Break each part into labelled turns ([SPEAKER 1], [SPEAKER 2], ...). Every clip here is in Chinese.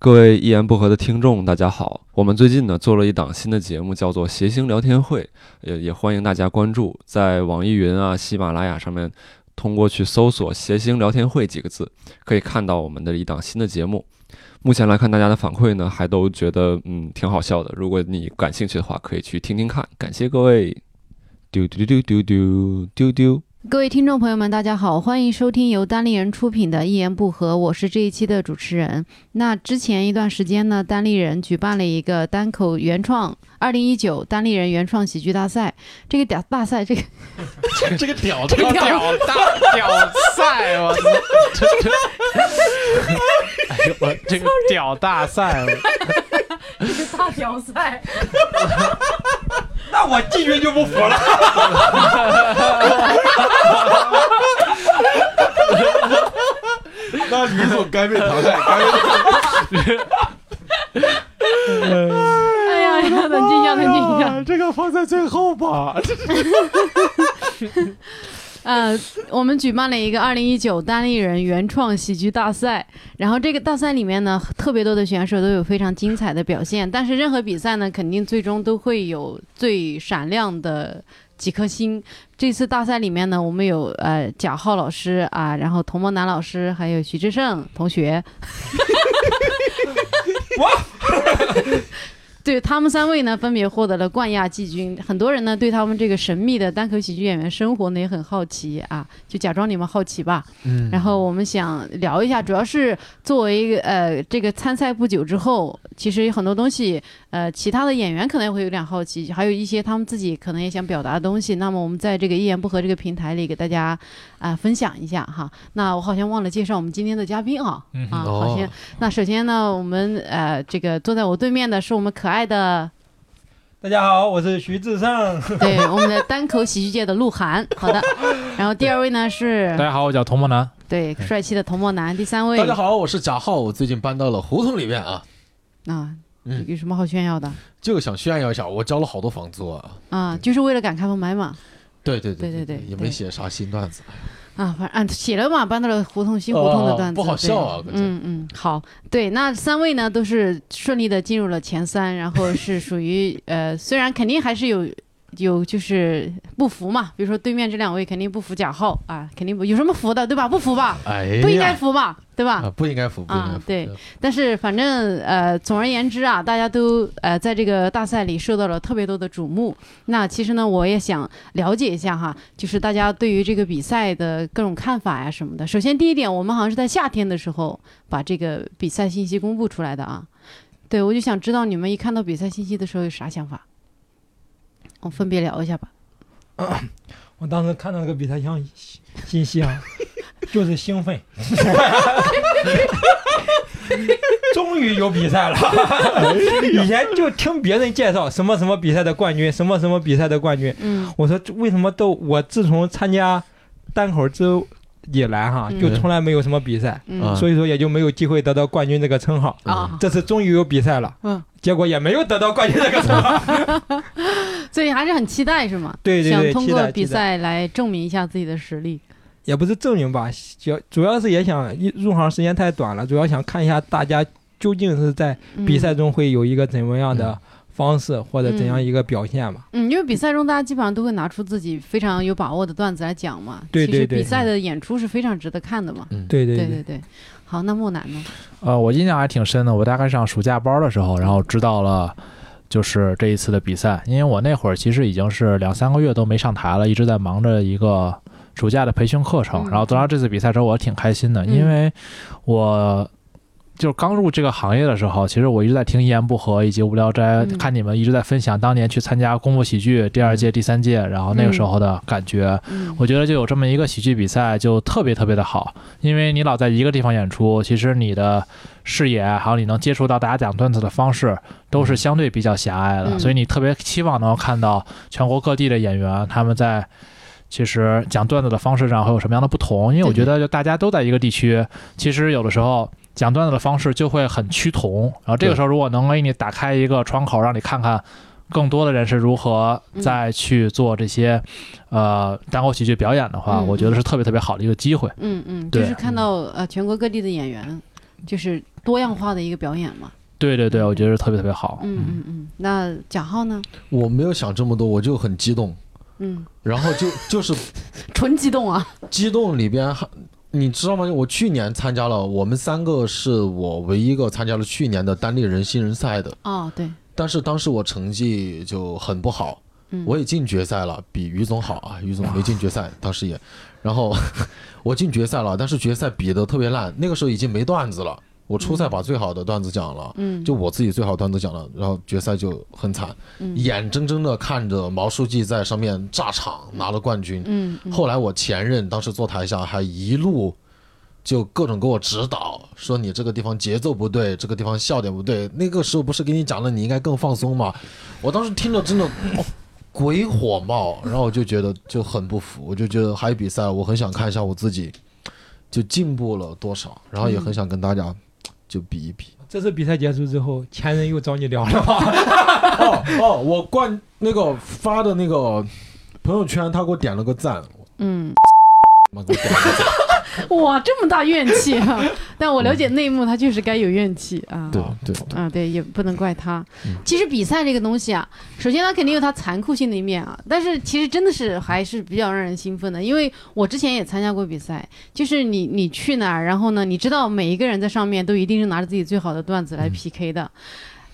[SPEAKER 1] 各位一言不合的听众，大家好！我们最近呢做了一档新的节目，叫做《谐星聊天会》，也也欢迎大家关注，在网易云啊、喜马拉雅上面，通过去搜索“谐星聊天会”几个字，可以看到我们的一档新的节目。目前来看，大家的反馈呢，还都觉得嗯挺好笑的。如果你感兴趣的话，可以去听听看。感谢各位！丢丢丢丢丢丢丢。
[SPEAKER 2] 各位听众朋友们，大家好，欢迎收听由单立人出品的《一言不合》，我是这一期的主持人。那之前一段时间呢，单立人举办了一个单口原创二零一九单立人原创喜剧大赛。这个屌大赛，这个
[SPEAKER 3] 这个屌
[SPEAKER 2] 这个屌
[SPEAKER 3] 大屌赛，我操！这这，哎呦我这个屌大赛，
[SPEAKER 2] 大屌赛，
[SPEAKER 4] 那我进去就不服 了。那你总该被淘汰， 该被
[SPEAKER 2] 哎 呀，要冷静，要冷静一下。
[SPEAKER 3] 这个放在最后吧。
[SPEAKER 2] 呃，我们举办了一个二零一九单立人原创喜剧大赛，然后这个大赛里面呢，特别多的选手都有非常精彩的表现，但是任何比赛呢，肯定最终都会有最闪亮的几颗星。这次大赛里面呢，我们有呃贾浩老师啊，然后童梦楠老师，还有徐志胜同学。对他们三位呢，分别获得了冠亚季军。很多人呢，对他们这个神秘的单口喜剧演员生活呢，也很好奇啊，就假装你们好奇吧。
[SPEAKER 3] 嗯
[SPEAKER 2] 然后我们想聊一下，主要是作为一个呃这个参赛不久之后，其实有很多东西，呃，其他的演员可能也会有点好奇，还有一些他们自己可能也想表达的东西。那么我们在这个一言不合这个平台里给大家啊、分享一下哈。那我好像忘了介绍我们今天的嘉宾啊
[SPEAKER 3] 嗯
[SPEAKER 2] 啊，
[SPEAKER 3] 哦
[SPEAKER 2] 好像那首先呢，我们呃这个坐在我对面的是我们可爱 的，
[SPEAKER 4] 大家好，我是徐志 胜。
[SPEAKER 2] 对我们的单口喜剧界的鹿晗，好的。然后第二位呢是
[SPEAKER 3] 大家好，我叫童梦楠。
[SPEAKER 2] 对帅气的童漠男，第三位
[SPEAKER 4] 哎
[SPEAKER 5] 大家好，我是贾浩，我最近搬到了胡同里面啊，
[SPEAKER 2] 啊，
[SPEAKER 5] 嗯
[SPEAKER 2] 有什么好炫耀的？
[SPEAKER 5] 就想炫耀一下，我交了好多房租啊。
[SPEAKER 2] 啊，就是为了赶开放买嘛
[SPEAKER 5] 对对对
[SPEAKER 2] 对对对
[SPEAKER 5] 也没写啥新段子，
[SPEAKER 2] 啊，反正啊写了嘛，搬到了胡同新胡同的
[SPEAKER 5] 哦
[SPEAKER 2] 段子，
[SPEAKER 5] 不好
[SPEAKER 2] 对
[SPEAKER 5] 笑啊关键
[SPEAKER 2] 嗯嗯，好，对，那三位呢都是顺利的进入了前三，然后是属于 呃，虽然肯定还是有。有就是不服嘛，比如说对面这两位肯定不服贾浩啊，肯定不有什么服的对吧？不服吧，
[SPEAKER 5] 哎呀，
[SPEAKER 2] 不应该服吧，对吧？
[SPEAKER 5] 啊，不应该服，不应该
[SPEAKER 2] 啊
[SPEAKER 5] 服。
[SPEAKER 2] 对但是反正呃，总而言之啊，大家都呃在这个大赛里受到了特别多的瞩目。那其实呢，我也想了解一下哈，就是大家对于这个比赛的各种看法啊呀什么的。首先第一点，我们好像是在夏天的时候把这个比赛信息公布出来的啊。对，我就想知道你们一看到比赛信息的时候有啥想法。我分别聊一下吧。
[SPEAKER 6] 我当时看到那个比赛项信信息啊， 就是兴 奋，
[SPEAKER 4] 终于有比赛了，
[SPEAKER 2] 哎
[SPEAKER 6] 以前就听别人介绍什么什么比赛的冠军，什么什么比赛的冠军。
[SPEAKER 2] 嗯
[SPEAKER 6] 我说这为什么都我自从参加单口之以来哈，
[SPEAKER 2] 嗯
[SPEAKER 6] 就从来没有什么比赛，
[SPEAKER 2] 嗯
[SPEAKER 5] 啊
[SPEAKER 6] 所以说也就没有机会得到冠军这个称号。
[SPEAKER 5] 嗯
[SPEAKER 2] 啊，
[SPEAKER 6] 这次终于有比赛了，
[SPEAKER 2] 嗯，
[SPEAKER 6] 结果也没有得到冠军这个称号。
[SPEAKER 2] 所以还是很期待是吗？
[SPEAKER 6] 对对
[SPEAKER 2] 想
[SPEAKER 6] 对，
[SPEAKER 2] 通
[SPEAKER 6] 期
[SPEAKER 2] 过
[SPEAKER 6] 待
[SPEAKER 2] 比
[SPEAKER 6] 期待，
[SPEAKER 2] 赛来证明一下自己的实力。
[SPEAKER 6] 也不是证明吧，主主要是也想一入行时间太短了，主要想看一下大家究竟是在
[SPEAKER 2] 嗯
[SPEAKER 6] 比赛中会有一个怎么样的方式或者怎样一个表现吧？
[SPEAKER 2] 嗯，因为比赛中大家基本上都会拿出自己非常有把握的段子来讲嘛。
[SPEAKER 6] 对对
[SPEAKER 2] 其实
[SPEAKER 6] 对
[SPEAKER 2] 比赛的演出是非常值得看的嘛。
[SPEAKER 6] 对对
[SPEAKER 2] 对
[SPEAKER 6] 对，
[SPEAKER 2] 对。好，那木南呢？
[SPEAKER 3] 呃，我印象还挺深的，我大概上暑假班的时候，然后知道了。就是这一次的比赛，因为我那会儿其实已经是两三个月都没上台了，一直在忙着一个暑假的培训课程。
[SPEAKER 2] 嗯
[SPEAKER 3] 然后得到这次比赛之后，我挺开心的，
[SPEAKER 2] 嗯
[SPEAKER 3] 因为我就是刚入这个行业的时候，其实我一直在听《一言不合》以及《无聊斋》
[SPEAKER 2] 嗯
[SPEAKER 3] 看你们一直在分享当年去参加公共喜剧第二届、第三届，然后那个时候的感觉。
[SPEAKER 2] 嗯，
[SPEAKER 3] 我觉得就有这么一个喜剧比赛就特别特别的好，因为你老在一个地方演出，其实你的视野还有你能接触到大家讲段子的方式都是相对比较狭隘的，
[SPEAKER 2] 嗯
[SPEAKER 3] 所以你特别期望能够看到全国各地的演员他们在。其实讲段子的方式上会有什么样的不同？因为我觉得就大家都在一个地区，其实有的时候讲段子的方式就会很趋同。然后这个时候如果能给你打开一个窗口，让你看看更多的人是如何再去做这些、呃单口喜剧表演的话，
[SPEAKER 2] 嗯
[SPEAKER 3] 我觉得是特别特别好的一个机会。
[SPEAKER 2] 嗯嗯，就
[SPEAKER 3] 对
[SPEAKER 2] 是看到呃全国各地的演员，就是多样化的一个表演嘛。
[SPEAKER 3] 对对对，我觉得特别特别好。
[SPEAKER 2] 嗯嗯嗯。那贾浩呢？
[SPEAKER 5] 我没有想这么多，我就很激动，
[SPEAKER 2] 嗯，
[SPEAKER 5] 然后就 就是
[SPEAKER 2] 纯激动啊。
[SPEAKER 5] 激动里边还。你知道吗？我去年参加了，我们三个是我唯一一个参加了去年的单立人新人赛的，
[SPEAKER 2] 哦，对，
[SPEAKER 5] 但是当时我成绩就很不好，
[SPEAKER 2] 嗯，
[SPEAKER 5] 我也进决赛了，比于总好啊，于总没进决赛，当时也，然后 我进决赛了，但是决赛比的特别烂，那个时候已经没段子了，我初赛把最好的段子讲了，
[SPEAKER 2] 嗯
[SPEAKER 5] 就我自己最好的段子讲了，然后决赛就很惨，
[SPEAKER 2] 嗯
[SPEAKER 5] 眼睁睁的看着毛书记在上面炸场拿了冠军，
[SPEAKER 2] 嗯嗯
[SPEAKER 5] 后来我前任当时坐台下还一路就各种给我指导，说你这个地方节奏不对，这个地方笑点不对。那个时候不是给你讲了你应该更放松吗？我当时听了真的。哦鬼火冒，然后我就觉得就很不服，我就觉得还有比赛，我很想看一下我自己就进步了多少，然后也很想跟大家就比一比。
[SPEAKER 6] 这次比赛结束之后，前任又找你聊了 吧？
[SPEAKER 5] 哦哦，我冠那个发的那个朋友圈，他给我点了个赞，
[SPEAKER 2] 嗯，
[SPEAKER 5] 妈给我点了个赞。
[SPEAKER 2] 哇，这么大怨气啊！ 但我了解内幕，他确实该有怨气啊。
[SPEAKER 5] 对对，
[SPEAKER 2] 啊，对，也不能怪他
[SPEAKER 5] 嗯。
[SPEAKER 2] 其实比赛这个东西啊，首先它肯定有它残酷性的一面啊，但是其实真的是还是比较让人兴奋的，因为我之前也参加过比赛，就是你你去那儿，然后呢，你知道每一个人在上面都一定是拿着自己最好的段子
[SPEAKER 3] 嗯
[SPEAKER 2] 来 PK 的。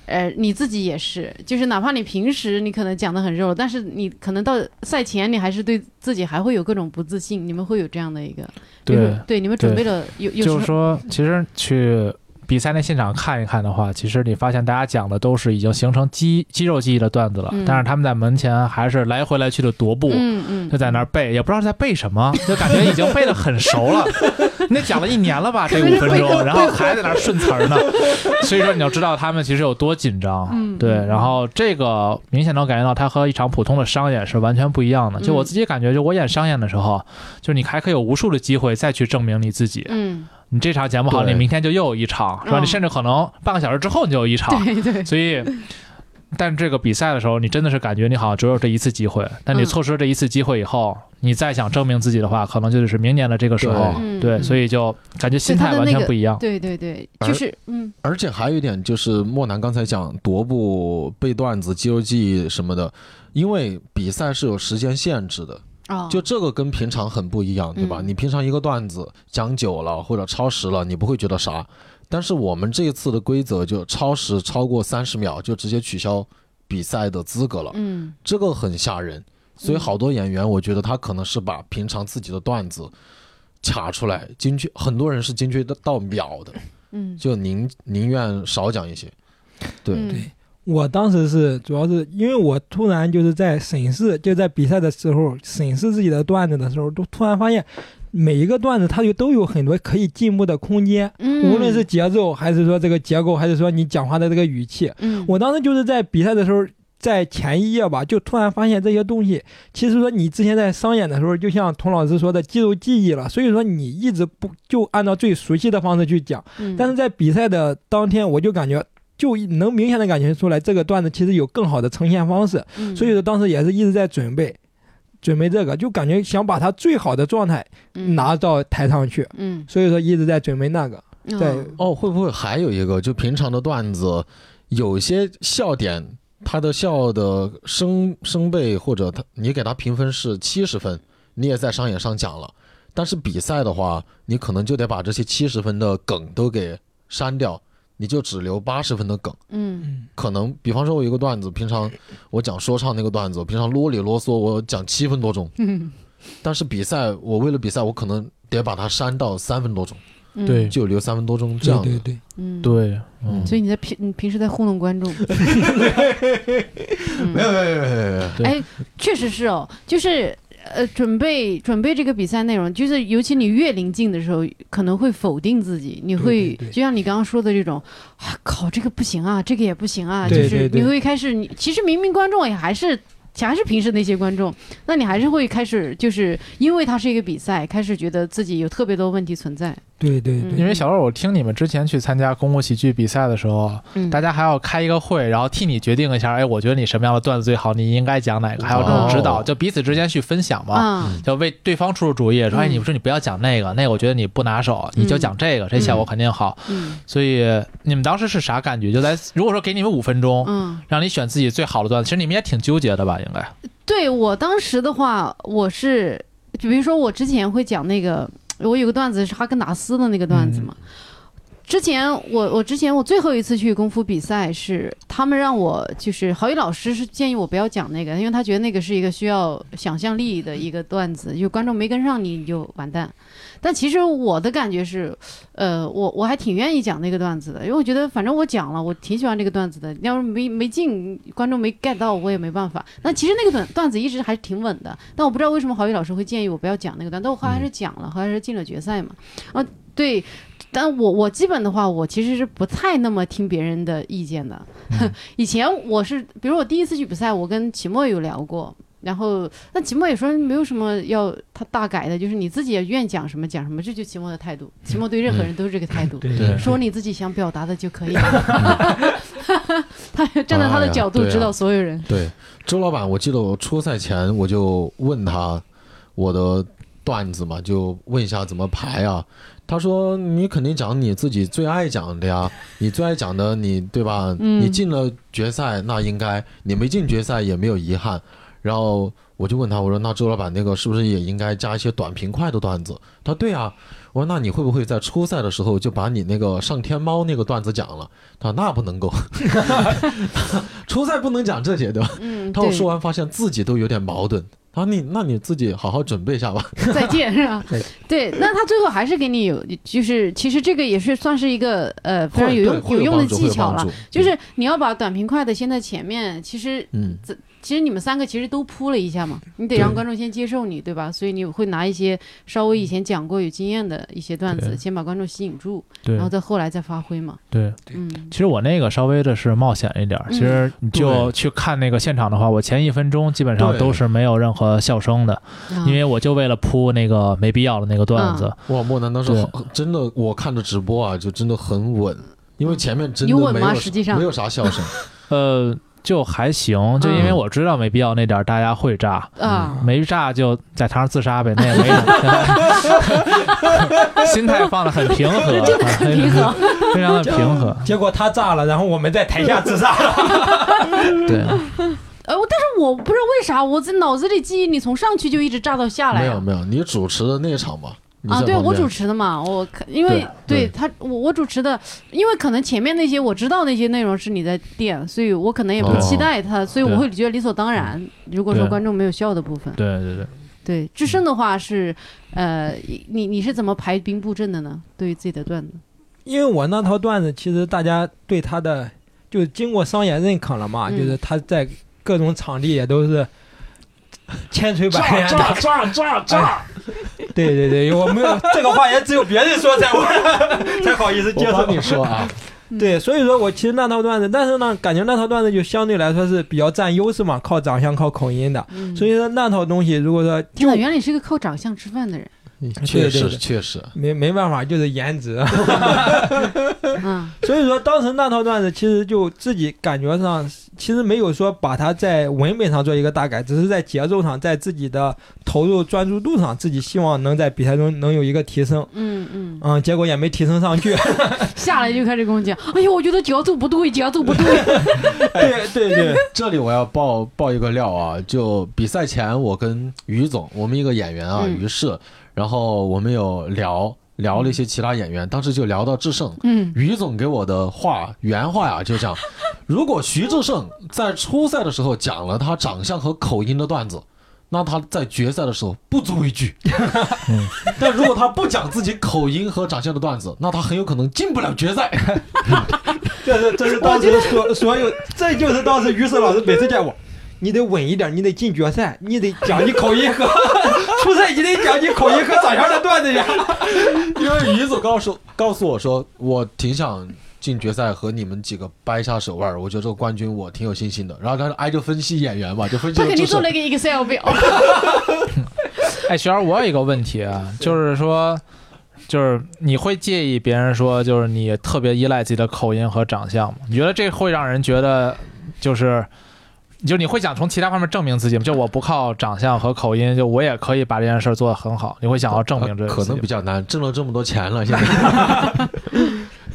[SPEAKER 2] 呃，你自己也是，就是哪怕你平时你可能讲的很肉，但是你可能到赛前你还是对自己还会有各种不自信，你们会有这样的一个，比如
[SPEAKER 3] 对
[SPEAKER 2] 说，对，你们准
[SPEAKER 3] 对
[SPEAKER 2] 备了有有
[SPEAKER 3] 就是
[SPEAKER 2] 时候
[SPEAKER 3] 说，其实去比赛那现场看一看的话，其实你发现大家讲的都是已经形成肌肌肉记忆的段子了，
[SPEAKER 2] 嗯
[SPEAKER 3] 但是他们在门前还是来回来去的踱步。
[SPEAKER 2] 嗯嗯，
[SPEAKER 3] 就在那儿背，也不知道在背什么，就感觉已经背得很熟 了。那讲了一年了吧，这五分钟，然后还在那儿顺词儿呢。所以说，你就知道他们其实有多紧张。啊
[SPEAKER 2] 嗯
[SPEAKER 3] 对。
[SPEAKER 2] 嗯
[SPEAKER 3] 然后这个明显能感觉到，它和一场普通的商演是完全不一样的。就我
[SPEAKER 2] 嗯
[SPEAKER 3] 自己感觉，就我演商演的时候，就你还可以有无数的机会再去证明你自己。
[SPEAKER 2] 嗯，
[SPEAKER 3] 你这场讲不好，
[SPEAKER 5] 对
[SPEAKER 3] 你明天就又有一场，是吧？
[SPEAKER 2] 嗯
[SPEAKER 3] 你甚至可能半个小时之后你就有一场，
[SPEAKER 2] 对对，
[SPEAKER 3] 所以。但这个比赛的时候，你真的是感觉你好像只有这一次机会，但你
[SPEAKER 2] 嗯
[SPEAKER 3] 错失了这一次机会以后，你再想证明自己的话，可能就是明年的这个时候，
[SPEAKER 2] 嗯
[SPEAKER 3] 对，
[SPEAKER 2] 嗯
[SPEAKER 3] 所以就感觉心
[SPEAKER 2] 对他
[SPEAKER 3] 态
[SPEAKER 2] 的
[SPEAKER 3] 完
[SPEAKER 2] 那
[SPEAKER 3] 全
[SPEAKER 2] 个
[SPEAKER 3] 不一样。
[SPEAKER 2] 对对对，就
[SPEAKER 5] 而
[SPEAKER 2] 是嗯
[SPEAKER 5] 而且还有一点就是，莫南刚才讲踱步、背段子、肌肉记忆什么的，因为比赛是有时间限制的，
[SPEAKER 2] 哦，
[SPEAKER 5] 就这个跟平常很不一样，对吧？
[SPEAKER 2] 嗯
[SPEAKER 5] 你平常一个段子讲久了或者超时了，你不会觉得啥，但是我们这一次的规则就超时超过三十秒就直接取消比赛的资格了，
[SPEAKER 2] 嗯
[SPEAKER 5] 这个很吓人。所以好多演员，我觉得他可能是把平常自己的段子卡出来，精确，很多人是精确到到秒的。
[SPEAKER 2] 嗯
[SPEAKER 5] 就宁宁愿少讲一些。对，
[SPEAKER 2] 嗯
[SPEAKER 6] 对我当时是主要是因为我突然就是在审视，就在比赛的时候审视自己的段子的时候，都突然发现每一个段子它就都有很多可以进步的空间，
[SPEAKER 2] 嗯，
[SPEAKER 6] 无论是节奏还是说这个结构，还是说你讲话的这个语气，
[SPEAKER 2] 嗯
[SPEAKER 6] 我当时就是在比赛的时候，在前一夜吧，就突然发现这些东西，其实说你之前在商演的时候，就像童老师说的肌肉记忆了，所以说你一直不就按照最熟悉的方式去讲，
[SPEAKER 2] 嗯
[SPEAKER 6] 但是在比赛的当天，我就感觉。就能明显的感觉出来，这个段子其实有更好的呈现方式，
[SPEAKER 2] 嗯
[SPEAKER 6] 所以说当时也是一直在准备，准备这个，就感觉想把他最好的状态
[SPEAKER 2] 嗯
[SPEAKER 6] 拿到台上去，
[SPEAKER 2] 嗯
[SPEAKER 6] 所以说一直在准备那个。
[SPEAKER 2] 嗯
[SPEAKER 6] 对
[SPEAKER 2] 哦
[SPEAKER 5] 哦，会不会还有一个，就平常的段子，有些笑点，他的笑的声声贝或者他，你给他评分是七十分，你也在商演上讲了，但是比赛的话，你可能就得把这些七十分的梗都给删掉，你就只留八十分的梗。
[SPEAKER 2] 嗯
[SPEAKER 5] 可能比方说，我有一个段子，平常我讲说唱那个段子，我平常啰里啰嗦，我讲七分多钟，
[SPEAKER 2] 嗯
[SPEAKER 5] 但是比赛，我为了比赛，我可能得把它删到三分多钟。
[SPEAKER 2] 嗯
[SPEAKER 5] 就留三分多钟这样的。
[SPEAKER 6] 对对
[SPEAKER 2] 嗯
[SPEAKER 3] 对，嗯，
[SPEAKER 2] 所以你在平你平时在糊弄 观众，嗯
[SPEAKER 5] 没有没有没有没有没有，
[SPEAKER 3] 对
[SPEAKER 2] 哎，确实是哦，就是呃，准备准备这个比赛内容，就是尤其你越临近的时候，可能会否定自己，你会
[SPEAKER 6] 对对对
[SPEAKER 2] 就像你刚刚说的这种，啊靠，这个不行啊，这个也不行啊，
[SPEAKER 6] 对
[SPEAKER 2] 就是
[SPEAKER 6] 对对
[SPEAKER 2] 你会开始，你其实明明观众也还是。还是平时那些观众，那你还是会开始，就是因为它是一个比赛，开始觉得自己有特别多问题存在。
[SPEAKER 6] 对对对，
[SPEAKER 3] 因为小乐，我听你们之前去参加公共喜剧比赛的时候，
[SPEAKER 2] 嗯
[SPEAKER 3] 大家还要开一个会，然后替你决定一下，哎，我觉得你什么样的段子最好，你应该讲哪个，还有这种指导，
[SPEAKER 5] 哦
[SPEAKER 3] 就彼此之间去分享嘛，
[SPEAKER 2] 啊
[SPEAKER 3] 就为对方出出主意，说，哎，
[SPEAKER 2] 嗯
[SPEAKER 3] 你不是你不要讲那个，那个我觉得你不拿手，你就讲这个，这效果肯定好。
[SPEAKER 2] 嗯
[SPEAKER 3] 所以你们当时是啥感觉？就在如果说给你们五分钟，
[SPEAKER 2] 嗯，
[SPEAKER 3] 让你选自己最好的段子，其实你们也挺纠结的吧？应该，
[SPEAKER 2] 对我当时的话，我是就比如说我之前会讲那个，我有个段子是哈根达斯的那个段子嘛。之前我我之前我最后一次去功夫比赛是他们让我就是郝宇老师是建议我不要讲那个，因为他觉得那个是一个需要想象力的一个段子，就观众没跟上你你就完蛋。但其实我的感觉是，呃，我我还挺愿意讲那个段子的，因为我觉得反正我讲了，我挺喜欢这个段子的。要是没没进，观众没 get 到，我也没办法。那其实那个段段子一直还是挺稳的，但我不知道为什么郝宇老师会建议我不要讲那个段，但我后来还是讲了，后来是进了决赛嘛。啊，对。但我我基本的话，我其实是不太那么听别人的意见的。
[SPEAKER 5] 嗯
[SPEAKER 2] 以前我是，比如我第一次去比赛，我跟秦墨有聊过，然后那秦墨也说没有什么要他大改的，就是你自己也愿讲什么讲什么，这就秦墨的态度。秦墨对任何人都是这个态度。
[SPEAKER 5] 嗯
[SPEAKER 6] 对
[SPEAKER 3] 对
[SPEAKER 2] 说你自己想表达的就可以了。他 站在他的角度
[SPEAKER 5] 哎呀对啊
[SPEAKER 2] 指导所有人。
[SPEAKER 5] 对，周老板，我记得我初赛前我就问他我的段子嘛，就问一下怎么排啊。他说：“你肯定讲你自己最爱讲的呀，你最爱讲的你，对吧？
[SPEAKER 2] 嗯
[SPEAKER 5] 你进了决赛，那应该你没进决赛也没有遗憾。”然后我就问他：“我说那周老板那个是不是也应该加一些短平快的段子？”他说：“对啊。”我说：“那你会不会在初赛的时候就把你那个上天猫那个段子讲了？”他说：“那不能够， 初赛不能讲这些，对吧？”
[SPEAKER 2] 嗯，
[SPEAKER 5] 他我说
[SPEAKER 2] 对，
[SPEAKER 5] 完，发现自己都有点矛盾。他说你那你自己好好准备一下吧。
[SPEAKER 2] 再见是 吧？对，那他最后还是给你有，就是其实这个也是算是一个呃非常有用
[SPEAKER 5] 会
[SPEAKER 2] 有
[SPEAKER 5] 对
[SPEAKER 2] 用
[SPEAKER 5] 会
[SPEAKER 2] 的
[SPEAKER 5] 帮助
[SPEAKER 2] 技巧
[SPEAKER 5] 会
[SPEAKER 2] 了
[SPEAKER 5] 帮，助
[SPEAKER 2] 就是你要把短平快的先在前面，其实
[SPEAKER 5] 嗯，
[SPEAKER 2] 其实你们三个其实都铺了一下嘛，你得让观众先接受你，对吧？所以你会拿一些稍微以前讲过有经验的一些段子，
[SPEAKER 3] 对
[SPEAKER 2] 先把观众吸引住，
[SPEAKER 3] 对
[SPEAKER 2] 然后再后来再发挥嘛。
[SPEAKER 3] 对。
[SPEAKER 2] 嗯
[SPEAKER 3] 其实我那个稍微的是冒险一点儿，
[SPEAKER 2] 嗯
[SPEAKER 3] 其实你就去看那个现场的话，我前一分钟基本上
[SPEAKER 5] 对
[SPEAKER 3] 都是没有任何笑声的，
[SPEAKER 2] 啊
[SPEAKER 3] 因为我就为了铺那个没必要的那个段子。
[SPEAKER 5] 哇，莫南当时
[SPEAKER 3] 对
[SPEAKER 5] 好真的，我看着直播啊，就真的很稳，因为前面真
[SPEAKER 2] 你
[SPEAKER 5] 的
[SPEAKER 2] 稳
[SPEAKER 5] 没
[SPEAKER 2] 吗
[SPEAKER 5] 有
[SPEAKER 2] 实际上
[SPEAKER 5] 没有啥笑声，
[SPEAKER 3] 呃，就还行，就因为我知道没必要那点儿大家会炸，
[SPEAKER 2] 啊，
[SPEAKER 3] 没炸就在台上自杀呗，那也没什么。心态放得很 平和，啊
[SPEAKER 2] 真的很平和，
[SPEAKER 3] 非常的 平和。
[SPEAKER 6] 结果他炸了，然后我们在台下自杀了。
[SPEAKER 3] 对，
[SPEAKER 2] 呃，我但是 我不知道为啥，我在脑子里记忆里从上去就一直炸到下来
[SPEAKER 5] 没
[SPEAKER 2] 啊
[SPEAKER 5] 有没有，你主持的那一场嘛，你
[SPEAKER 2] 啊，
[SPEAKER 5] 在
[SPEAKER 2] 对
[SPEAKER 5] 旁
[SPEAKER 2] 我
[SPEAKER 5] 边
[SPEAKER 2] 主持的嘛，我看因为
[SPEAKER 5] 对
[SPEAKER 2] 对他我我主持的，因为可能前面那些我知道那些内容是你在垫，所以我可能也不
[SPEAKER 5] 哦
[SPEAKER 2] 期待他，所以我
[SPEAKER 3] 对
[SPEAKER 2] 会觉得理所当然。如果说
[SPEAKER 3] 对
[SPEAKER 2] 观众没有笑的部分，
[SPEAKER 3] 对对对。
[SPEAKER 2] 对智胜的话是，呃，你你是怎么排兵布阵的呢？对于自己的段子，
[SPEAKER 6] 因为我那套段子，其实大家对他的就经过商业认可了嘛，
[SPEAKER 2] 嗯
[SPEAKER 6] 就是他在各种场地也都是 千锤百炼的。
[SPEAKER 4] 炸炸炸炸！
[SPEAKER 6] 对对对，我没有这个话也只有别人说才我 才好意思接
[SPEAKER 5] 我
[SPEAKER 6] 受
[SPEAKER 5] 帮。你说啊，
[SPEAKER 6] 对，所以说我其实那套段子，但是呢，感觉那套段子就相对来说是比较占优势嘛，靠长相、靠口音的。
[SPEAKER 2] 嗯，
[SPEAKER 6] 所以说那套东西，如果说
[SPEAKER 2] 天
[SPEAKER 6] 就
[SPEAKER 2] 哪，原来你是个靠长相吃饭的人，
[SPEAKER 5] 确
[SPEAKER 6] 对
[SPEAKER 5] 实
[SPEAKER 6] 对
[SPEAKER 5] 确实，
[SPEAKER 6] 没没办法，就是颜值。
[SPEAKER 2] 嗯
[SPEAKER 6] 所以说，当时那套段子其实就自己感觉上，其实没有说把它在文本上做一个大改，只是在节奏上，在自己的投入专注度上，自己希望能在比赛中能有一个提升。
[SPEAKER 2] 嗯嗯，
[SPEAKER 6] 嗯，结果也没提升上去。
[SPEAKER 2] 下来就开始跟我讲，哎呦，我觉得节奏不对，节奏不对，
[SPEAKER 6] 对对对，
[SPEAKER 5] 这里我要爆爆一个料啊！就比赛前，我跟于总，我们一个演员啊，
[SPEAKER 2] 嗯
[SPEAKER 5] 于适，然后我们有聊聊了一些其他演员，当时就聊到智胜。
[SPEAKER 2] 嗯
[SPEAKER 5] 于总给我的话原话呀，就讲，如果徐志胜在初赛的时候讲了他长相和口音的段子，那他在决赛的时候不足为惧。但如果他不讲自己口音和长相的段子，那他很有可能进不了决赛。
[SPEAKER 6] 这是这是当时所所有，这就是当时于适老师每次见我。你得稳一点，你得进决赛，你得讲你口音和 初赛，你得讲你口音和长相的段子呀。
[SPEAKER 5] 因为于总告诉告诉我说，我挺想进决赛和你们几个掰一下手腕儿，我觉得这个冠军我挺有信心的。然后他挨着分析演员嘛，就分析
[SPEAKER 2] 他
[SPEAKER 5] 了
[SPEAKER 2] 肯定
[SPEAKER 5] 智
[SPEAKER 2] 做
[SPEAKER 5] 胜
[SPEAKER 2] 了一个 Excel 表，
[SPEAKER 3] 哎，学员，我有一个问题啊，就是说，就是你会介意别人说，就是你特别依赖自己的口音和长相吗？你觉得这会让人觉得就是？就你会想从其他方面证明自己吗？就我不靠长相和口音，就我也可以把这件事儿做得很好。你会想要证明这个
[SPEAKER 5] 可
[SPEAKER 3] 自己
[SPEAKER 5] 能
[SPEAKER 3] 吗
[SPEAKER 5] 比较难，挣了这么多钱了，现在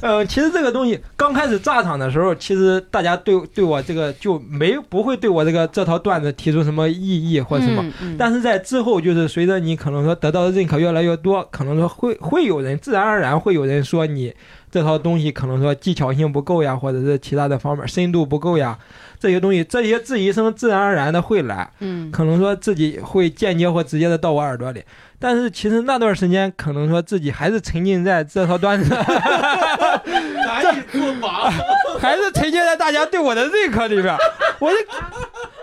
[SPEAKER 6] 呃，其实这个东西刚开始炸场的时候，其实大家对对我这个就没不会对我这个这套段子提出什么异议或者什么。
[SPEAKER 2] 嗯嗯
[SPEAKER 6] 但是在之后，就是随着你可能说得到的认可越来越多，可能说会会有人自然而然会有人说你这套东西可能说技巧性不够呀，或者是其他的方面深度不够呀，这些东西这些质疑声自然而然的会来。
[SPEAKER 2] 嗯
[SPEAKER 6] 可能说自己会间接或直接的到我耳朵里，但是其实那段时间可能说自己还是沉浸在这套段子，
[SPEAKER 5] 难以自拔。
[SPEAKER 6] 还是沉浸在大家对我的认可里边儿，我就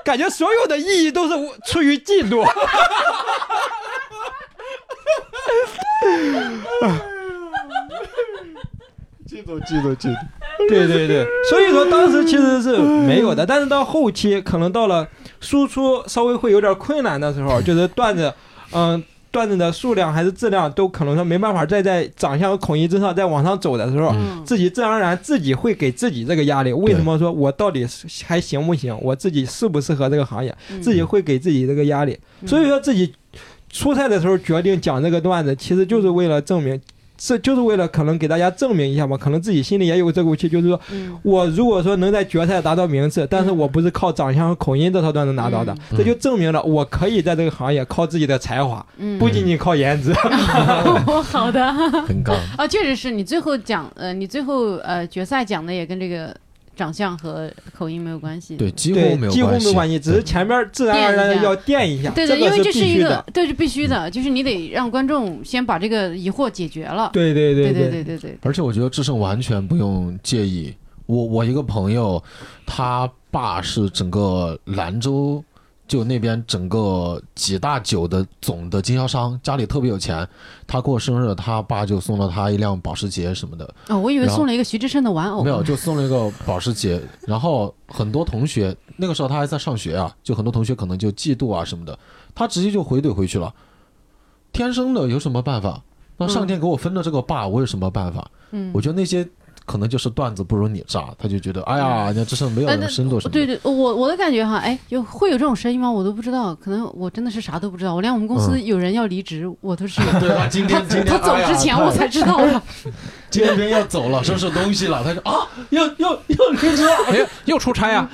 [SPEAKER 6] 感觉所有的意义都是我出于嫉妒。
[SPEAKER 5] 记住，记住，记住。
[SPEAKER 6] 对对对，所以说当时其实是没有的，但是到后期可能到了输出稍微会有点困难的时候，就是段子，嗯，段子的数量还是质量都可能说没办法再在长相和口音之上再往上走的时候，
[SPEAKER 2] 嗯
[SPEAKER 6] 啊自己自然而然自己会给自己这个压力。为什么说我到底是还行不行？我自己适不适合这个行业？
[SPEAKER 2] 嗯
[SPEAKER 6] 自己会给自己这个压力。
[SPEAKER 2] 嗯
[SPEAKER 6] 所以说自己出赛的时候决定讲这个段子，其实就是为了证明，这就是为了可能给大家证明一下吧。可能自己心里也有这股气，就是说
[SPEAKER 2] 嗯
[SPEAKER 6] 我如果说能在决赛拿到名次，但是我不是靠长相和口音这套段子拿到的，
[SPEAKER 5] 嗯
[SPEAKER 6] 这就证明了我可以在这个行业靠自己的才华，
[SPEAKER 2] 嗯
[SPEAKER 6] 不仅仅靠颜值。
[SPEAKER 5] 嗯
[SPEAKER 2] 好的
[SPEAKER 5] 很杠，
[SPEAKER 2] 啊，确实是你最后讲呃，你最后呃决赛讲的也跟这个长相和口音没有关系。
[SPEAKER 5] 对，几乎
[SPEAKER 6] 对
[SPEAKER 5] 没，有
[SPEAKER 6] 几乎没有关
[SPEAKER 5] 系。
[SPEAKER 6] 系，只是前面自然而然的要垫一下，
[SPEAKER 2] 对
[SPEAKER 6] 这
[SPEAKER 2] 对，因
[SPEAKER 6] 个
[SPEAKER 2] 为这
[SPEAKER 6] 必
[SPEAKER 2] 是一
[SPEAKER 6] 须
[SPEAKER 2] 个
[SPEAKER 6] 的。
[SPEAKER 2] 对是必须的，就是你得让观众先把这个疑惑解决了。
[SPEAKER 6] 对对
[SPEAKER 2] 对
[SPEAKER 6] 对
[SPEAKER 2] 对对对，
[SPEAKER 5] 而且我觉得志胜完全不用介意。我我一个朋友，他爸是整个兰州就那边整个几大酒的总的经销商，家里特别有钱。他过生日，他爸就送了他一辆保时捷什么的，
[SPEAKER 2] 哦，我以为
[SPEAKER 5] 然后
[SPEAKER 2] 送了一个徐志胜的玩偶。
[SPEAKER 5] 没有，就送了一个保时捷。然后很多同学那个时候他还在上学啊，就很多同学可能就嫉妒啊什么的，他直接就回怼回去了。天生的有什么办法？那上天给我分的这个爸，我有什么办法？
[SPEAKER 2] 嗯
[SPEAKER 5] 我觉得那些可能就是段子不如你炸，他就觉得哎呀，你看这事没有
[SPEAKER 2] 呃
[SPEAKER 5] 什么深度什么
[SPEAKER 2] 对
[SPEAKER 5] 的。
[SPEAKER 2] 对，我我的感觉哈，哎，有会有这种声音吗？我都不知道，可能我真的是啥都不知道。我连我们公司有人要离职，我都是
[SPEAKER 5] 对吧？今
[SPEAKER 2] 他
[SPEAKER 5] 天今天
[SPEAKER 2] 他走
[SPEAKER 5] 哎呀
[SPEAKER 2] 之前我才知道的。
[SPEAKER 5] 今天要走了，收拾东西了。他说啊，要要要离职了。
[SPEAKER 3] 哎呀，又出差啊！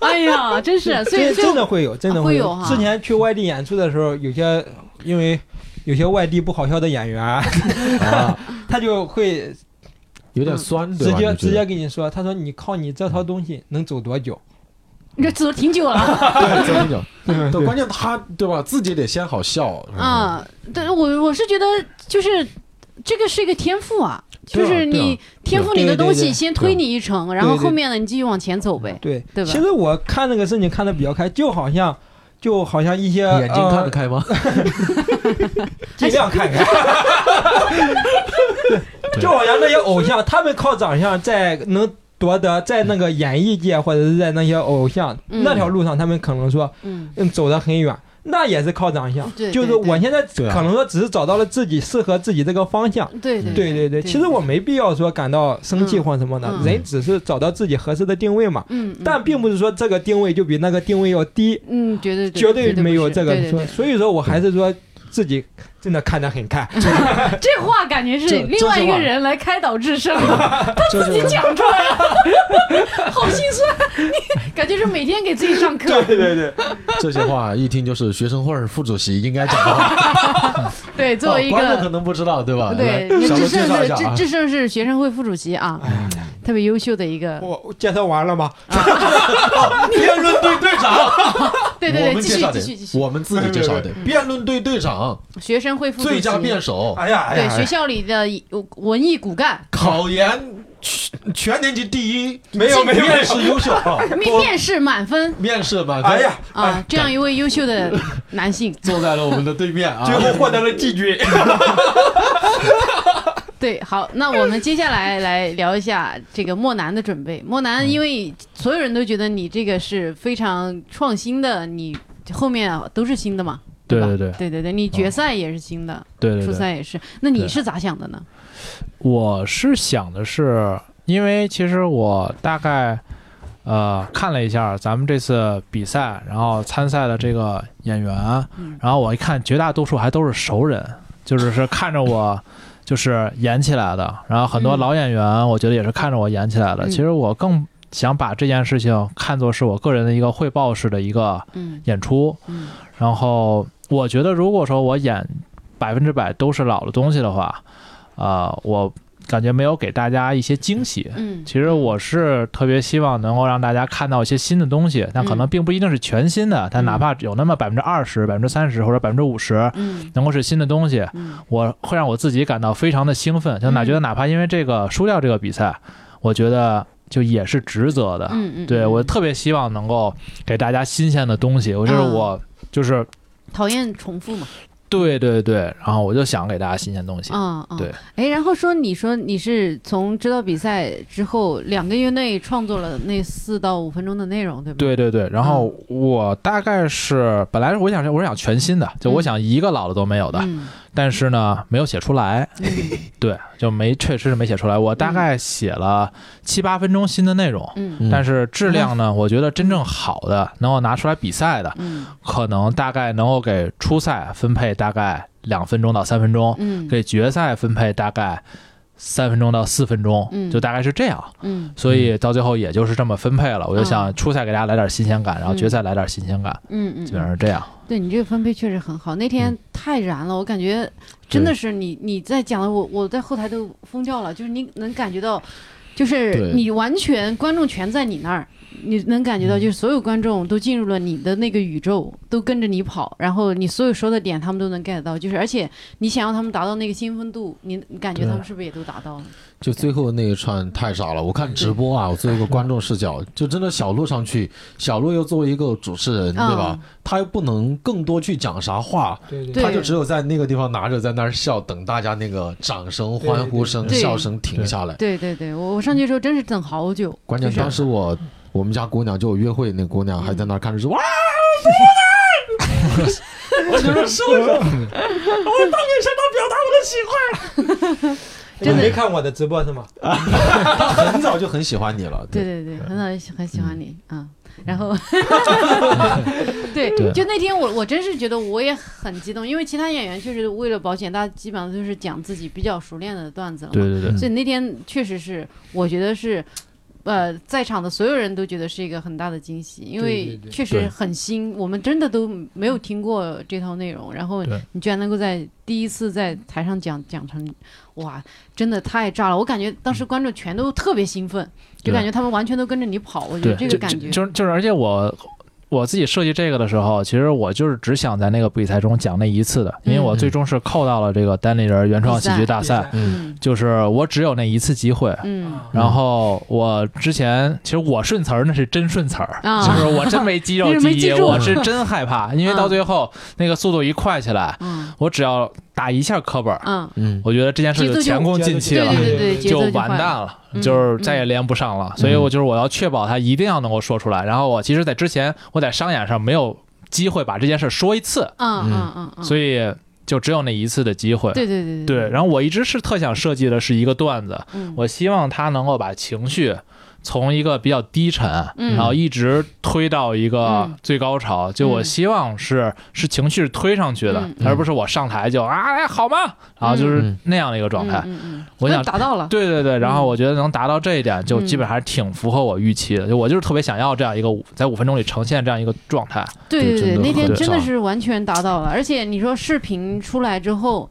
[SPEAKER 2] 哎呀，真是，所以
[SPEAKER 6] 真
[SPEAKER 2] 所
[SPEAKER 6] 真
[SPEAKER 2] 以
[SPEAKER 6] 的会有，真的
[SPEAKER 2] 会有
[SPEAKER 6] 有。
[SPEAKER 2] 哈
[SPEAKER 6] 之前去外地演出的时候，有些因为有些外地不好笑的演员，
[SPEAKER 5] 啊，
[SPEAKER 6] 他就会
[SPEAKER 5] 有点酸，对
[SPEAKER 6] 直
[SPEAKER 5] 吧？
[SPEAKER 6] 接
[SPEAKER 5] 你觉
[SPEAKER 6] 直
[SPEAKER 5] 得
[SPEAKER 6] 接跟你说，他说你靠你这套东西能走多久？
[SPEAKER 2] 你这走挺久了。
[SPEAKER 5] 对，真的。对，关键他对吧？自己得先好笑。嗯，
[SPEAKER 2] 啊，对我我是觉得就是这个是一个天赋啊，就
[SPEAKER 5] 对啊
[SPEAKER 2] 是
[SPEAKER 5] 对啊
[SPEAKER 2] 你天赋
[SPEAKER 6] 对
[SPEAKER 2] 里的
[SPEAKER 6] 对对
[SPEAKER 2] 东西
[SPEAKER 6] 对
[SPEAKER 2] 先推你一程，然后后面呢你继续往前走呗。
[SPEAKER 6] 对，
[SPEAKER 2] 对吧
[SPEAKER 6] 其实我看这个事情看的比较开，就好像就好像一些
[SPEAKER 5] 眼睛看得
[SPEAKER 6] 呃
[SPEAKER 5] 开吗？
[SPEAKER 6] 尽量看开。对 就好像那些偶像，他们靠长相在能夺得在那个演艺界或者是在那些偶像、
[SPEAKER 2] 嗯
[SPEAKER 6] 那条路上，他们可能说
[SPEAKER 2] 嗯，
[SPEAKER 6] 嗯走得很远，那也是靠长相。
[SPEAKER 2] 对
[SPEAKER 6] 就是
[SPEAKER 2] 对对
[SPEAKER 6] 我现在
[SPEAKER 5] 对啊
[SPEAKER 6] 可能说只是找到了自己适合自己这个方向。
[SPEAKER 2] 对对
[SPEAKER 6] 对对
[SPEAKER 2] 嗯对
[SPEAKER 6] 对，其实我没必要说感到生气
[SPEAKER 2] 嗯
[SPEAKER 6] 或什么的，
[SPEAKER 2] 嗯
[SPEAKER 6] 人只是找到自己合适的定位嘛。
[SPEAKER 2] 嗯，嗯
[SPEAKER 6] 但并不是说这个定位就比那个定位要低，
[SPEAKER 2] 嗯绝对
[SPEAKER 6] 绝
[SPEAKER 2] 对
[SPEAKER 6] 对没有
[SPEAKER 2] 对
[SPEAKER 6] 这个
[SPEAKER 2] 对
[SPEAKER 6] 说。
[SPEAKER 2] 对
[SPEAKER 6] 所以说我还是说自己真的看得很开。
[SPEAKER 2] 这话感觉是
[SPEAKER 5] 这
[SPEAKER 2] 另外一个人来开导智胜，他自己讲出来了，好心酸，你感觉是每天给自己上课。
[SPEAKER 6] 对对对，
[SPEAKER 5] 这些话一听就是学生会儿副主席应该讲的话。
[SPEAKER 2] 对，作为一
[SPEAKER 5] 哦观众可
[SPEAKER 2] 个。
[SPEAKER 5] 能不知道，对吧？
[SPEAKER 2] 对，
[SPEAKER 5] 来小
[SPEAKER 2] 智
[SPEAKER 5] 罗介
[SPEAKER 2] 胜
[SPEAKER 5] 绍一
[SPEAKER 2] 是
[SPEAKER 5] 下
[SPEAKER 2] 智
[SPEAKER 5] 啊。
[SPEAKER 2] 智胜是学生会副主席啊，特别优秀的一个。
[SPEAKER 6] 我介绍完了吗？
[SPEAKER 5] 辩论队队长，
[SPEAKER 2] 对对
[SPEAKER 5] 我
[SPEAKER 2] 对，
[SPEAKER 5] 们
[SPEAKER 2] 继
[SPEAKER 5] 介
[SPEAKER 2] 续
[SPEAKER 5] 绍
[SPEAKER 2] 继续继嗯
[SPEAKER 5] 的，
[SPEAKER 2] 续。
[SPEAKER 5] 我们自己介绍的。辩论队队长，
[SPEAKER 2] 学生会副主席
[SPEAKER 5] 最佳辩手，
[SPEAKER 6] 哎呀哎
[SPEAKER 2] 对
[SPEAKER 6] 呀，哎
[SPEAKER 2] 学
[SPEAKER 6] 呀
[SPEAKER 2] 校里的文艺骨干，
[SPEAKER 5] 考研全全年级第一，
[SPEAKER 6] 没有没有没
[SPEAKER 5] 面
[SPEAKER 6] 有，
[SPEAKER 5] 试 优秀，
[SPEAKER 2] 面面试满分
[SPEAKER 5] 面试满分。
[SPEAKER 6] 哎，呀，
[SPEAKER 2] 啊，这样一位优秀的男性，
[SPEAKER 5] 坐在了我们的对面啊。
[SPEAKER 6] 最后获得了季军。
[SPEAKER 2] 对，好，那我们接下来来聊一下这个莫南的准备。莫南，因为所有人都觉得你这个是非常创新的，你后面啊都是新的嘛，
[SPEAKER 3] 对
[SPEAKER 2] 吧
[SPEAKER 3] 对对
[SPEAKER 2] 对对对，你决赛也是新的，
[SPEAKER 3] 对对
[SPEAKER 2] 初
[SPEAKER 3] 对。
[SPEAKER 2] 赛也是。那你
[SPEAKER 3] 对
[SPEAKER 2] 是咋想的呢？
[SPEAKER 3] 我是想的是，因为其实我大概呃看了一下咱们这次比赛，然后参赛的这个演员，
[SPEAKER 2] 嗯
[SPEAKER 3] 然后我一看，绝大多数还都是熟人，就是是看着我就是演起来的。然后很多
[SPEAKER 2] 嗯
[SPEAKER 3] 老演员，我觉得也是看着我演起来的。
[SPEAKER 2] 嗯
[SPEAKER 3] 其实我更想把这件事情看作是我个人的一个汇报式的一个
[SPEAKER 2] 嗯
[SPEAKER 3] 演出。
[SPEAKER 2] 嗯
[SPEAKER 3] 然后我觉得，如果说我演百分之百都是老的东西的话，啊、我感觉没有给大家一些惊喜。
[SPEAKER 2] 嗯，
[SPEAKER 3] 其实我是特别希望能够让大家看到一些新的东西，但
[SPEAKER 2] 嗯
[SPEAKER 3] 可能并不一定是全新的，但哪怕有那么百分之二十、百分之三十或者百分之五十，
[SPEAKER 2] 嗯
[SPEAKER 3] 能够是新的东西，
[SPEAKER 2] 嗯
[SPEAKER 3] 我会让我自己感到非常的兴奋，就哪
[SPEAKER 2] 嗯
[SPEAKER 3] 觉得哪怕因为这个输掉这个比赛，我觉得就也是值得的。
[SPEAKER 2] 嗯嗯，
[SPEAKER 3] 对
[SPEAKER 2] 嗯
[SPEAKER 3] 我特别希望能够给大家新鲜的东西，我就是
[SPEAKER 2] 嗯
[SPEAKER 3] 我就是
[SPEAKER 2] 讨厌重复嘛，
[SPEAKER 3] 对对对，然后我就想给大家新鲜东西。
[SPEAKER 2] 嗯嗯，
[SPEAKER 3] 对。
[SPEAKER 2] 哎，然后说你说你是从知道比赛之后两个月内创作了那四到五分钟的内容，对吧？
[SPEAKER 3] 对对对，然后我大概是本来我想我是想全新的，就
[SPEAKER 2] 嗯
[SPEAKER 3] 我想一个老的都没有的，
[SPEAKER 2] 嗯
[SPEAKER 3] 但是呢没有写出 来，
[SPEAKER 2] 嗯
[SPEAKER 3] 对，就没确实是没写出来。我大概写了七八分钟新的内容，
[SPEAKER 2] 嗯
[SPEAKER 5] 嗯
[SPEAKER 3] 但是质量呢，我觉得真正好的能够拿出来比赛的，
[SPEAKER 2] 嗯
[SPEAKER 3] 可能大概能够给初赛分配大概两分钟到三分钟，
[SPEAKER 2] 嗯，
[SPEAKER 3] 给决赛分配大概三分钟到四分钟
[SPEAKER 2] 嗯，
[SPEAKER 3] 就大概是这样。
[SPEAKER 2] 嗯
[SPEAKER 3] 所以到最后也就是这么分配了。我就想
[SPEAKER 2] 嗯
[SPEAKER 3] 初赛给大家来点新鲜感，然后决赛来点新鲜感，
[SPEAKER 2] 嗯嗯，
[SPEAKER 3] 基本上是这样。
[SPEAKER 2] 对你这个分配确实很好，那天太燃了，我感觉真的是你你在讲的我我在后台都疯掉了，就是你能感觉到，就是
[SPEAKER 5] 对
[SPEAKER 2] 你完全观众全在你那儿，你能感觉到就是所有观众都进入了你的那个宇宙，都跟着你跑，然后你所有说的点他们都能 get 到，就是而且你想让他们达到那个兴奋度，你你感觉他们是不是也都达到了？
[SPEAKER 5] 就最后那一串太傻了，我看直播 啊，我作为一个观众视角，就真的小鹿上去，小鹿又作为一个主持人，
[SPEAKER 2] 嗯
[SPEAKER 5] 对吧？他又不能更多去讲啥话，
[SPEAKER 6] 对
[SPEAKER 2] 对
[SPEAKER 5] 他就只有在那个地方拿着在那儿笑，等大家那个掌声、
[SPEAKER 6] 对
[SPEAKER 5] 欢呼声、
[SPEAKER 2] 对
[SPEAKER 5] 笑声停下来。
[SPEAKER 2] 对对对，我我上去的时候真是等好久，
[SPEAKER 5] 关键
[SPEAKER 2] 就是
[SPEAKER 5] 当时我我们家姑娘就我约会那姑娘还在那儿看着说哇，我觉得受不了，
[SPEAKER 2] 真的
[SPEAKER 6] 你没看我的直播是吗？
[SPEAKER 5] 很早就很喜欢你了。
[SPEAKER 2] 对，对对，很早就喜很喜欢你啊、然 后，对，
[SPEAKER 3] 对
[SPEAKER 2] 就那天我我真是觉得我也很激动，因为其他演员确实为了保险，大家基本上都是讲自己比较熟练的段子了嘛。
[SPEAKER 3] 对对对，
[SPEAKER 2] 所以那天确实是，我觉得是，呃，在场的所有人都觉得是一个很大的惊喜，因为
[SPEAKER 6] 对对
[SPEAKER 2] 确实很新，我们真的都没有听过这套内容，然后
[SPEAKER 3] 对
[SPEAKER 2] 你居然能够在第一次在台上讲讲成，哇，真的太炸了！我感觉当时观众全都特别兴奋，就
[SPEAKER 3] 对
[SPEAKER 2] 感觉他们完全都跟着你跑，我觉
[SPEAKER 3] 对
[SPEAKER 2] 得这个
[SPEAKER 3] 就
[SPEAKER 2] 感觉，
[SPEAKER 3] 就就是，而且我。我自己设计这个的时候，其实我就是只想在那个比赛中讲那一次的，因为
[SPEAKER 2] 嗯
[SPEAKER 3] 我最终是扣到了这个单立人原创喜剧大赛，
[SPEAKER 5] 嗯，
[SPEAKER 2] 嗯
[SPEAKER 3] 就是我只有那一次机会。
[SPEAKER 2] 嗯
[SPEAKER 6] 啊
[SPEAKER 3] 然后我之前其实我顺词儿那是真顺词儿，
[SPEAKER 2] 啊
[SPEAKER 3] 就是我 真没肌
[SPEAKER 2] 你
[SPEAKER 3] 肉
[SPEAKER 2] 是没
[SPEAKER 3] 记
[SPEAKER 2] 记
[SPEAKER 3] 忆，
[SPEAKER 2] 住
[SPEAKER 3] 我是真害怕，因为
[SPEAKER 2] 啊
[SPEAKER 3] 到最后那个速度一快起来，
[SPEAKER 2] 嗯
[SPEAKER 3] 我只要打一下课本儿，
[SPEAKER 2] 嗯，
[SPEAKER 5] 嗯，
[SPEAKER 3] 我觉得这件事就前功尽弃
[SPEAKER 2] 对
[SPEAKER 3] 了
[SPEAKER 2] 对，对对，节
[SPEAKER 3] 就
[SPEAKER 2] 奏
[SPEAKER 3] 完
[SPEAKER 2] 快
[SPEAKER 3] 蛋
[SPEAKER 2] 了，
[SPEAKER 3] 了，
[SPEAKER 2] 嗯
[SPEAKER 3] 就是再也连不上了。所以我就是我要确保他一定要能够说出来。然后我其实，在之前我在商演上没有机会把这件事说一次，
[SPEAKER 2] 嗯
[SPEAKER 5] 嗯
[SPEAKER 2] 嗯嗯嗯，
[SPEAKER 3] 所以就只有那一次的机会。
[SPEAKER 2] 对对对
[SPEAKER 3] 对，然后我一直是特想设计的是一个段子，
[SPEAKER 2] 嗯
[SPEAKER 3] 我希望他能够把情绪从一个比较低沉，
[SPEAKER 2] 嗯
[SPEAKER 3] 然后一直推到一个
[SPEAKER 2] 嗯
[SPEAKER 3] 最高潮。就我希望是是情绪是推上去的，
[SPEAKER 2] 嗯
[SPEAKER 3] 而不是我上台就啊、哎、好吗？然后就是
[SPEAKER 5] 嗯
[SPEAKER 3] 那样的一个状态。
[SPEAKER 2] 嗯嗯嗯，
[SPEAKER 3] 我想
[SPEAKER 2] 达到了，
[SPEAKER 3] 对对对，然后我觉得能达到这一点，就
[SPEAKER 2] 嗯
[SPEAKER 3] 基本还是挺符合我预期的。就我就是特别想要这样一个五在五分钟里呈现这样一个状态。
[SPEAKER 2] 对对
[SPEAKER 5] 对
[SPEAKER 2] 对，
[SPEAKER 5] 真的
[SPEAKER 2] 那天
[SPEAKER 5] 很
[SPEAKER 2] 真的
[SPEAKER 5] 炸
[SPEAKER 2] 是完全达到了，而且你说视频出来之后，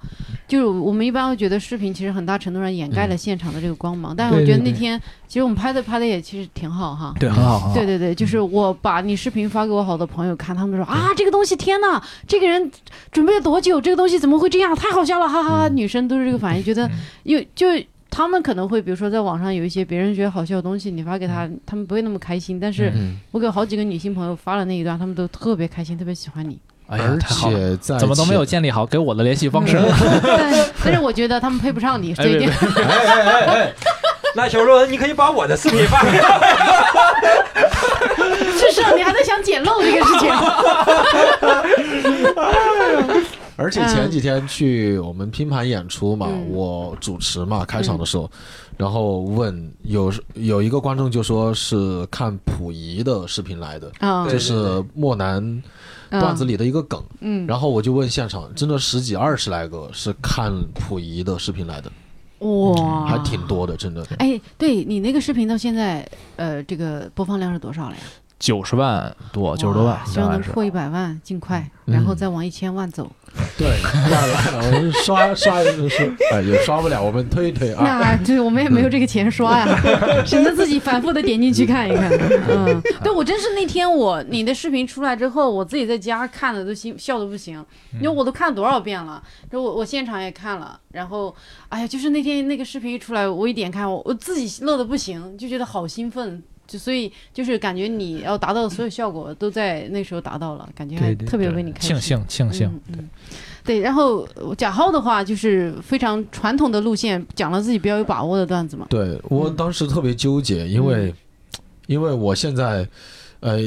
[SPEAKER 2] 就是我们一般会觉得视频其实很大程度上掩盖
[SPEAKER 5] 嗯
[SPEAKER 2] 了现场的这个光芒，但是我
[SPEAKER 6] 对
[SPEAKER 2] 觉得
[SPEAKER 6] 对
[SPEAKER 2] 那
[SPEAKER 6] 对
[SPEAKER 2] 天其实我们拍的拍的也其实挺好哈。
[SPEAKER 3] 对，很好，很
[SPEAKER 2] 对对
[SPEAKER 5] 嗯
[SPEAKER 2] 对，就是我把你视频发给我好多朋友看，他们说啊，这个东西天呐，这个人准备了多久？这个东西怎么会这样？太好笑了，哈哈！哈！
[SPEAKER 5] 嗯
[SPEAKER 2] 女生都是这个反应，觉得因为就他们可能会比如说在网上有一些别人觉得好笑的东西，你发给他，他们不会那么开心，但是。
[SPEAKER 5] 嗯，
[SPEAKER 2] 我给好几个女性朋友发了那一段，她们都特别开心，特别喜欢你。
[SPEAKER 3] 哎呀
[SPEAKER 5] 而，
[SPEAKER 3] 太好了，
[SPEAKER 5] 且在
[SPEAKER 3] 怎么都没有建立好给我的联系方式。
[SPEAKER 2] 但但是我觉得她们配不上你，
[SPEAKER 3] 哎
[SPEAKER 2] 这一点。
[SPEAKER 6] 哎那小鹿，你可以把我的视频发给我。
[SPEAKER 2] 至少你还在想捡漏这个事情。
[SPEAKER 5] 且前几天去我们拼盘演出嘛，
[SPEAKER 2] 嗯
[SPEAKER 5] 我主持嘛，开场的时候，然后问有有一个观众就说是看溥仪的视频来的，
[SPEAKER 2] 啊，
[SPEAKER 5] 这
[SPEAKER 4] 对
[SPEAKER 5] 是漠南段子里的一个梗。
[SPEAKER 2] 嗯，
[SPEAKER 5] 然后我就问现场，真的十几二十来个是看溥仪的视频来的，
[SPEAKER 2] 哇，
[SPEAKER 5] 嗯还挺。多的，真的。
[SPEAKER 2] 哎，对你那个视频到现在，呃，这个播放量是多少了呀？
[SPEAKER 3] 九十万多，哦九十多万
[SPEAKER 2] 哇，希
[SPEAKER 3] 应
[SPEAKER 2] 望
[SPEAKER 3] 该
[SPEAKER 2] 能
[SPEAKER 3] 是。
[SPEAKER 2] 破一百万，尽快，
[SPEAKER 5] 嗯
[SPEAKER 2] 然后再往一千万走。
[SPEAKER 5] 对， 那我们刷刷是哎也刷不了，我们推一推啊。
[SPEAKER 2] 那对我们也没有这个钱刷呀，只能自己反复的点进去看一看。嗯，对我真是那天我你的视频出来之后，我自己在家看的都心笑的不行，因为我都看了多少遍了，就我我现场也看了，然后哎呀，就是那天那个视频一出来，我一点开我我自己乐的不行，就觉得好兴奋。就所以就是感觉你要达到的所有效果都在那时候达到了，感觉还
[SPEAKER 6] 对对
[SPEAKER 2] 特别
[SPEAKER 3] 对
[SPEAKER 2] 为你开心
[SPEAKER 3] 庆。幸庆幸，
[SPEAKER 2] 嗯嗯对，然后呃贾浩的话就是非常传统的路线，讲了自己比较有把握的段子嘛。
[SPEAKER 5] 对我
[SPEAKER 2] 嗯
[SPEAKER 5] 当时特别纠结，因为、因为我现在呃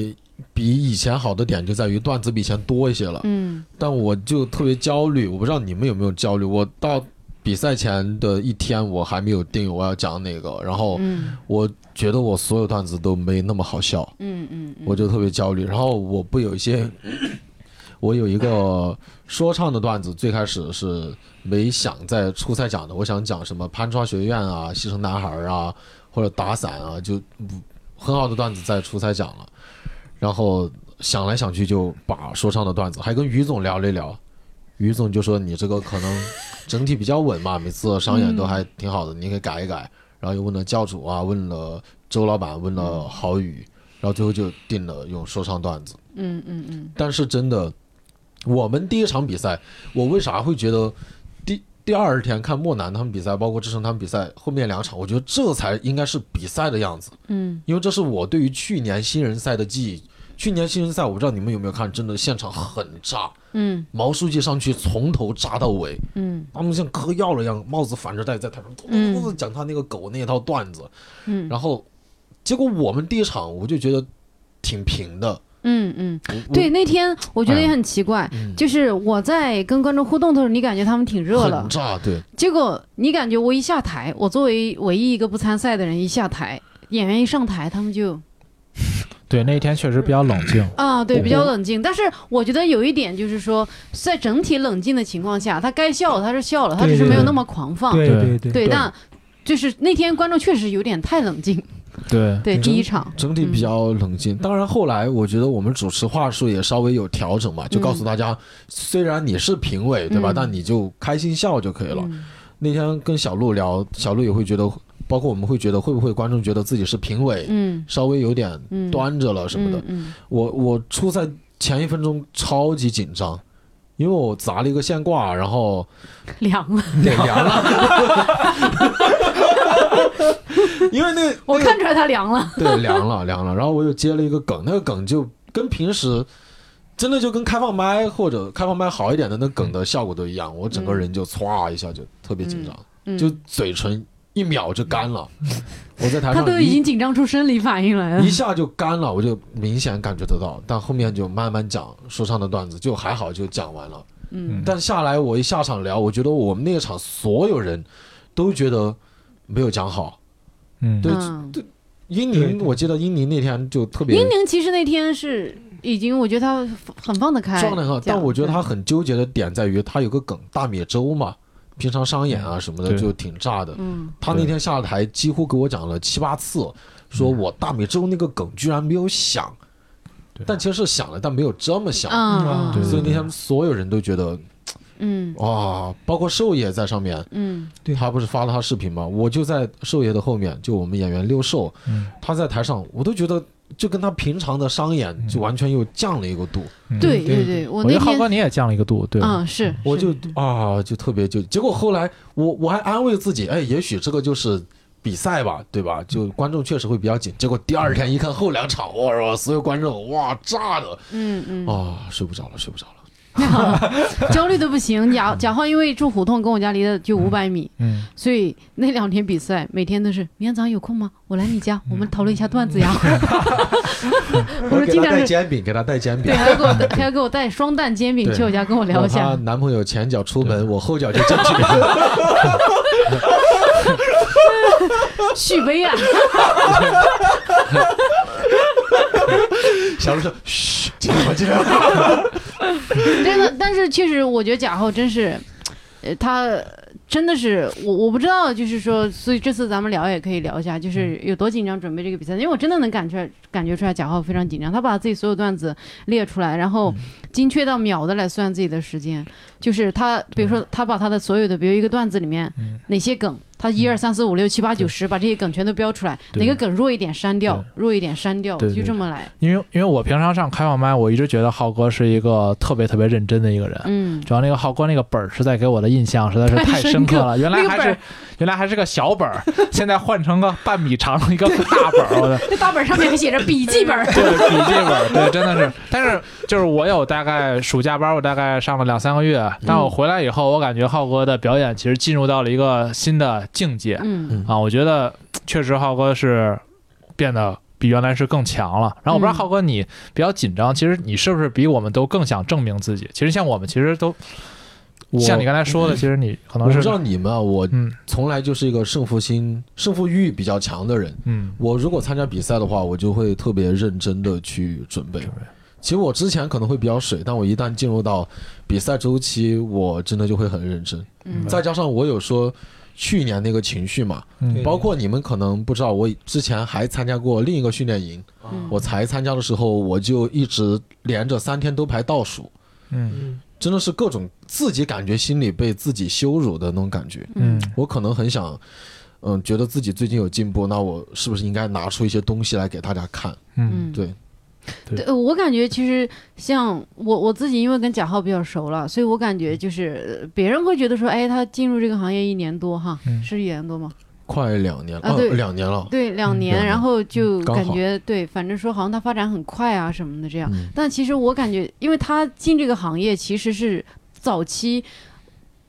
[SPEAKER 5] 比以前好的点就在于段子比以前多一些了，
[SPEAKER 2] 嗯
[SPEAKER 5] 但我就特别焦虑，我不知道你们有没有焦虑。我到比赛前的一天，我还没有定我要讲哪个，然后
[SPEAKER 2] 嗯
[SPEAKER 5] 我觉得我所有段子都没那么好笑，
[SPEAKER 2] 嗯嗯嗯，
[SPEAKER 5] 我就特别焦虑。然后我不有一些，我有一个说唱的段子，最开始是没想在初赛讲的，我想讲什么攀窗学院啊、西城男孩啊，或者打伞啊，就嗯很好的段子在初赛讲了。然后想来想去，就把说唱的段子还跟于总聊了一聊。于总就说：“你这个可能整体比较稳嘛，每次商演都还挺好的，你可以改一改。”然后又问了教主啊，问了周老板，问了郝宇，然后最后就定了用说唱段子。
[SPEAKER 2] 嗯嗯嗯
[SPEAKER 5] 但是真的，我们第一场比赛，我为啥会觉得第第二天看莫南他们比赛，包括志成他们比赛后面两场，我觉得这才应该是比赛的样子，
[SPEAKER 2] 嗯
[SPEAKER 5] 因为这是我对于去年新人赛的记忆。去年新人赛我不知道你们有没有看，真的现场很炸，
[SPEAKER 2] 嗯
[SPEAKER 5] 毛书记上去从头炸到尾，
[SPEAKER 2] 嗯
[SPEAKER 5] 他们像嗑药了一样，帽子反着戴在台上，咚咚咚咚讲他那个狗那一套段子，
[SPEAKER 2] 嗯
[SPEAKER 5] 然后结果我们第一场我就觉得挺平的，
[SPEAKER 2] 嗯嗯，
[SPEAKER 5] 我我
[SPEAKER 2] 对，那天我觉得也很奇怪，
[SPEAKER 5] 嗯
[SPEAKER 2] 就是我在跟观众互动的时候，你感觉他们挺热了
[SPEAKER 5] 很，炸，对，
[SPEAKER 2] 结果你感觉我一下台，我作为唯一一个不参赛的人一下台，演员一上台，他们就
[SPEAKER 3] 对那一天确实比较冷静，
[SPEAKER 2] 啊，对，
[SPEAKER 5] 我
[SPEAKER 2] 比较冷静。但是我觉得有一点就是说，在整体冷静的情况下，他该笑他是笑了，他
[SPEAKER 6] 对
[SPEAKER 2] 只是
[SPEAKER 6] 对
[SPEAKER 2] 没有
[SPEAKER 6] 对
[SPEAKER 2] 那么狂放。
[SPEAKER 6] 对
[SPEAKER 3] 对
[SPEAKER 6] 对对，
[SPEAKER 2] 对
[SPEAKER 5] 对
[SPEAKER 2] 那就是那天观众确实有点太冷静。
[SPEAKER 3] 对
[SPEAKER 2] 对，
[SPEAKER 5] 嗯
[SPEAKER 2] 第一场，
[SPEAKER 5] 整体比较冷
[SPEAKER 2] 嗯
[SPEAKER 5] 静。当然，后来我觉得我们主持话术也稍微有调整嘛，就告诉大家，虽然你是评委对吧，
[SPEAKER 2] 嗯
[SPEAKER 5] 但你就开心笑就可以了。
[SPEAKER 2] 嗯
[SPEAKER 5] 那天跟小鹿聊，小鹿也会觉得，包括我们会觉得，会不会观众觉得自己是评委，
[SPEAKER 2] 嗯
[SPEAKER 5] 稍微有点
[SPEAKER 2] 嗯，
[SPEAKER 5] 端着了什么的。
[SPEAKER 2] 嗯
[SPEAKER 5] 我我初赛前一分钟超级紧张。因为我砸了一个线挂，然后
[SPEAKER 2] 嗯凉了，
[SPEAKER 5] 脸凉了， 因为那
[SPEAKER 2] 我看出来他凉 了。
[SPEAKER 5] 对，凉了凉了。然后我又接了一个梗，那个梗就跟平时真的就跟开放麦或者开放麦好一点的那梗的效果都一样，我整个人就歘一下就特别紧张，
[SPEAKER 2] 嗯
[SPEAKER 5] 就嘴唇一秒就干了。我在台
[SPEAKER 2] 他都
[SPEAKER 5] 上
[SPEAKER 2] 已
[SPEAKER 5] 一
[SPEAKER 2] 经紧张出生理反应来了
[SPEAKER 5] 一。下就干了，我就明显感觉得到。但后面就慢慢讲说唱的段子，就还好就讲完了。
[SPEAKER 2] 嗯
[SPEAKER 5] 但下来我一下场聊，我觉得我们那场所有人都觉得没有讲好。
[SPEAKER 3] 嗯，
[SPEAKER 5] 对
[SPEAKER 2] 嗯
[SPEAKER 5] 英
[SPEAKER 6] 对
[SPEAKER 5] 宁，
[SPEAKER 6] 对
[SPEAKER 5] 我记得英宁那天就特别
[SPEAKER 2] 英宁其实那天是已经，我觉得他很放得开，
[SPEAKER 5] 状态很好，
[SPEAKER 2] 哎这样嗯
[SPEAKER 5] 但我觉得他很纠结的点在于，他有个梗大米粥嘛，平常商演啊什么的
[SPEAKER 3] 对嗯
[SPEAKER 5] 就挺炸的。
[SPEAKER 2] 嗯
[SPEAKER 5] 他那天下台几乎给我讲了七八次，说我大米粥那个梗居然没有想，
[SPEAKER 3] 对
[SPEAKER 5] 但其实是想了，但没有这么想。
[SPEAKER 2] 嗯
[SPEAKER 3] 对
[SPEAKER 5] 所以那天所有人都觉得
[SPEAKER 2] 嗯
[SPEAKER 5] 哇，包括寿爷在上面，
[SPEAKER 2] 嗯
[SPEAKER 6] 对
[SPEAKER 5] 他不是发了他视频吗？我就在寿爷的后面，就我们演员六寿，
[SPEAKER 3] 嗯
[SPEAKER 5] 他在台上，我都觉得就跟他平常的商演就完全又降了一个度。
[SPEAKER 3] 嗯
[SPEAKER 2] 对对
[SPEAKER 6] 对
[SPEAKER 2] 对，我
[SPEAKER 3] 我觉
[SPEAKER 2] 那
[SPEAKER 3] 得浩
[SPEAKER 2] 天
[SPEAKER 3] 哥你也降了一个度，对，
[SPEAKER 2] 嗯是，
[SPEAKER 5] 我
[SPEAKER 2] 是
[SPEAKER 5] 就啊，就特别就，结果后来我我还安慰自己，哎，也许这个就是比赛吧，对吧？就观众确实会比较紧。结果第二天一看后两场，哇，所有观众哇炸的
[SPEAKER 2] 嗯嗯
[SPEAKER 5] 啊，睡不着了，睡不着了。
[SPEAKER 2] 焦虑的不行。贾贾浩因为住胡同，跟我家离的就五百米，
[SPEAKER 3] 嗯，
[SPEAKER 2] 所以那两天比赛，每天都是明天早上有空吗？我来你家，我们讨论一下段子呀。我说
[SPEAKER 5] 给
[SPEAKER 2] 经
[SPEAKER 5] 他
[SPEAKER 2] 常
[SPEAKER 5] 带
[SPEAKER 2] 是，
[SPEAKER 5] 煎饼，给他带煎饼
[SPEAKER 2] 对，。还要给我带还要给我带双蛋煎饼
[SPEAKER 5] 对
[SPEAKER 2] 去我家跟我聊一
[SPEAKER 5] 她
[SPEAKER 2] 下。
[SPEAKER 5] 男朋友前脚出门，我后脚就进去给他。
[SPEAKER 2] 续杯啊，
[SPEAKER 5] 小鹿说：“嘘，进来吧，进来吧。
[SPEAKER 2] 真的，但是确实，我觉得贾浩真是，呃，他真的是我我不知道，就是说，所以这次咱们聊也可以聊一下，就是
[SPEAKER 3] 嗯
[SPEAKER 2] 有多紧张准备这个比赛，因为我真的能感觉感觉出来贾浩非常紧张，他把自己所有段子列出来，然
[SPEAKER 3] 嗯
[SPEAKER 2] 后精确到秒的来算自己的时间，就是他，比如说他把他的所有的，比如一个段子里面
[SPEAKER 3] 嗯
[SPEAKER 2] 哪些梗。他一
[SPEAKER 3] 嗯
[SPEAKER 2] 二三四五六七八九十，把这些梗全都标出来，
[SPEAKER 3] 对
[SPEAKER 2] 哪个梗弱一点删掉
[SPEAKER 3] 对，
[SPEAKER 2] 弱一点删掉，
[SPEAKER 3] 对
[SPEAKER 2] 就
[SPEAKER 3] 对
[SPEAKER 2] 这么 来。
[SPEAKER 3] 因为因为我平常上开放麦，我一直觉得浩哥是一个特别特别认真的一个 人。
[SPEAKER 2] 嗯，
[SPEAKER 3] 主要那个浩哥那个本儿实在给我的印象实在是
[SPEAKER 2] 太
[SPEAKER 3] 太
[SPEAKER 2] 深
[SPEAKER 3] 深刻
[SPEAKER 2] 刻
[SPEAKER 3] 了，原来
[SPEAKER 2] 那个
[SPEAKER 3] 还
[SPEAKER 2] 本
[SPEAKER 3] 是
[SPEAKER 2] 儿
[SPEAKER 3] 原来还是个小本儿，现在换成个半米长的一个大本 儿，我的
[SPEAKER 2] 那大本上面还写着笔记本。
[SPEAKER 3] 对笔记本儿，对，真的是。但是就是我有大概暑假班，我大概上了两三个月，但
[SPEAKER 2] 嗯
[SPEAKER 3] 我回来以后，我感觉浩哥的表演其实进入到了一个新的境界
[SPEAKER 2] 嗯，
[SPEAKER 3] 啊，我觉得确实浩哥是变得。比原来是更强了，然后我不知道
[SPEAKER 2] 嗯
[SPEAKER 3] 浩哥你比较紧张，其实你是不是比我们都更想证明自己？其实像我们其实都”
[SPEAKER 5] 我嗯
[SPEAKER 3] 像你刚才说的，其实你
[SPEAKER 5] 我
[SPEAKER 3] 可能
[SPEAKER 5] 不
[SPEAKER 3] 是
[SPEAKER 5] 知道你们啊，我
[SPEAKER 3] 嗯
[SPEAKER 5] 从来就是一个胜负心、胜负欲比较强的人。
[SPEAKER 3] 嗯
[SPEAKER 5] 我如果参加比赛的话，我就会特别认真的去准备。其实我之前可能会比较水，但我一旦进入到比赛周期，我真的就会很认真。
[SPEAKER 2] 嗯
[SPEAKER 5] 再加上我有说去年那个情绪嘛，
[SPEAKER 3] 嗯
[SPEAKER 6] 对
[SPEAKER 5] 包括你们可能不知道，我之前还参加过另一个训练营。
[SPEAKER 2] 嗯
[SPEAKER 5] 我才参加的时候，我就一直连着三天都排倒数，
[SPEAKER 3] 嗯
[SPEAKER 6] 嗯
[SPEAKER 5] 真的是各种自己感觉心里被自己羞辱的那种感觉。
[SPEAKER 3] 嗯，
[SPEAKER 5] 我可能很想，嗯，觉得自己最近有进步，那我是不是应该拿出一些东西来给大家看？
[SPEAKER 3] 嗯
[SPEAKER 2] 嗯，
[SPEAKER 5] 对，
[SPEAKER 3] 对
[SPEAKER 2] 对，呃我感觉其实像我我自己，因为跟贾浩比较熟了，所以我感
[SPEAKER 5] 嗯
[SPEAKER 2] 觉就是呃别人会觉得说，哎，他进入这个行业一年多哈，
[SPEAKER 3] 嗯
[SPEAKER 2] 是一年多吗？
[SPEAKER 5] 快两年了，
[SPEAKER 2] 啊对
[SPEAKER 5] 哦两年了，
[SPEAKER 2] 对，两年，
[SPEAKER 5] 两年嗯
[SPEAKER 2] 然后就
[SPEAKER 5] 刚好
[SPEAKER 2] 感觉对，反正说好像他发展很快啊什么的这样。
[SPEAKER 5] 嗯，
[SPEAKER 2] 但其实我感觉，因为他进这个行业其实是早期，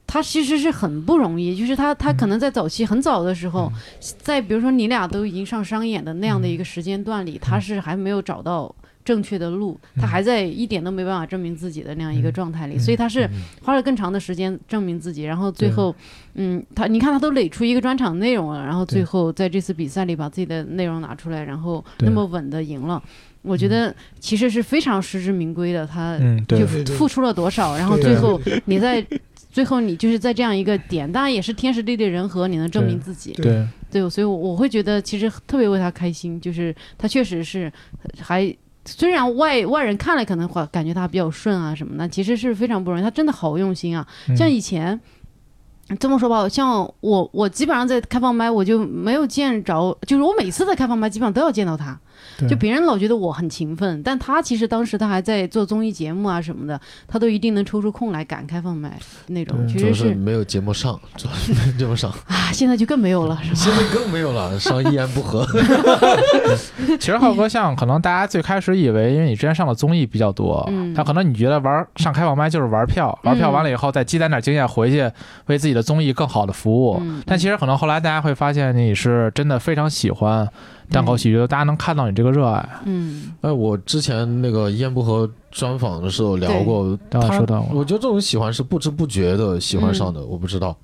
[SPEAKER 2] 他其实是很不容易，就是他他可能在早期很早的时
[SPEAKER 3] 嗯
[SPEAKER 2] 候，在比如说你俩都已经上商演的那样的一个时间段
[SPEAKER 3] 嗯
[SPEAKER 2] 里，他是还没有找到。正确的路，他还在一点都没办法证明自己的那样一个状态
[SPEAKER 3] 嗯
[SPEAKER 2] 里，所以他是花了更长的时间证明自己，然后最
[SPEAKER 3] 对
[SPEAKER 2] 后，嗯，他你看他都垒出一个专场内容了，然后最
[SPEAKER 3] 对
[SPEAKER 2] 后在这次比赛里把自己的内容拿出来，然后
[SPEAKER 3] 对
[SPEAKER 2] 那么稳的赢了，我觉得其实是非常实至名归的，他
[SPEAKER 3] 嗯
[SPEAKER 2] 就
[SPEAKER 6] 嗯
[SPEAKER 3] 对
[SPEAKER 6] 对对
[SPEAKER 2] 付出了多少，然后
[SPEAKER 6] 对
[SPEAKER 2] 最后你在最后你就是在这样一个点，当然也是天时地利人和，你能证明自己，
[SPEAKER 6] 对
[SPEAKER 3] 对
[SPEAKER 2] 对，所以我我会觉得其实特别为他开心，就是他确实是还。虽然外外人看了可能会感觉他比较顺啊什么的，其实是非常不容易。他真的好用心啊！
[SPEAKER 5] 嗯
[SPEAKER 3] 嗯
[SPEAKER 2] 像以前这么说吧，像我我基本上在开放麦我就没有见着，就是我每次在开放麦基本上都要见到他。就别人老觉得我很勤奋，但他其实当时他还在做综艺节目啊什么的，他都一定能抽出空来赶开放麦那种，
[SPEAKER 3] 对
[SPEAKER 2] 其
[SPEAKER 5] 嗯主
[SPEAKER 2] 实
[SPEAKER 5] 要是
[SPEAKER 2] 是
[SPEAKER 5] 没有节目上，主要是没有节 目上，
[SPEAKER 2] 啊，现在就更没有了，是吧？
[SPEAKER 5] 现在更没有了，上一言不合，
[SPEAKER 3] 其实浩
[SPEAKER 2] 嗯
[SPEAKER 3] 哥像可能大家最开始以为，因为你之前上的综艺比较多，
[SPEAKER 2] 嗯
[SPEAKER 3] 他可能你觉得玩上开放麦就是玩票，玩票完了以后再积攒点经验回去为自己的综艺更好的服务。
[SPEAKER 2] 嗯，
[SPEAKER 3] 但其实可能后来大家会发现你是真的非常喜欢单口喜剧，大家能看到你这个热爱。
[SPEAKER 2] 嗯
[SPEAKER 5] 哎，我之前那个一言不合专访的时候聊过，
[SPEAKER 3] 对
[SPEAKER 5] 他
[SPEAKER 3] 说到过
[SPEAKER 5] 我觉得这种喜欢是不知不觉的喜欢上的，
[SPEAKER 2] 嗯
[SPEAKER 5] 我不知道。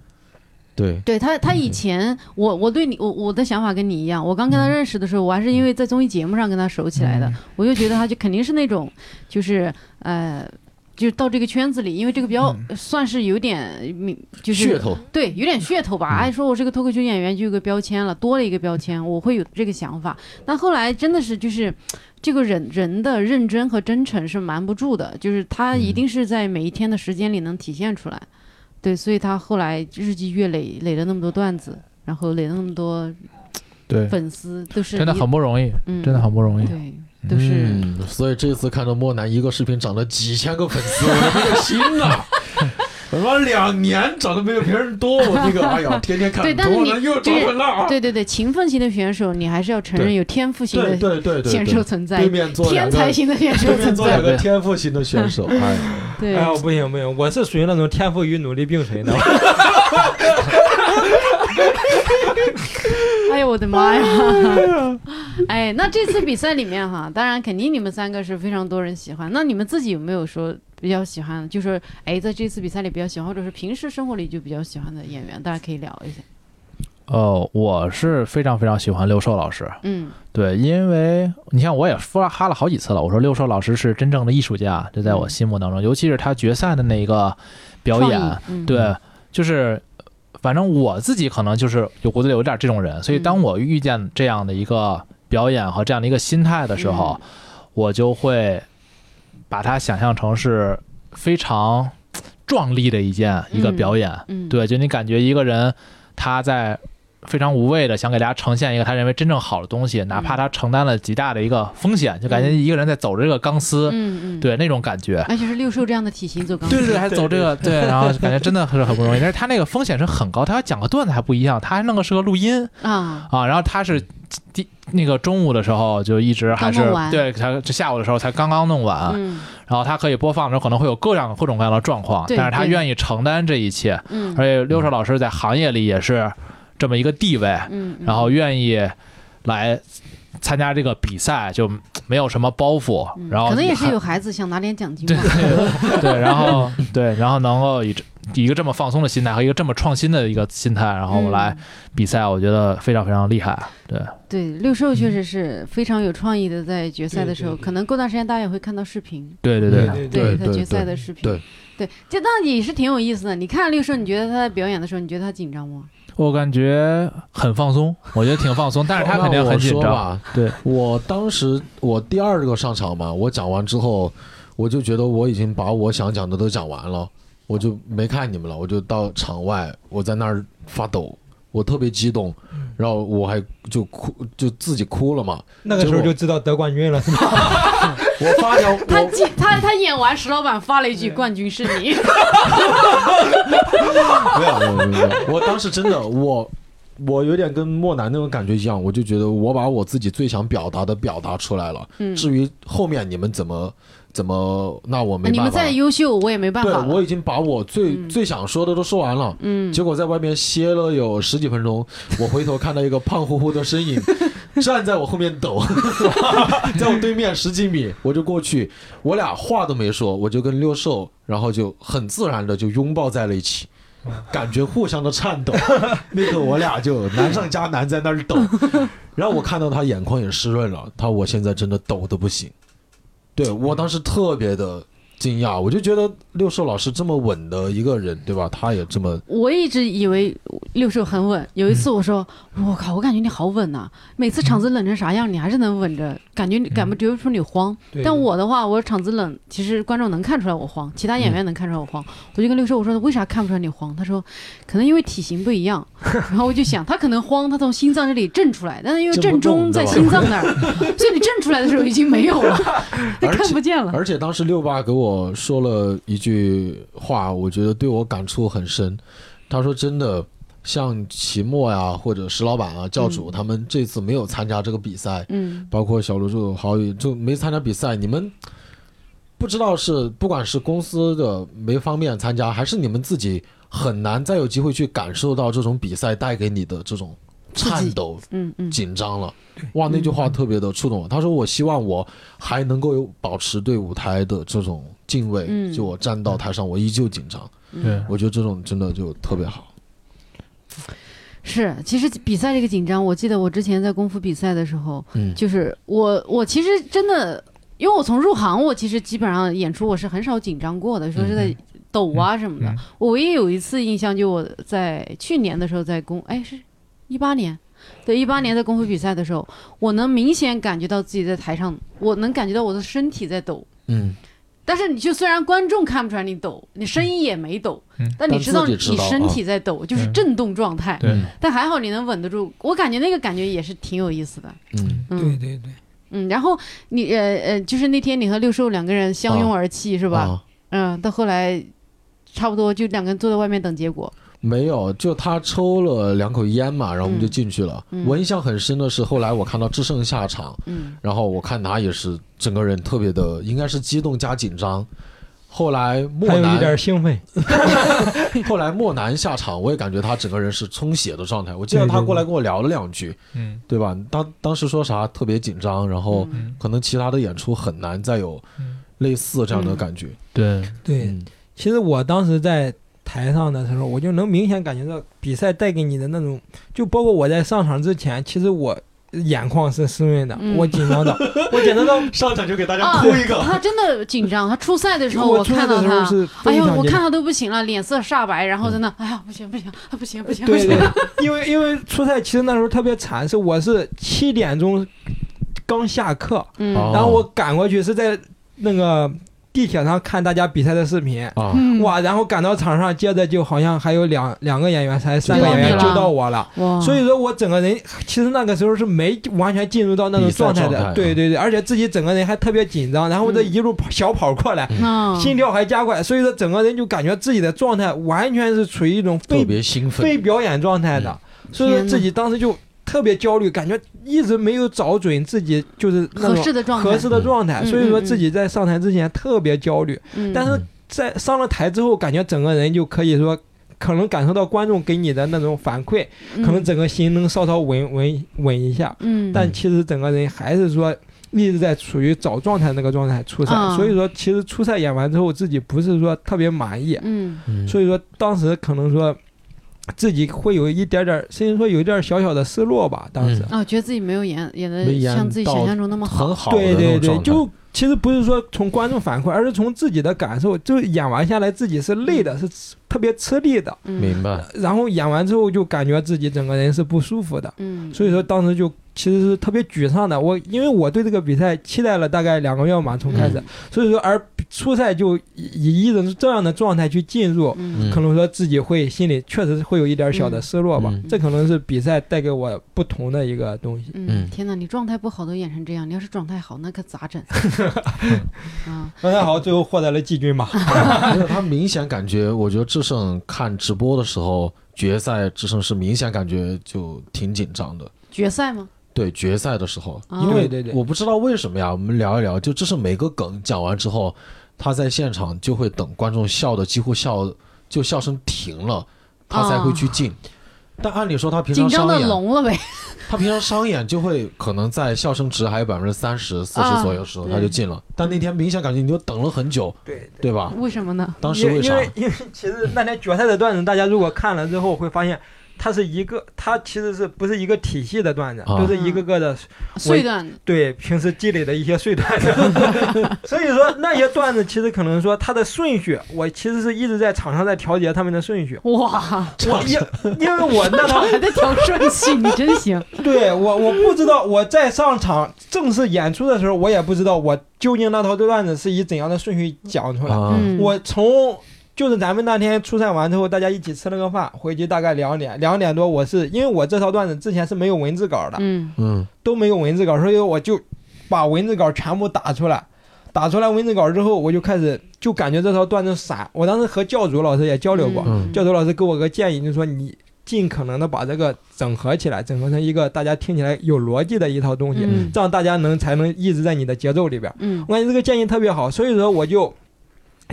[SPEAKER 5] 对，
[SPEAKER 2] 对他，他以前我我对你我我的想法跟你一样，我刚跟他认识的时候，我还是因为在综艺节目上跟他熟起来的，我就觉得他就肯定是那种就是呃。就是到这个圈子里，因为这个比较算是有点明，就是
[SPEAKER 5] 噱头，
[SPEAKER 2] 对，有点噱头吧。
[SPEAKER 3] 嗯
[SPEAKER 2] 按说我是个脱口秀演员，就有个标签了，多了一个标签，我会有这个想法。但后来真的是就是。这个人人的认真和真诚是瞒不住的，就是
[SPEAKER 3] 嗯
[SPEAKER 2] 他一定是在每一天的时间里能体现出来，对，所以他后来日积月累，累了那么多段子，然后累了那么多
[SPEAKER 3] 对，
[SPEAKER 2] 粉丝，都是
[SPEAKER 3] 嗯真的
[SPEAKER 2] 一
[SPEAKER 3] 很不容易，
[SPEAKER 2] 嗯，
[SPEAKER 3] 真的很不容易。
[SPEAKER 2] 对，都是、
[SPEAKER 5] 嗯，所以这次看着莫南一个视频涨了几千个粉丝，我那个心呐、我他妈两年涨的没有别人多，我那个哎呀，天天看
[SPEAKER 2] 对但是你
[SPEAKER 5] 突然又涨粉了啊！
[SPEAKER 2] 对对对，勤奋型的选手，你还是要承认
[SPEAKER 5] 对
[SPEAKER 2] 有天赋型
[SPEAKER 5] 对
[SPEAKER 2] 的
[SPEAKER 5] 对对对
[SPEAKER 2] 选手
[SPEAKER 5] 对，
[SPEAKER 2] 存在
[SPEAKER 5] 对，面坐
[SPEAKER 2] 天
[SPEAKER 5] 两个，
[SPEAKER 2] 才型的选手
[SPEAKER 5] 对面
[SPEAKER 2] 存
[SPEAKER 5] 坐
[SPEAKER 2] 在
[SPEAKER 5] 两，个天赋型的选手，哎呀，
[SPEAKER 2] 对，
[SPEAKER 6] 哎，我不行不行，我是属于那种天赋与努力并存的。
[SPEAKER 2] 哎呦我的妈呀！哎，那这次比赛里面哈，当然肯定你们三个是非常多人喜欢。那你们自己有没有说比较喜欢，就是哎，在这次比赛里比较喜欢，或者是平时生活里就比较喜欢的演员？大家可以聊一下。
[SPEAKER 3] 呃，我是非常非常喜欢六兽老师，
[SPEAKER 2] 嗯，
[SPEAKER 3] 对，因为你像我也说哈了好几次了，我说六兽老师是真正的艺术家，这在我心目当中，尤其是他决赛的那个表
[SPEAKER 2] 嗯
[SPEAKER 3] 演，
[SPEAKER 2] 创意，嗯、
[SPEAKER 3] 对，就是反正我自己可能就是有骨子里有点这种人，所以
[SPEAKER 2] 嗯
[SPEAKER 3] 当我遇见这样的一个表演和这样的一个心态的时候，
[SPEAKER 2] 嗯
[SPEAKER 3] 我就会把它想象成是非常壮丽的一件一个表演。
[SPEAKER 2] 嗯，
[SPEAKER 3] 对，就你感觉一个人他在非常无畏的想给大家呈现一个他认为真正好的东西，哪
[SPEAKER 2] 嗯
[SPEAKER 3] 怕他承担了极大的一个风险，就感觉一个人在走这个钢丝，
[SPEAKER 2] 嗯嗯，，
[SPEAKER 3] 对那种感觉。
[SPEAKER 2] 而且是六兽这样的体型走钢丝，
[SPEAKER 3] 对对对，还走这个对，然后感觉真的是很不容易。但是他那个风险是很高，他要讲个段子还不一样，他还弄个是个录音
[SPEAKER 2] 啊，
[SPEAKER 3] 啊。然后他是第那个中午的时候就一直还是
[SPEAKER 2] 刚弄完
[SPEAKER 3] 对，他这下午的时候才刚刚弄完。
[SPEAKER 2] 嗯
[SPEAKER 3] 然后他可以播放的时候可能会有各样各种各样的状况，
[SPEAKER 2] 对
[SPEAKER 3] 但是他
[SPEAKER 2] 对
[SPEAKER 3] 愿意承担这一切。
[SPEAKER 2] 嗯
[SPEAKER 3] 而且六少老师在行业里也是这么一个地位，
[SPEAKER 2] 嗯，
[SPEAKER 3] 然后愿意来参加这个比赛，就没有什么包袱。
[SPEAKER 2] 嗯
[SPEAKER 3] 然后
[SPEAKER 2] 可能也是
[SPEAKER 3] 还
[SPEAKER 2] 有孩子想拿点奖金
[SPEAKER 3] 对
[SPEAKER 2] 吧，
[SPEAKER 3] 对 对，然后对，然后能够以这以一个这么放松的心态和一个这么创新的一个心态，然后我来
[SPEAKER 2] 嗯
[SPEAKER 3] 比赛，我觉得非常非常厉害。对，
[SPEAKER 2] 对，六兽确实是非常有创意的，在决赛的时候，可能过段时间大家也会看到视频，
[SPEAKER 3] 对对对，
[SPEAKER 6] 对
[SPEAKER 5] 对
[SPEAKER 2] 他
[SPEAKER 5] 对
[SPEAKER 2] 决
[SPEAKER 5] 对
[SPEAKER 2] 赛的视频，
[SPEAKER 5] 对
[SPEAKER 2] 对，这当然也是挺有意思的。你看六兽，你觉得他在表演的时候，你觉得他紧张吗？
[SPEAKER 3] 我感觉很放松，我觉得挺放松，但是 他肯定很紧
[SPEAKER 5] 那我说
[SPEAKER 3] 张。
[SPEAKER 5] 吧，
[SPEAKER 3] 对
[SPEAKER 5] 我当时我第二个上场嘛，我讲完之后，我就觉得我已经把我想讲的都讲完了，我就没看你们了，我就到场外，我在那儿发抖，我特别激动，然后我还就哭，就自己哭了嘛。
[SPEAKER 6] 那个时候就知道得冠军了，是吧？
[SPEAKER 5] 我发条，
[SPEAKER 2] 他
[SPEAKER 5] 我
[SPEAKER 2] 进他他演完，石老板发了一句：“冠军是你。
[SPEAKER 5] 没有没有没有，没有我当时真的我。我有点跟莫南那种感觉一样，我就觉得我把我自己最想表达的表达出来了。”
[SPEAKER 2] 嗯，
[SPEAKER 5] 至于后面你们怎么怎么，那我没办
[SPEAKER 2] 你
[SPEAKER 5] 法了。
[SPEAKER 2] 们再优秀，我也没办
[SPEAKER 5] 对，
[SPEAKER 2] 法了。
[SPEAKER 5] 我已经把我最、
[SPEAKER 2] 嗯
[SPEAKER 5] 最想说的都说完了。
[SPEAKER 2] 嗯，
[SPEAKER 5] 结果在外面歇了有十几分钟，我回头看到一个胖乎乎的身 影站在我后面抖， 在我对面十几米，我就过去，我俩话都没说，我就跟六兽，然后就很自然的就拥抱在了一起，感觉互相的颤 抖，那个我俩就难上加难在那儿抖，然后我看到他眼眶也湿润了，他我现在真的抖的不行，对我当时特别的。惊讶，我就觉得六兽老师这么稳的一个人，对吧？他也这么
[SPEAKER 2] 我一直以为六兽很稳。有一次
[SPEAKER 5] 嗯
[SPEAKER 2] 我说：“我靠，我感觉你好稳呐、每次场子冷成啥样，你还是能稳着，感觉你感
[SPEAKER 5] 嗯
[SPEAKER 2] 不觉不出你慌。
[SPEAKER 6] 对
[SPEAKER 2] 但我的话，我场子冷，其实观众能看出来我慌，其他演员能看出来我慌。我就跟六兽我说：“为啥看不出来你慌？”他说：“可能因为体型不一样。”然后我就想，他可能慌，他从心脏这里震出来，但是因为
[SPEAKER 5] 震
[SPEAKER 2] 震
[SPEAKER 5] 不
[SPEAKER 2] 中
[SPEAKER 5] 动
[SPEAKER 2] 在
[SPEAKER 5] 对吧
[SPEAKER 2] 心脏那儿， 所以你震出来的时候已经没有了，那
[SPEAKER 5] 而且
[SPEAKER 2] 看不见了。
[SPEAKER 5] 而且当时六爸给我说了一句话，我觉得对我感触很深。他说：“真的，像齐墨呀，或者石老板啊、教主、
[SPEAKER 2] 嗯
[SPEAKER 5] 他们这次没有参加这个比赛，
[SPEAKER 2] 嗯
[SPEAKER 5] 包括小卢柱、郝宇就没参加比赛，你们。”不知道是不管是公司的没方面参加，还是你们自己很难再有机会去感受到这种比赛带给你的这种
[SPEAKER 2] 刺激
[SPEAKER 5] 颤抖
[SPEAKER 2] 嗯嗯，
[SPEAKER 5] 紧张了，哇，那句话特别的触动我。他说：“我希望我还能够有保持对舞台的这种敬畏，
[SPEAKER 2] 嗯
[SPEAKER 5] 就我站到台上，我依旧紧张。
[SPEAKER 3] 对，
[SPEAKER 5] 我觉得这种真的就特别好。
[SPEAKER 2] 是。其实比赛这个紧张，我记得我之前在功夫比赛的时候，
[SPEAKER 5] 嗯，
[SPEAKER 2] 就是我，我其实真的，因为我从入行，我其实基本上演出我是很少紧张过的，说是在抖啊什么的。
[SPEAKER 3] 嗯
[SPEAKER 2] 我唯一有一次印象，就我在去年的时候在公，哎，是一八年，对，一八年在功夫比赛的时候，我能明显感觉到自己在台上，我能感觉到我的身体在抖。
[SPEAKER 5] 嗯，
[SPEAKER 2] 但是你就虽然观众看不出来你抖，你声音也没抖，
[SPEAKER 3] 嗯
[SPEAKER 2] 但你
[SPEAKER 5] 但
[SPEAKER 2] 知道
[SPEAKER 5] 自
[SPEAKER 2] 你
[SPEAKER 5] 己知道啊
[SPEAKER 2] 身体在抖，就是
[SPEAKER 3] 嗯
[SPEAKER 2] 震动状态。
[SPEAKER 3] 对，
[SPEAKER 2] 但还好你能稳得住，我感觉那个感觉也是挺有意思的。
[SPEAKER 5] 嗯，
[SPEAKER 2] 嗯，
[SPEAKER 6] 对对对，
[SPEAKER 2] 嗯，然后你呃呃，就是那天你和六兽两个人相拥而泣、是
[SPEAKER 5] 对
[SPEAKER 2] 吧？
[SPEAKER 5] 啊、
[SPEAKER 2] 嗯，到后来差不多就两个人坐在外面等结果。
[SPEAKER 5] 没有，就他抽了两口烟嘛，然后我们就进去了。
[SPEAKER 2] 嗯嗯
[SPEAKER 5] 我印象很深的是，后来我看到智胜下场，
[SPEAKER 2] 嗯
[SPEAKER 5] 然后我看他也是整个人特别的，应该是激动加紧张。后来
[SPEAKER 6] 还
[SPEAKER 5] 莫
[SPEAKER 6] 有一点
[SPEAKER 5] 南，
[SPEAKER 6] 兴奋，
[SPEAKER 5] 后来莫南下场，我也感觉他整个人是充血的状态。我记得
[SPEAKER 6] 对对
[SPEAKER 5] 他
[SPEAKER 6] 对
[SPEAKER 5] 过来跟我聊了两句，
[SPEAKER 3] 嗯
[SPEAKER 5] 对吧？他当时说啥特别紧张，然
[SPEAKER 6] 哦
[SPEAKER 5] 后
[SPEAKER 2] 嗯
[SPEAKER 3] 嗯，
[SPEAKER 5] 可能其他的演出很难再有
[SPEAKER 3] 嗯
[SPEAKER 5] 类似这样的感觉。
[SPEAKER 3] 对，
[SPEAKER 6] 对，
[SPEAKER 5] 嗯
[SPEAKER 6] 其实我当时在台上的时候，我就能明显感觉到比赛带给你的那种，就包括我在上场之前，其实我眼眶是湿润的，
[SPEAKER 2] 嗯
[SPEAKER 6] 我紧张 的，我紧张到
[SPEAKER 4] 上场就给大
[SPEAKER 2] 啊
[SPEAKER 4] 家哭一个，
[SPEAKER 2] 他真的紧张，他初赛的时候
[SPEAKER 6] 我出来
[SPEAKER 2] 看到
[SPEAKER 6] 的时候
[SPEAKER 2] 他。
[SPEAKER 6] 是
[SPEAKER 2] 哎
[SPEAKER 6] 非
[SPEAKER 2] 呦，
[SPEAKER 6] 常
[SPEAKER 2] 我
[SPEAKER 6] 紧
[SPEAKER 2] 看
[SPEAKER 6] 张。
[SPEAKER 2] 他都不行了，脸色煞白，然后在那，哎呀，不行不行，啊不行不行不
[SPEAKER 6] 对
[SPEAKER 2] 行
[SPEAKER 6] 对，对，因为因为初赛其实那时候特别惨，是我是七点钟刚下课，
[SPEAKER 2] 嗯，
[SPEAKER 5] 哦
[SPEAKER 6] 然后我赶过去是在那个地铁上看大家比赛的视频，
[SPEAKER 5] 啊，
[SPEAKER 2] 嗯
[SPEAKER 6] 哇，然后赶到场上，接着就好像还有两两个演员，才三个
[SPEAKER 2] 就到
[SPEAKER 6] 演
[SPEAKER 2] 你
[SPEAKER 6] 员就
[SPEAKER 2] 了
[SPEAKER 6] 到我了。
[SPEAKER 2] 哇，
[SPEAKER 6] 所以说我整个人其实那个时候是没完全进入到那种
[SPEAKER 5] 比赛
[SPEAKER 6] 状态的，
[SPEAKER 5] 状态嗯
[SPEAKER 6] 对对对，而且自己整个人还特别紧张，然后这
[SPEAKER 2] 嗯
[SPEAKER 6] 一路跑小跑过来，
[SPEAKER 2] 嗯
[SPEAKER 6] 心跳还加快，所以说整个人就感觉自己的状态完全是处于一种
[SPEAKER 5] 特
[SPEAKER 6] 非
[SPEAKER 5] 别嗯兴
[SPEAKER 6] 非
[SPEAKER 5] 奋。
[SPEAKER 6] 表演状态的，所以说
[SPEAKER 2] 天哪
[SPEAKER 6] 自己当时就特别焦虑，感觉一直没有找准自己就是那
[SPEAKER 2] 合适
[SPEAKER 6] 种
[SPEAKER 2] 的状态，
[SPEAKER 6] 合适的状态，
[SPEAKER 2] 嗯
[SPEAKER 6] 所以说
[SPEAKER 2] 嗯嗯
[SPEAKER 6] 自己在上台之前特别焦虑，
[SPEAKER 2] 嗯
[SPEAKER 6] 但是在上了台之后，感觉整个人就可以说，可能感受到观众给你的那种反馈，
[SPEAKER 5] 嗯
[SPEAKER 6] 可能整个心能稍稍稳稳稳一下。
[SPEAKER 2] 嗯，嗯
[SPEAKER 6] 但其实整个人还是说一直在处于找状态那个状态初赛，
[SPEAKER 2] 嗯
[SPEAKER 6] 所以说其实初赛演完之后自己不是说特别满意，
[SPEAKER 2] 嗯
[SPEAKER 5] 嗯
[SPEAKER 6] 所以说当时可能说自己会有一点点，甚至说有一点小小的失落吧。当时，
[SPEAKER 5] 嗯
[SPEAKER 2] 啊，觉得自己没有演演的
[SPEAKER 5] 没演
[SPEAKER 2] 像自己想
[SPEAKER 5] 到
[SPEAKER 2] 象中那么好，
[SPEAKER 5] 很好的
[SPEAKER 6] 对对
[SPEAKER 5] 那种
[SPEAKER 6] 对，
[SPEAKER 5] 状态
[SPEAKER 6] 就其实不是说从观众反馈，而是从自己的感受，就演完下来自己是累的，是特别吃力的。
[SPEAKER 2] 嗯
[SPEAKER 5] 明 白。
[SPEAKER 6] 然后演完之后就感觉自己整个人是不舒服的，
[SPEAKER 2] 嗯，
[SPEAKER 6] 所以说当时就其实是特别沮丧的。我因为我对这个比赛期待了大概两个月嘛，从开
[SPEAKER 2] 嗯
[SPEAKER 5] 嗯
[SPEAKER 6] 始，所以说而初赛就以以一种这样的状态去进入，
[SPEAKER 2] 嗯
[SPEAKER 6] 可能说自己会心里确实会有一点小的失落吧。
[SPEAKER 5] 嗯
[SPEAKER 6] 这可能是比赛带给我不同的一个东西。
[SPEAKER 2] 嗯，
[SPEAKER 5] 嗯
[SPEAKER 2] 天哪，你状态不好都演成这样，你要是状态好，那可咋 整？啊，
[SPEAKER 6] 那还好，最后获得了季军嘛。
[SPEAKER 5] 没有，他明显感觉，我觉得智胜看直播的时候，决赛智胜是明显感觉就挺紧张的。
[SPEAKER 2] 决赛吗？
[SPEAKER 5] 对决赛的时候，
[SPEAKER 2] 啊
[SPEAKER 5] 因
[SPEAKER 6] 对对
[SPEAKER 5] 为
[SPEAKER 6] 对
[SPEAKER 5] 我不知道为什么呀，我们聊一聊，就智胜每个梗讲完之后，他在现场就会等观众笑的几乎笑就笑声停了，他才会去进。
[SPEAKER 6] 啊
[SPEAKER 5] 但按理说他平
[SPEAKER 2] 紧张
[SPEAKER 5] 常
[SPEAKER 2] 的
[SPEAKER 5] 商演，
[SPEAKER 2] 聋了呗。
[SPEAKER 5] 他平常商演就会可能在笑声值还有百分之三十、四
[SPEAKER 2] 啊
[SPEAKER 5] 十左右的时候
[SPEAKER 2] 对
[SPEAKER 5] 他就进
[SPEAKER 6] 嗯
[SPEAKER 5] 了，但那天明显感觉你就等了很久，
[SPEAKER 6] 对。
[SPEAKER 5] 对吧？
[SPEAKER 2] 为什么呢？
[SPEAKER 5] 当时为
[SPEAKER 6] 因
[SPEAKER 5] 啥？
[SPEAKER 6] 为 因为其实那天决赛的段子，大家如果看了之后会发现，它是一个，它其实是不是一个体系的段子，
[SPEAKER 5] 啊
[SPEAKER 6] 都是一个个的
[SPEAKER 2] 碎段，
[SPEAKER 6] 对平时积累的一些碎段 子。所以说那些段子其实可能说它的顺序，我其实是一直在场上在调节他们的顺序。
[SPEAKER 2] 哇，
[SPEAKER 6] 我因因为我那 场
[SPEAKER 2] 还在调顺序，你真 行。
[SPEAKER 6] 对我我不知道我在上场正式演出的时候，我也不知道我究竟那套段子是以怎样的顺序讲出来的。
[SPEAKER 5] 啊，
[SPEAKER 2] 嗯，
[SPEAKER 6] 我从就是咱们那天初赛完之后，大家一起吃了个饭，回去大概两点，两点多，我是因为我这套段子之前是没有文字稿的，
[SPEAKER 2] 嗯
[SPEAKER 5] 嗯，
[SPEAKER 6] 都没有文字稿，所以我就把文字稿全部打出来。打出来文字稿之后，我就开始就感觉这套段子散。我当时和教主老师也交流过，
[SPEAKER 2] 嗯
[SPEAKER 6] 教主老师给我个建议，就是说你尽可能的把这个整合起来，整合成一个大家听起来有逻辑的一套东西，
[SPEAKER 2] 嗯
[SPEAKER 6] 这样大家能才能一直在你的节奏里边。
[SPEAKER 2] 嗯
[SPEAKER 6] 我感觉这个建议特别好，所以说我就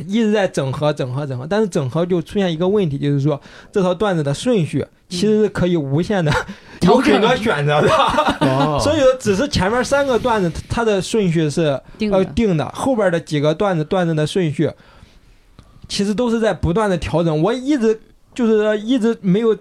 [SPEAKER 6] 一直在整合、整合、整合，但是整合就出现一个问题，就是说这套段子的顺序其实是可以无限的
[SPEAKER 2] 嗯调
[SPEAKER 6] 有很
[SPEAKER 2] 整
[SPEAKER 6] 多选择的，所
[SPEAKER 5] 哦，
[SPEAKER 6] 以说只是前面三个段子它的顺序是
[SPEAKER 2] 定的，
[SPEAKER 6] 呃定的，后边的几个段子段子的顺序其实都是在不断的调整，我一直就是说一直没有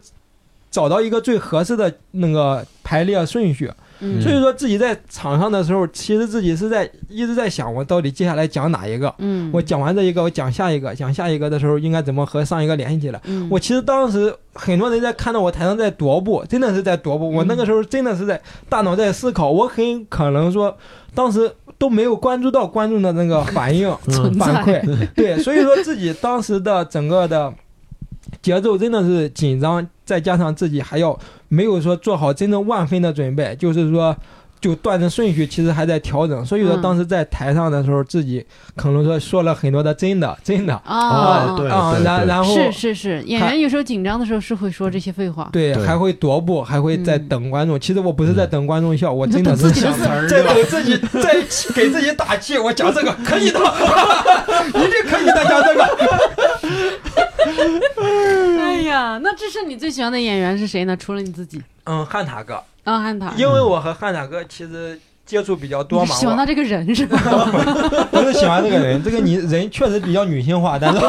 [SPEAKER 6] 找到一个最合适的那个排列顺序。
[SPEAKER 2] 嗯
[SPEAKER 6] 所以说自己在场上的时候，其实自己是在一直在想，我到底接下来讲哪一个？
[SPEAKER 2] 嗯，
[SPEAKER 6] 我讲完这一个，我讲下一个，讲下一个的时候应该怎么和上一个联系起来？
[SPEAKER 2] 嗯
[SPEAKER 6] 我其实当时很多人在看到我台上在踱步，真的是在踱
[SPEAKER 2] 嗯
[SPEAKER 6] 步。我那个时候真的是在大脑在思考，我很可能说当时都没有关注到观众的那个反应
[SPEAKER 2] 存在
[SPEAKER 6] 反馈，对，所以说自己当时的整个的节奏真的是紧张，再加上自己还要没有说做好真正万分的准备，就是说。就段子顺序其实还在调整，所以说
[SPEAKER 2] 嗯
[SPEAKER 6] 当时在台上的时候，自己可能说说了很多的真的真的
[SPEAKER 2] 啊，
[SPEAKER 5] 对
[SPEAKER 6] 啊，
[SPEAKER 5] 对
[SPEAKER 6] 然
[SPEAKER 5] 对
[SPEAKER 6] 然后
[SPEAKER 2] 是是是，演员有时候紧张的时候是会说这些废话，
[SPEAKER 6] 对
[SPEAKER 5] 对
[SPEAKER 6] 还会踱步，还会在等观众。其实我不是在等观众笑，我
[SPEAKER 2] 你
[SPEAKER 6] 真的
[SPEAKER 2] 等
[SPEAKER 6] 是
[SPEAKER 2] 自己的
[SPEAKER 6] 想
[SPEAKER 2] 字儿，
[SPEAKER 6] 在给自己在给自己打气，我讲这个可以的， 一定可以的，讲这个。
[SPEAKER 2] 哎呀，那这是你最喜欢的演员是谁呢？除了你自己，
[SPEAKER 6] 嗯，汉塔哥，
[SPEAKER 2] 啊，汉塔，
[SPEAKER 6] 因为我和汉塔哥其实接触比较多
[SPEAKER 2] 你
[SPEAKER 6] 嘛，
[SPEAKER 2] 喜欢他这个人是吧？
[SPEAKER 6] 我不是喜欢这个人，这个你人确实比较女性化，但是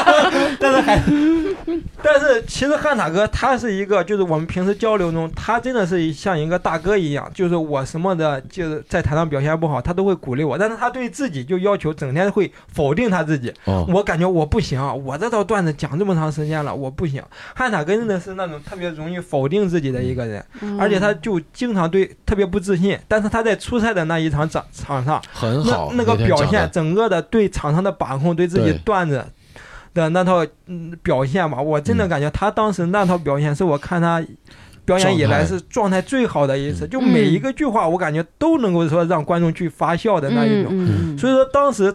[SPEAKER 6] 但是还 但是其实汉塔哥他是一个，就是我们平时交流中，他真的是像一个大哥一样，就是我什么的，就是在台上表现不好，他都会鼓励我，但是他对自己就要求整天会否定他自己，
[SPEAKER 5] 哦，
[SPEAKER 6] 我感觉我不行啊，我这套段子讲这么长时间了，我不行。汉塔哥真的是那种特别容易否定自己的一个人，
[SPEAKER 2] 嗯
[SPEAKER 6] 而且他就经常对特别不自信。但是他在初赛的那一场场场上，
[SPEAKER 5] 很
[SPEAKER 6] 那
[SPEAKER 5] 好，
[SPEAKER 6] 那个
[SPEAKER 5] 天
[SPEAKER 6] 表
[SPEAKER 5] 讲
[SPEAKER 6] 现，
[SPEAKER 5] 得，
[SPEAKER 6] 整个的对场上的把控，对自己
[SPEAKER 5] 对
[SPEAKER 6] 段子的那套嗯表现吧，我真的
[SPEAKER 5] 嗯
[SPEAKER 6] 感觉他当时那套表现是我看他。表演以
[SPEAKER 5] 状态
[SPEAKER 6] 来是状态最好的一次，
[SPEAKER 5] 嗯
[SPEAKER 6] 就每一个句话，我感觉都能够说让观众去发笑的那一种。
[SPEAKER 2] 嗯，嗯
[SPEAKER 6] 所以说当时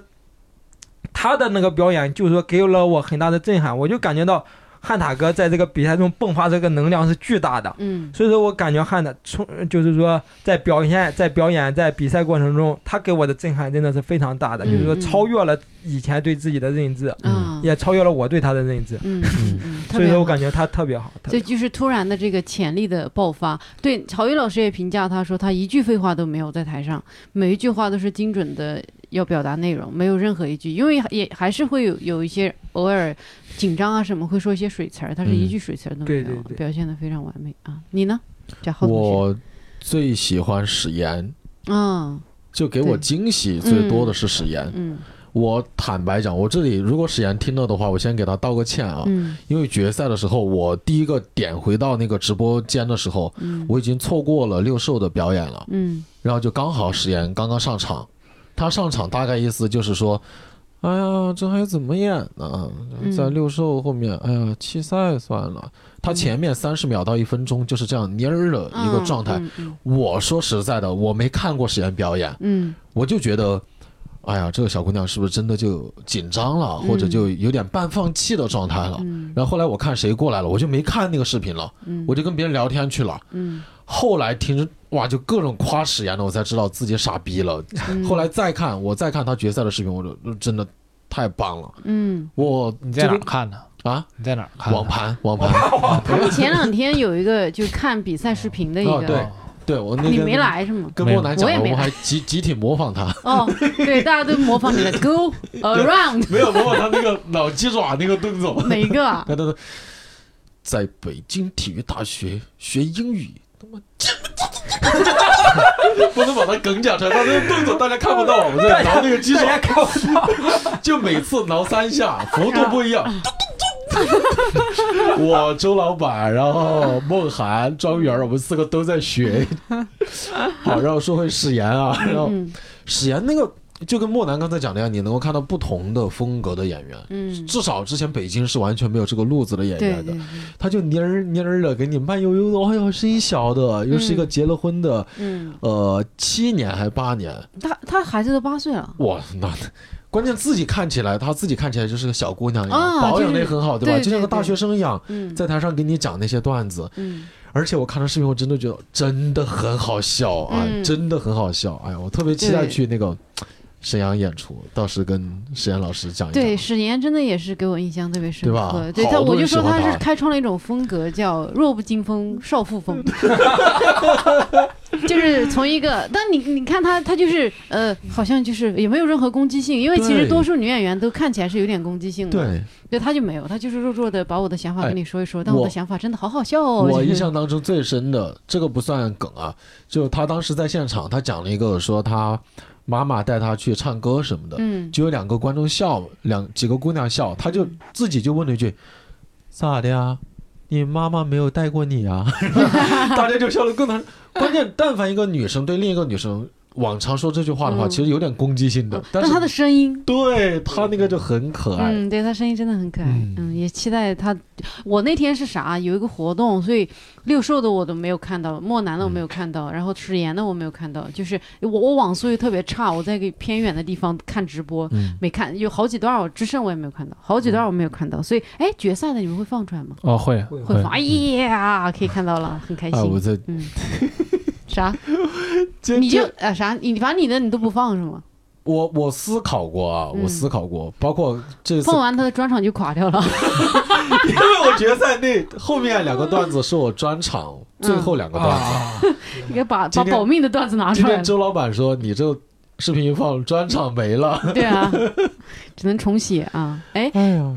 [SPEAKER 6] 他的那个表演，就是说给了我很大的震撼，我就感觉到汉塔哥在这个比赛中迸发这个能量是巨大的。
[SPEAKER 2] 嗯
[SPEAKER 6] 所以说我感觉汉塔从就是说在表现、在表演、在比赛过程中，他给我的震撼真的是非常大的，
[SPEAKER 2] 嗯
[SPEAKER 6] 就是说超越了以前对自己的认知，
[SPEAKER 2] 嗯啊
[SPEAKER 6] 也超越了我对他的认知。
[SPEAKER 2] 嗯嗯嗯，特
[SPEAKER 6] 所以
[SPEAKER 2] 别
[SPEAKER 6] 说
[SPEAKER 2] 好
[SPEAKER 6] 我感觉他特别好，特
[SPEAKER 2] 这
[SPEAKER 6] 别
[SPEAKER 2] 就是突然的这个潜力的爆发。对，曹禺老师也评价他说，他一句废话都没有在台上，每一句话都是精准的要表达内容，没有任何一句，因为也还是会有有一些偶尔紧张啊什么会说一些水词儿，他是一句水词儿都没有，
[SPEAKER 6] 嗯对对对
[SPEAKER 2] 表现的非常完美啊。你呢，贾浩同学？
[SPEAKER 5] 我最喜欢史岩，
[SPEAKER 2] 嗯
[SPEAKER 5] 就给我
[SPEAKER 2] 对
[SPEAKER 5] 惊喜最多的是史岩。
[SPEAKER 2] 嗯
[SPEAKER 5] 我坦白讲，我这里如果史岩听到的话，我先给他道个歉啊，
[SPEAKER 2] 嗯
[SPEAKER 5] 因为决赛的时候，我第一个点回到那个直播间的时候，
[SPEAKER 2] 嗯
[SPEAKER 5] 我已经错过了六兽的表演了，
[SPEAKER 2] 嗯
[SPEAKER 5] 然后就刚好史岩刚刚上场，他上场大概意思就是说。哎呀，这还怎么演呢？在
[SPEAKER 2] 嗯
[SPEAKER 5] 六兽后面，哎呀，弃赛算了。他前面三十秒到一分钟就是这样蔫儿的一个状态。
[SPEAKER 2] 嗯嗯
[SPEAKER 5] 我说实在的，我没看过史岩表演，
[SPEAKER 2] 嗯
[SPEAKER 5] 我就觉得，哎呀，这个小姑娘是不是真的就紧张了，
[SPEAKER 2] 嗯
[SPEAKER 5] 或者就有点半放弃的状态了？
[SPEAKER 2] 嗯
[SPEAKER 5] 然后后来我看谁过来了，我就没看那个视频了，
[SPEAKER 2] 嗯
[SPEAKER 5] 我就跟别人聊天去了。
[SPEAKER 2] 嗯
[SPEAKER 5] 后来听哇，就各种夸史岩的，我才知道自己傻逼了。
[SPEAKER 2] 嗯
[SPEAKER 5] 后来再看，我再看他决赛的视频，我就真的太棒了。
[SPEAKER 2] 嗯，
[SPEAKER 5] 我
[SPEAKER 3] 你在哪
[SPEAKER 5] 这
[SPEAKER 3] 儿
[SPEAKER 5] 个
[SPEAKER 3] 看的？
[SPEAKER 5] 啊？
[SPEAKER 3] 你在哪儿看的？
[SPEAKER 5] 网
[SPEAKER 2] 哦
[SPEAKER 5] 盘，网盘，
[SPEAKER 2] 他们前两天有一个就看比赛视频的一
[SPEAKER 5] 哦
[SPEAKER 2] 个，
[SPEAKER 5] 对对我那
[SPEAKER 2] 你
[SPEAKER 5] 个
[SPEAKER 2] 没。来是吗？
[SPEAKER 5] 跟莫南讲
[SPEAKER 2] 我也
[SPEAKER 5] 了，我
[SPEAKER 2] 没
[SPEAKER 5] 们
[SPEAKER 2] 来
[SPEAKER 5] 还集集体模仿他，
[SPEAKER 2] 哦，对，大家都模仿 你的 go around
[SPEAKER 5] 没有模仿他那个老鸡爪那个动作。
[SPEAKER 2] 哪一个啊？
[SPEAKER 5] 他他他在北京体育大学学英语，他妈 不能把他梗讲出来，他那个动作大家看不到，我在挠那个鸡爪，就每次挠三下，幅度不一样。我周老板，然后梦涵、庄园，我们四个都在学。 好，然后说回史岩啊，然后
[SPEAKER 2] 嗯
[SPEAKER 5] 史岩那个就跟莫南刚才讲的一样，你能够看到不同的风格的演员。
[SPEAKER 2] 嗯，
[SPEAKER 5] 至少之前北京是完全没有这个路子的演
[SPEAKER 2] 对
[SPEAKER 5] 员
[SPEAKER 2] 对
[SPEAKER 5] 的
[SPEAKER 2] 对，，
[SPEAKER 5] 他就蔫儿蔫儿的给你慢悠悠的，哎呦，声音小的，又是一个结了婚的，
[SPEAKER 2] 嗯，
[SPEAKER 5] 呃，七年还八年，
[SPEAKER 2] 他他孩子都八岁了，
[SPEAKER 5] 哇，那关键自己看起来，她自己看起来就是个小姑娘一样，
[SPEAKER 2] 啊
[SPEAKER 5] 保
[SPEAKER 2] 就
[SPEAKER 5] 养的也
[SPEAKER 2] 是
[SPEAKER 5] 很好，对吧？
[SPEAKER 2] 对
[SPEAKER 5] 就像
[SPEAKER 2] 对
[SPEAKER 5] 个大
[SPEAKER 2] 对
[SPEAKER 5] 学生一样，
[SPEAKER 2] 嗯
[SPEAKER 5] 在台上给你讲那些段子，
[SPEAKER 2] 嗯
[SPEAKER 5] 而且我看她视频，我真的觉得真的很好笑啊，哎
[SPEAKER 2] 嗯
[SPEAKER 5] 真的很好笑，哎呀，我特别期待
[SPEAKER 2] 对
[SPEAKER 5] 去那个沈阳演出，到时跟沈阳老师讲一讲。
[SPEAKER 2] 对，史岩真的也是给我印象特别深
[SPEAKER 5] 对吧
[SPEAKER 2] 刻。对
[SPEAKER 5] 好
[SPEAKER 2] 他，
[SPEAKER 5] 多
[SPEAKER 2] 我就
[SPEAKER 5] 人喜
[SPEAKER 2] 说他
[SPEAKER 5] 欢他
[SPEAKER 2] 是开创了一种风格，叫弱不禁风少妇风， 就是从一个，但你你看他，他就是呃，好像就是也没有任何攻击性，因为其实
[SPEAKER 5] 对
[SPEAKER 2] 多数女演员都看起来是有点攻击性的，
[SPEAKER 5] 对，
[SPEAKER 2] 对，他就没有，他就是弱弱的把我的想法
[SPEAKER 5] 哎
[SPEAKER 2] 跟你说一说，但我
[SPEAKER 5] 我
[SPEAKER 2] 的想法真的好好笑哦。
[SPEAKER 5] 我
[SPEAKER 2] 就是
[SPEAKER 5] 印象当中最深的，这个不算梗啊，就他当时在现场，他讲了一个说他妈妈带他去唱歌什么的，
[SPEAKER 2] 嗯，
[SPEAKER 5] 就有两个观众笑，两几个姑娘笑，他就自己就问了一句：“咋的呀？你妈妈没 有 带过你啊？”大家就笑得更难。关键，但凡一个女生对另一个女生往常说这句话的话，
[SPEAKER 2] 嗯
[SPEAKER 5] 其实有点攻击性的，但
[SPEAKER 2] 但
[SPEAKER 5] 是
[SPEAKER 2] 他的声音，
[SPEAKER 5] 对他那个就很可爱。
[SPEAKER 2] 嗯，对他声音真的很可爱，
[SPEAKER 5] 嗯
[SPEAKER 2] 嗯也期待他。我那天是啥？有一个活动，所以六兽的我都没有看到，莫南的我没
[SPEAKER 5] 嗯
[SPEAKER 2] 有看到，然后史岩的我没有看到。就是我我网速又特别差，我在一个偏远的地方看直播，
[SPEAKER 5] 嗯
[SPEAKER 2] 没看，有好几段我之胜我也没有看到，好几段我没有看到，所以哎，决赛的你们会放出来吗？
[SPEAKER 3] 哦，会
[SPEAKER 6] 会
[SPEAKER 2] 会放，哎呀，可以看到了，很开
[SPEAKER 5] 嗯啊，我
[SPEAKER 2] 心。
[SPEAKER 5] 在
[SPEAKER 2] 嗯，啥？
[SPEAKER 5] 这
[SPEAKER 2] 你就
[SPEAKER 5] 这
[SPEAKER 2] 啊啥？你反正你的你都不放是吗？
[SPEAKER 5] 我我思考过啊，
[SPEAKER 2] 嗯
[SPEAKER 5] 我思考过，包括这次
[SPEAKER 2] 放完他的专场就垮 掉了。
[SPEAKER 5] 因为我决赛那后面两个段子是我专场最后两个段子。
[SPEAKER 6] 啊，
[SPEAKER 2] 你给把把
[SPEAKER 5] 今天
[SPEAKER 2] 保命的段子拿
[SPEAKER 5] 今
[SPEAKER 2] 出来
[SPEAKER 5] 天
[SPEAKER 2] 了，
[SPEAKER 5] 周老板说你这视频一放专场没 了，
[SPEAKER 2] 对啊，只能重写啊。哎，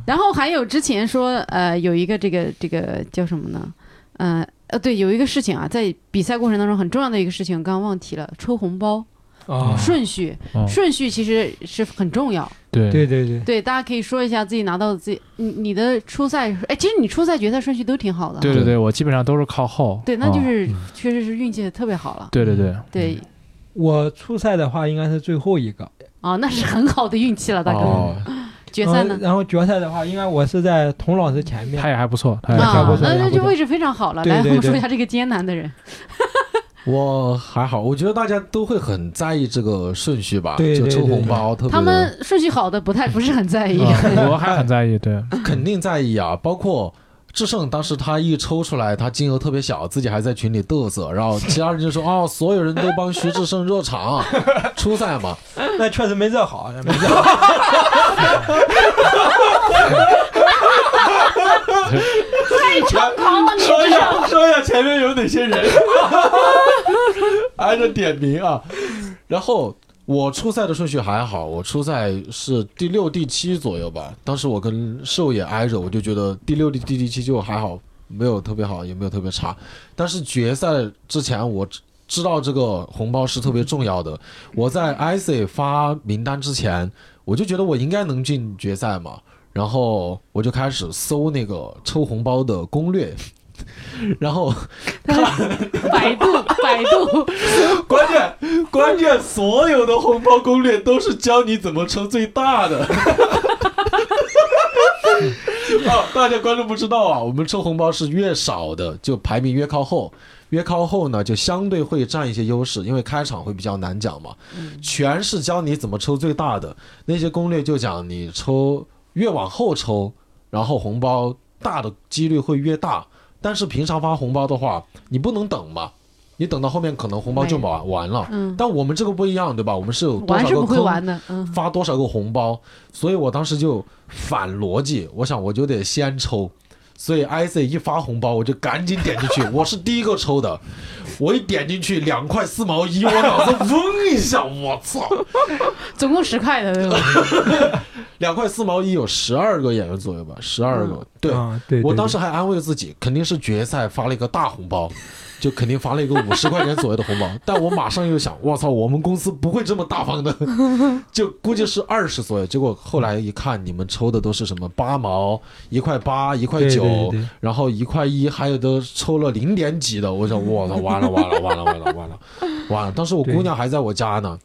[SPEAKER 2] 然后还有之前说，呃，有一个这个这个叫什么呢？呃呃，对，有一个事情啊，在比赛过程当中很重要的一个事情，刚刚忘提了，抽红包
[SPEAKER 6] 啊，
[SPEAKER 2] 顺序，
[SPEAKER 3] 嗯
[SPEAKER 2] 顺序其实是很重要。
[SPEAKER 3] 对
[SPEAKER 6] 对对对，
[SPEAKER 2] 对，大家可以说一下自己拿到的自己，你你的初赛，哎，其实你初赛、决赛顺序都挺好的。
[SPEAKER 3] 对对对，我基本上都是靠后。
[SPEAKER 2] 对，那就
[SPEAKER 6] 哦
[SPEAKER 3] 嗯
[SPEAKER 2] 是确实是运气特别好了。
[SPEAKER 3] 对对对，
[SPEAKER 2] 对，
[SPEAKER 6] 我初赛的话应该是最后一个，
[SPEAKER 2] 啊，那是很好的运气了，大哥。
[SPEAKER 5] 哦，
[SPEAKER 2] 决赛
[SPEAKER 6] 嗯
[SPEAKER 2] 呢？
[SPEAKER 6] 然后决赛的话，应该我是在童老师前面
[SPEAKER 3] 他，也还不错，他也
[SPEAKER 6] 哎
[SPEAKER 3] 还
[SPEAKER 6] 下
[SPEAKER 3] 不
[SPEAKER 2] 啊
[SPEAKER 6] 播
[SPEAKER 3] 错。
[SPEAKER 6] 出来
[SPEAKER 2] 那那
[SPEAKER 6] 下播
[SPEAKER 2] 这
[SPEAKER 6] 出来
[SPEAKER 2] 位置非常好了。
[SPEAKER 6] 对
[SPEAKER 2] 来，
[SPEAKER 6] 对
[SPEAKER 2] 我们说
[SPEAKER 6] 对
[SPEAKER 2] 一下这个艰难的人。
[SPEAKER 5] 我还好，我觉得大家都会很在意这个顺序吧，
[SPEAKER 6] 对
[SPEAKER 5] 就
[SPEAKER 6] 对
[SPEAKER 5] 抽
[SPEAKER 6] 对
[SPEAKER 5] 红包特别
[SPEAKER 2] 他们顺序好的不太不是很在意。
[SPEAKER 3] 嗯我还很在意，对，
[SPEAKER 5] 肯定在意啊，包括。志胜当时他一抽出来，他金额特别小，自己还在群里嘚瑟，然后其他人就说：“哦，所有人都帮徐志胜热场， 初赛嘛。
[SPEAKER 6] 那确实没热好，没热好。
[SPEAKER 2] 太猖狂了，你
[SPEAKER 4] 说一
[SPEAKER 2] 这
[SPEAKER 4] 下，说一下前面有哪些人？”
[SPEAKER 5] 挨着点名啊。然后我初赛的顺序还好，我初赛是第六、第七左右吧。当时我跟兽也挨着，我就觉得第六、第第第七就还好，没有特别好，也没有特别差。但是决赛之前我知。知道这个红包是特别重要的。我在 IC 发名单之前，我就觉得我应该能进决赛嘛，然后我就开始搜那个抽红包的攻略，然后
[SPEAKER 2] 百度百度，
[SPEAKER 4] 关键关键，所有的红包攻略都是教你怎么抽最大 的。
[SPEAKER 5] 哦啊，大家观众不知道啊，我们抽红包是越少的，就排名越靠后，越靠后呢就相对会占一些优势，因为开场会比较难讲嘛。全是教你怎么抽最大的，那些攻略就讲你抽越往后抽，然后红包大的几率会越大。但是平常发红包的话，你不能等嘛，你等到后面可能红包就
[SPEAKER 2] 没
[SPEAKER 5] 完啊完了。
[SPEAKER 2] 嗯，
[SPEAKER 5] 但我们这个不一样，对吧？我们是有多
[SPEAKER 2] 玩
[SPEAKER 5] 少
[SPEAKER 2] 是
[SPEAKER 5] 个
[SPEAKER 2] 不会
[SPEAKER 5] 坑
[SPEAKER 2] 玩的，嗯，
[SPEAKER 5] 发多少个红包，所以我当时就反逻辑，我想我就得先抽，所以 IC 一发红包我就赶紧点进去，我是第一个抽的，我一点进去两块四毛一，我脑子嗡一下，我操，
[SPEAKER 2] 总共十块的，对吧？
[SPEAKER 5] 两块四毛一有十二个演员左右吧，十二个，对。
[SPEAKER 6] 啊，对，
[SPEAKER 5] 我
[SPEAKER 6] 对
[SPEAKER 5] 当时还安慰自己，肯定是决赛发了一个大红包，就肯定发了一个五十块钱左右的红包。但我马上又想，我操，我们公司不会这么大方的， 就估计是二十左右。结果后来一看，你们抽的都是什么八毛、一块八、一块
[SPEAKER 6] 对对
[SPEAKER 5] 九
[SPEAKER 6] 对，对
[SPEAKER 5] 然后一块一，还有的抽了零点几的。我想，我操，完了完了完了完了完了完了！当时我姑娘还在我家呢，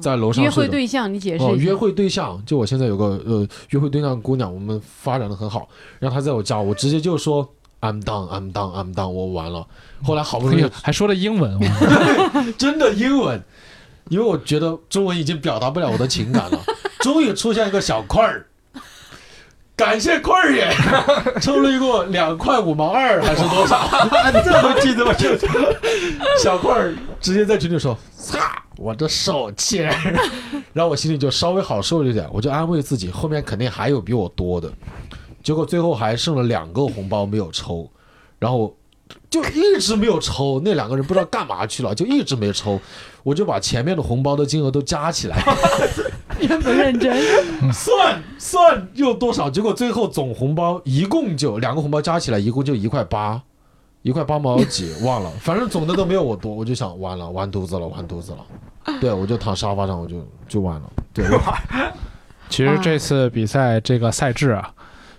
[SPEAKER 5] 在楼上
[SPEAKER 2] 约
[SPEAKER 5] 睡
[SPEAKER 2] 会
[SPEAKER 5] 着
[SPEAKER 2] 对象，你解释
[SPEAKER 5] 哦，
[SPEAKER 2] 一
[SPEAKER 5] 约
[SPEAKER 2] 下。
[SPEAKER 5] 会对象，就我现在有个呃约会对象姑娘，我们发展的很好，然后她在我家，我直接就说 I'm done, I'm done, I'm done，我完了。后来好不容
[SPEAKER 3] 哎呦
[SPEAKER 5] 易
[SPEAKER 3] 还说了英文，哇
[SPEAKER 5] 真的英文，因为我觉得中文已经表达不了我的情感了，终于出现一个小块儿。感谢块儿爷，抽了一个两块五毛二还是多少？这都记得我清楚。小块儿直接在群里说：“擦，我这手气。” 然后我心里就稍微好受了一点，我就安慰自己，后面肯定还有比我多的。结果最后还剩了两个红包没有抽，然后就一直没有抽，那两个人不知道干嘛去了，就一直没抽。我就把前面的红包的金额都加起来，
[SPEAKER 2] 真不 认真，
[SPEAKER 5] 算算又多少，结果最后总红包一共就两个红包加起来一共就一块八，一块八毛 几忘了，反正总的都没有我多，我就想完了，完犊子了，完犊子了。对，我就躺沙发上，我就就完了。对，我
[SPEAKER 3] 其实这次比赛这个赛制啊，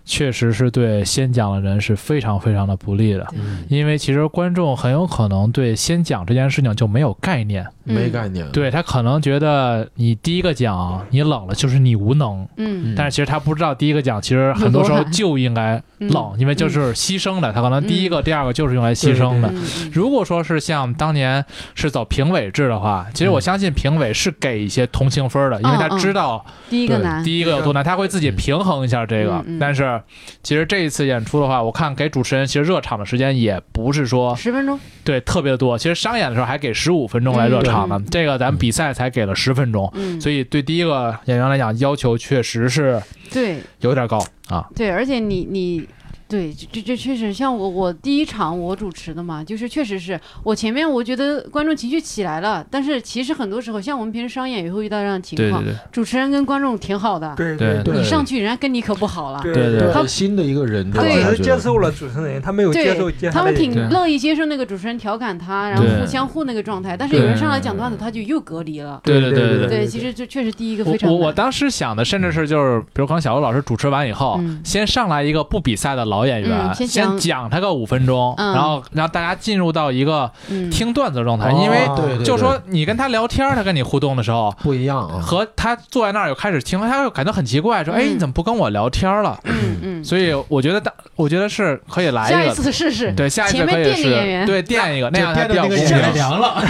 [SPEAKER 3] 确实是对先讲的人是非常非常的不利的，
[SPEAKER 5] 嗯，
[SPEAKER 3] 因为其实观众很有可能对先讲这件事情就没有概念，
[SPEAKER 5] 没概念，，
[SPEAKER 3] 嗯对他可能觉得你第一个讲你冷了就是你无能，
[SPEAKER 2] 嗯，
[SPEAKER 3] 但是其实他不知道第一个讲其实很多时候就应该
[SPEAKER 2] 嗯
[SPEAKER 3] 冷，因为就。是牺牲的，他可能第一个、第二个就是用来牺牲的
[SPEAKER 2] 嗯。嗯
[SPEAKER 3] 如果说是像当年是走评委制的话，其实
[SPEAKER 2] 嗯
[SPEAKER 3] 我相信评委是给一些同情分的，因为他知道
[SPEAKER 2] 第一个
[SPEAKER 5] 对
[SPEAKER 2] 难，
[SPEAKER 3] 第一个有多难，他会自己平衡一下这个
[SPEAKER 2] 啊嗯。嗯
[SPEAKER 3] 但是其实这一次演出的话，我看给主持人其实热场的时间也不是说
[SPEAKER 2] 十分钟，
[SPEAKER 3] 对特别的多，其实商演的时候还给十五分钟来热场呢
[SPEAKER 2] 嗯，
[SPEAKER 3] 这个咱们比赛才给了十分钟，
[SPEAKER 2] 嗯，
[SPEAKER 3] 所以对第一个演员来讲要求确实是
[SPEAKER 2] 对
[SPEAKER 3] 有点高啊。
[SPEAKER 2] 对，而且你你。对，这这这确实像我我第一场我主持的嘛，就是确实是我前面我觉得观众情绪起来了，但是其实很多时候像我们平时商演也会遇到这样的情况，
[SPEAKER 3] 对，
[SPEAKER 2] 主持人跟观众挺好的，
[SPEAKER 6] 对
[SPEAKER 3] 对
[SPEAKER 5] 对
[SPEAKER 2] 你上去人家跟你可不好了，
[SPEAKER 3] 对对
[SPEAKER 6] 对，
[SPEAKER 5] 他新的一个人，
[SPEAKER 6] 他
[SPEAKER 5] 吧
[SPEAKER 2] 对
[SPEAKER 6] 只
[SPEAKER 5] 他
[SPEAKER 6] 是
[SPEAKER 5] 觉
[SPEAKER 6] 接
[SPEAKER 5] 得
[SPEAKER 6] 受了主持人，他没有
[SPEAKER 2] 对
[SPEAKER 6] 接受接
[SPEAKER 2] 他
[SPEAKER 6] 下来
[SPEAKER 2] 们
[SPEAKER 6] 的人。
[SPEAKER 2] 挺
[SPEAKER 3] 对
[SPEAKER 2] 乐意接受那个主持人调侃他，然后
[SPEAKER 3] 对
[SPEAKER 2] 互相互那个状态，但是有人上来讲段子他就又隔离了，
[SPEAKER 3] 对对
[SPEAKER 6] 对
[SPEAKER 3] 对
[SPEAKER 6] 对
[SPEAKER 2] 对，其实这确实第一个
[SPEAKER 3] 我
[SPEAKER 2] 非常
[SPEAKER 3] 我我
[SPEAKER 2] 难
[SPEAKER 3] 当时想的甚至是就是，比如刚小欧老师主持完以后，
[SPEAKER 2] 嗯
[SPEAKER 3] 先上来一个不比赛的老演员，
[SPEAKER 2] 嗯先
[SPEAKER 3] 先
[SPEAKER 2] 讲
[SPEAKER 3] 讲他个五分钟，
[SPEAKER 2] 嗯
[SPEAKER 3] 然后让大家进入到一个
[SPEAKER 2] 嗯
[SPEAKER 3] 听段子的状态，
[SPEAKER 6] 哦
[SPEAKER 3] 因为
[SPEAKER 5] 对对，对
[SPEAKER 3] 就说你跟他聊天，他跟你互动的时候。
[SPEAKER 5] 不一样啊，
[SPEAKER 3] 和他坐在那儿又开始听，他又感到很奇怪，说：“
[SPEAKER 2] 嗯
[SPEAKER 3] 哎，你怎么不跟我聊天了
[SPEAKER 2] 嗯嗯，？”
[SPEAKER 3] 所以我觉得当，我觉得是可以来
[SPEAKER 2] 下
[SPEAKER 3] 一
[SPEAKER 2] 一
[SPEAKER 3] 个，
[SPEAKER 2] 次试试，
[SPEAKER 3] 对，下一次
[SPEAKER 2] 前面
[SPEAKER 3] 可以
[SPEAKER 2] 垫个演
[SPEAKER 3] 是，
[SPEAKER 2] 员
[SPEAKER 3] 对，垫一个，那样才
[SPEAKER 5] 垫
[SPEAKER 3] 比
[SPEAKER 5] 的
[SPEAKER 3] 较
[SPEAKER 5] 那个演
[SPEAKER 3] 公平。
[SPEAKER 5] 员
[SPEAKER 4] 凉了，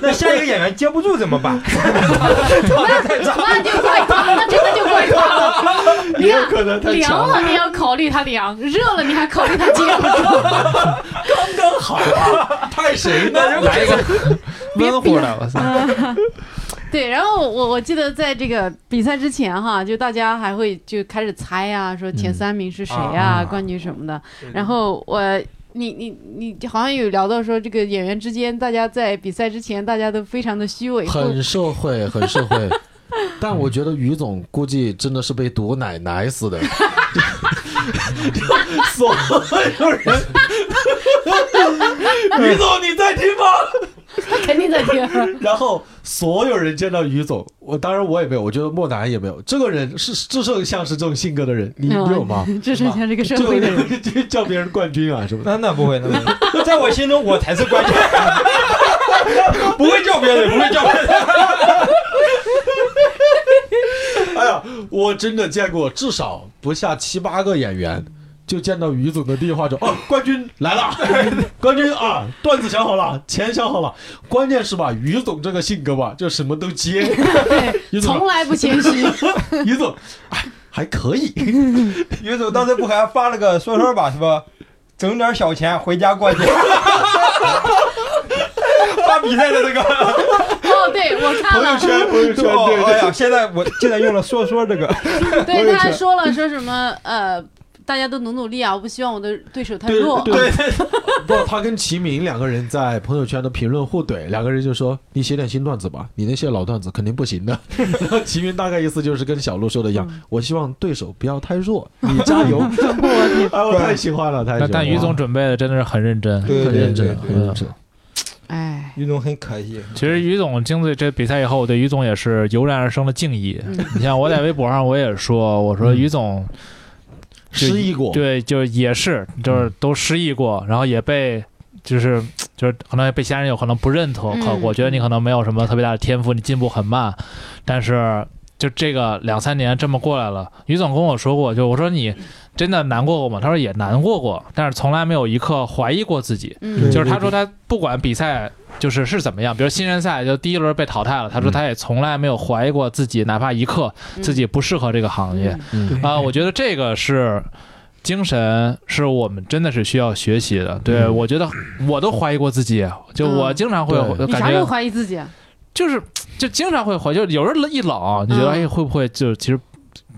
[SPEAKER 6] 那下一个演员接不住怎么办？
[SPEAKER 2] 那就怪他，那真的就怪他了。
[SPEAKER 4] 也有可能他
[SPEAKER 2] 凉
[SPEAKER 4] 强
[SPEAKER 2] 了你要考虑他凉，热了你还考虑他接不住，啊
[SPEAKER 4] 派谁呢？
[SPEAKER 3] 来一 个温乎的，我操！
[SPEAKER 2] 对，然后我我记得在这个比赛之前哈，就大家还会就开始猜呀、说前三名是谁呀、
[SPEAKER 6] 啊
[SPEAKER 2] 冠军什么的。
[SPEAKER 6] 嗯
[SPEAKER 2] 然后我。你你你好像有聊到说这个演员之间，大家在比赛之前，大家都非常的虚伪，
[SPEAKER 5] 很社会，很社会。 但我觉得于总估计真的是被毒奶奶死的，
[SPEAKER 4] 所有人。于总，你在听吗？
[SPEAKER 2] 他肯定在听。
[SPEAKER 4] 然后所有人见到于总，我当然我也没有，我觉得莫南也没有。这个人是至少像是这种性格的人，你你有 吗？
[SPEAKER 2] 这是像这嗯个社
[SPEAKER 4] 就
[SPEAKER 2] 会的人，
[SPEAKER 4] 就叫别人冠军啊什么的，
[SPEAKER 6] 那那不会，那不会，在我心中我才是冠军， 不会叫别人，不会叫别人。
[SPEAKER 4] 哎呀，
[SPEAKER 5] 我真的见过至少不下七八个演员，就见到于总的第一话就哦，冠军来了，
[SPEAKER 4] 冠军啊，段子想好了，钱想好了，关键是吧，于总这个性格吧，就什么都接。
[SPEAKER 2] 对，
[SPEAKER 4] 于总
[SPEAKER 2] 从来不谦虚。
[SPEAKER 4] 于总，哎，还可以，
[SPEAKER 6] 于总当时不还发了个说说吧，是吧？整点小钱回家过年。 发比赛的这个，
[SPEAKER 2] 哦，对我看
[SPEAKER 4] 朋
[SPEAKER 2] 了
[SPEAKER 4] 友，圈，朋 友圈，
[SPEAKER 6] 哦
[SPEAKER 4] 对
[SPEAKER 6] 哎
[SPEAKER 4] 对
[SPEAKER 6] 呀，现在我现在用了说说这个，
[SPEAKER 4] 我
[SPEAKER 2] 对，
[SPEAKER 4] 也
[SPEAKER 2] 他还
[SPEAKER 4] 觉得
[SPEAKER 2] 说了说什么呃，大家都努努力啊，我不希望我的对手太弱。
[SPEAKER 4] 对对，
[SPEAKER 5] 不，他跟齐明两个人在朋友圈的评论互怼，两个人就说：“你写点新段子吧，你那些老段子肯定不行的。”然后齐明大概意思就是跟小鹿说的一样，我希望对手不要太弱，你加 油。
[SPEAKER 4] 哎，我太喜欢了，太喜欢
[SPEAKER 3] 那
[SPEAKER 4] 了。
[SPEAKER 5] 哎
[SPEAKER 3] 但于总准备的真的是很认真，
[SPEAKER 6] 对
[SPEAKER 3] 很
[SPEAKER 5] 很
[SPEAKER 6] 对
[SPEAKER 5] 认
[SPEAKER 3] 认
[SPEAKER 5] 真
[SPEAKER 3] 真
[SPEAKER 6] 对，
[SPEAKER 5] 很认真。
[SPEAKER 2] 哎，
[SPEAKER 6] 于总很可惜。
[SPEAKER 3] 其实于总经历这比赛以后，我对于总也是油然而生的敬意。
[SPEAKER 2] 嗯
[SPEAKER 3] 你像我在微博上我也说，我
[SPEAKER 5] 嗯
[SPEAKER 3] 说于总就
[SPEAKER 5] 失忆过，
[SPEAKER 3] 对，就也是就是都失忆过，然后也被就是就是可能被其他人有可能不认可
[SPEAKER 2] 嗯
[SPEAKER 3] 可过，觉得你可能没有什么特别大的天赋，你进步很慢，但是。就这个两三年这么过来了，于总跟我说过，就我说你真的难过过吗？他说也难过过，但是从来没有一刻怀疑过自己。
[SPEAKER 2] 嗯，
[SPEAKER 3] 就是他说他不管比赛就是是怎么样，比如新人赛就第一轮被淘汰了，他说他也从来没有怀疑过自己，哪怕一刻自己不适合这个行业
[SPEAKER 2] 嗯
[SPEAKER 5] 嗯，
[SPEAKER 3] 啊、我觉得这个是。精神是我们真的是需要学习的，对、
[SPEAKER 5] 嗯
[SPEAKER 3] 我觉得我都怀疑过自己，啊就我
[SPEAKER 2] 嗯
[SPEAKER 3] 经常会、
[SPEAKER 5] 对
[SPEAKER 2] 你
[SPEAKER 3] 感
[SPEAKER 2] 啥时候
[SPEAKER 3] 觉
[SPEAKER 2] 怀疑自己啊？
[SPEAKER 3] 就是就经常会怀疑，就有时候一冷，你觉得、
[SPEAKER 2] 嗯
[SPEAKER 3] 哎会不会就其实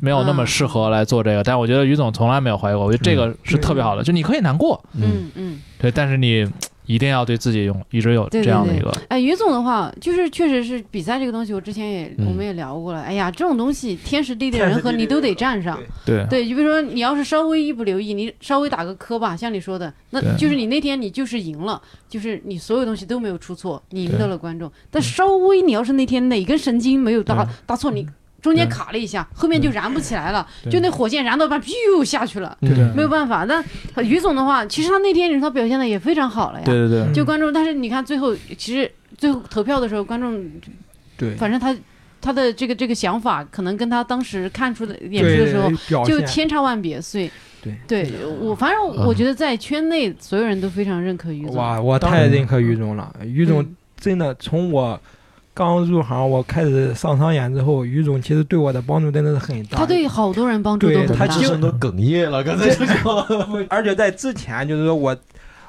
[SPEAKER 3] 没有那么适合来做这个，但我觉得于总从来没有怀疑过，我觉得这个是特别好的，就你可以难过，
[SPEAKER 5] 嗯，
[SPEAKER 2] 嗯嗯，
[SPEAKER 3] 对，但是你嘖一定要对自己用一直有
[SPEAKER 2] 对对
[SPEAKER 3] 这样的一个，
[SPEAKER 2] 哎，于总的话，就是确实是比赛这个东西，我之前也
[SPEAKER 5] 嗯
[SPEAKER 2] 我们也聊过了。哎呀，这种东西天时地利
[SPEAKER 6] 天时
[SPEAKER 2] 人和，
[SPEAKER 6] 地利
[SPEAKER 2] 你都得
[SPEAKER 6] 人和
[SPEAKER 2] 占上。
[SPEAKER 3] 对
[SPEAKER 2] 对，就比如说你要是稍微一不留意，你稍微打个磕吧，像你说的，那
[SPEAKER 3] 对
[SPEAKER 2] 就是你那天你就是赢了，就是你所有东西都没有出错，你赢
[SPEAKER 3] 对嗯
[SPEAKER 2] 得了观众。但稍微你要是那天哪根神经没有搭
[SPEAKER 3] 对
[SPEAKER 2] 搭错，你中间
[SPEAKER 3] 嗯对嗯
[SPEAKER 2] 卡了一下，后面就燃不起来了，
[SPEAKER 3] 对嗯
[SPEAKER 2] 就那火箭燃到一半，咻下去了，
[SPEAKER 3] 对
[SPEAKER 2] 没有办法。但于总的话，其实他那天你说他表现的也非常好了呀，
[SPEAKER 3] 对对对，
[SPEAKER 2] 就观众，但是你看最后，其实最后投票的时候，观众
[SPEAKER 6] 对
[SPEAKER 2] 反正他他的这个这个想法，可能跟他当时看出的演
[SPEAKER 6] 对
[SPEAKER 2] 出的时候
[SPEAKER 6] 表
[SPEAKER 2] 就
[SPEAKER 6] 现
[SPEAKER 2] 千差万别，所以
[SPEAKER 6] 对
[SPEAKER 2] 我反正我觉得在圈内所有人都非常认可于总，嗯
[SPEAKER 6] 哇，我
[SPEAKER 4] 当
[SPEAKER 6] 太
[SPEAKER 4] 然
[SPEAKER 6] 认可于总了，于总真的从我刚入行，我开始上商演之后，于总其实对我的帮助真的是 很大。
[SPEAKER 2] 他对好多人帮助都
[SPEAKER 6] 对
[SPEAKER 2] 很
[SPEAKER 6] 他
[SPEAKER 2] 大。
[SPEAKER 6] 其
[SPEAKER 5] 智
[SPEAKER 6] 实
[SPEAKER 5] 商都哽咽了，刚才就
[SPEAKER 6] 而且在之前，就是说我，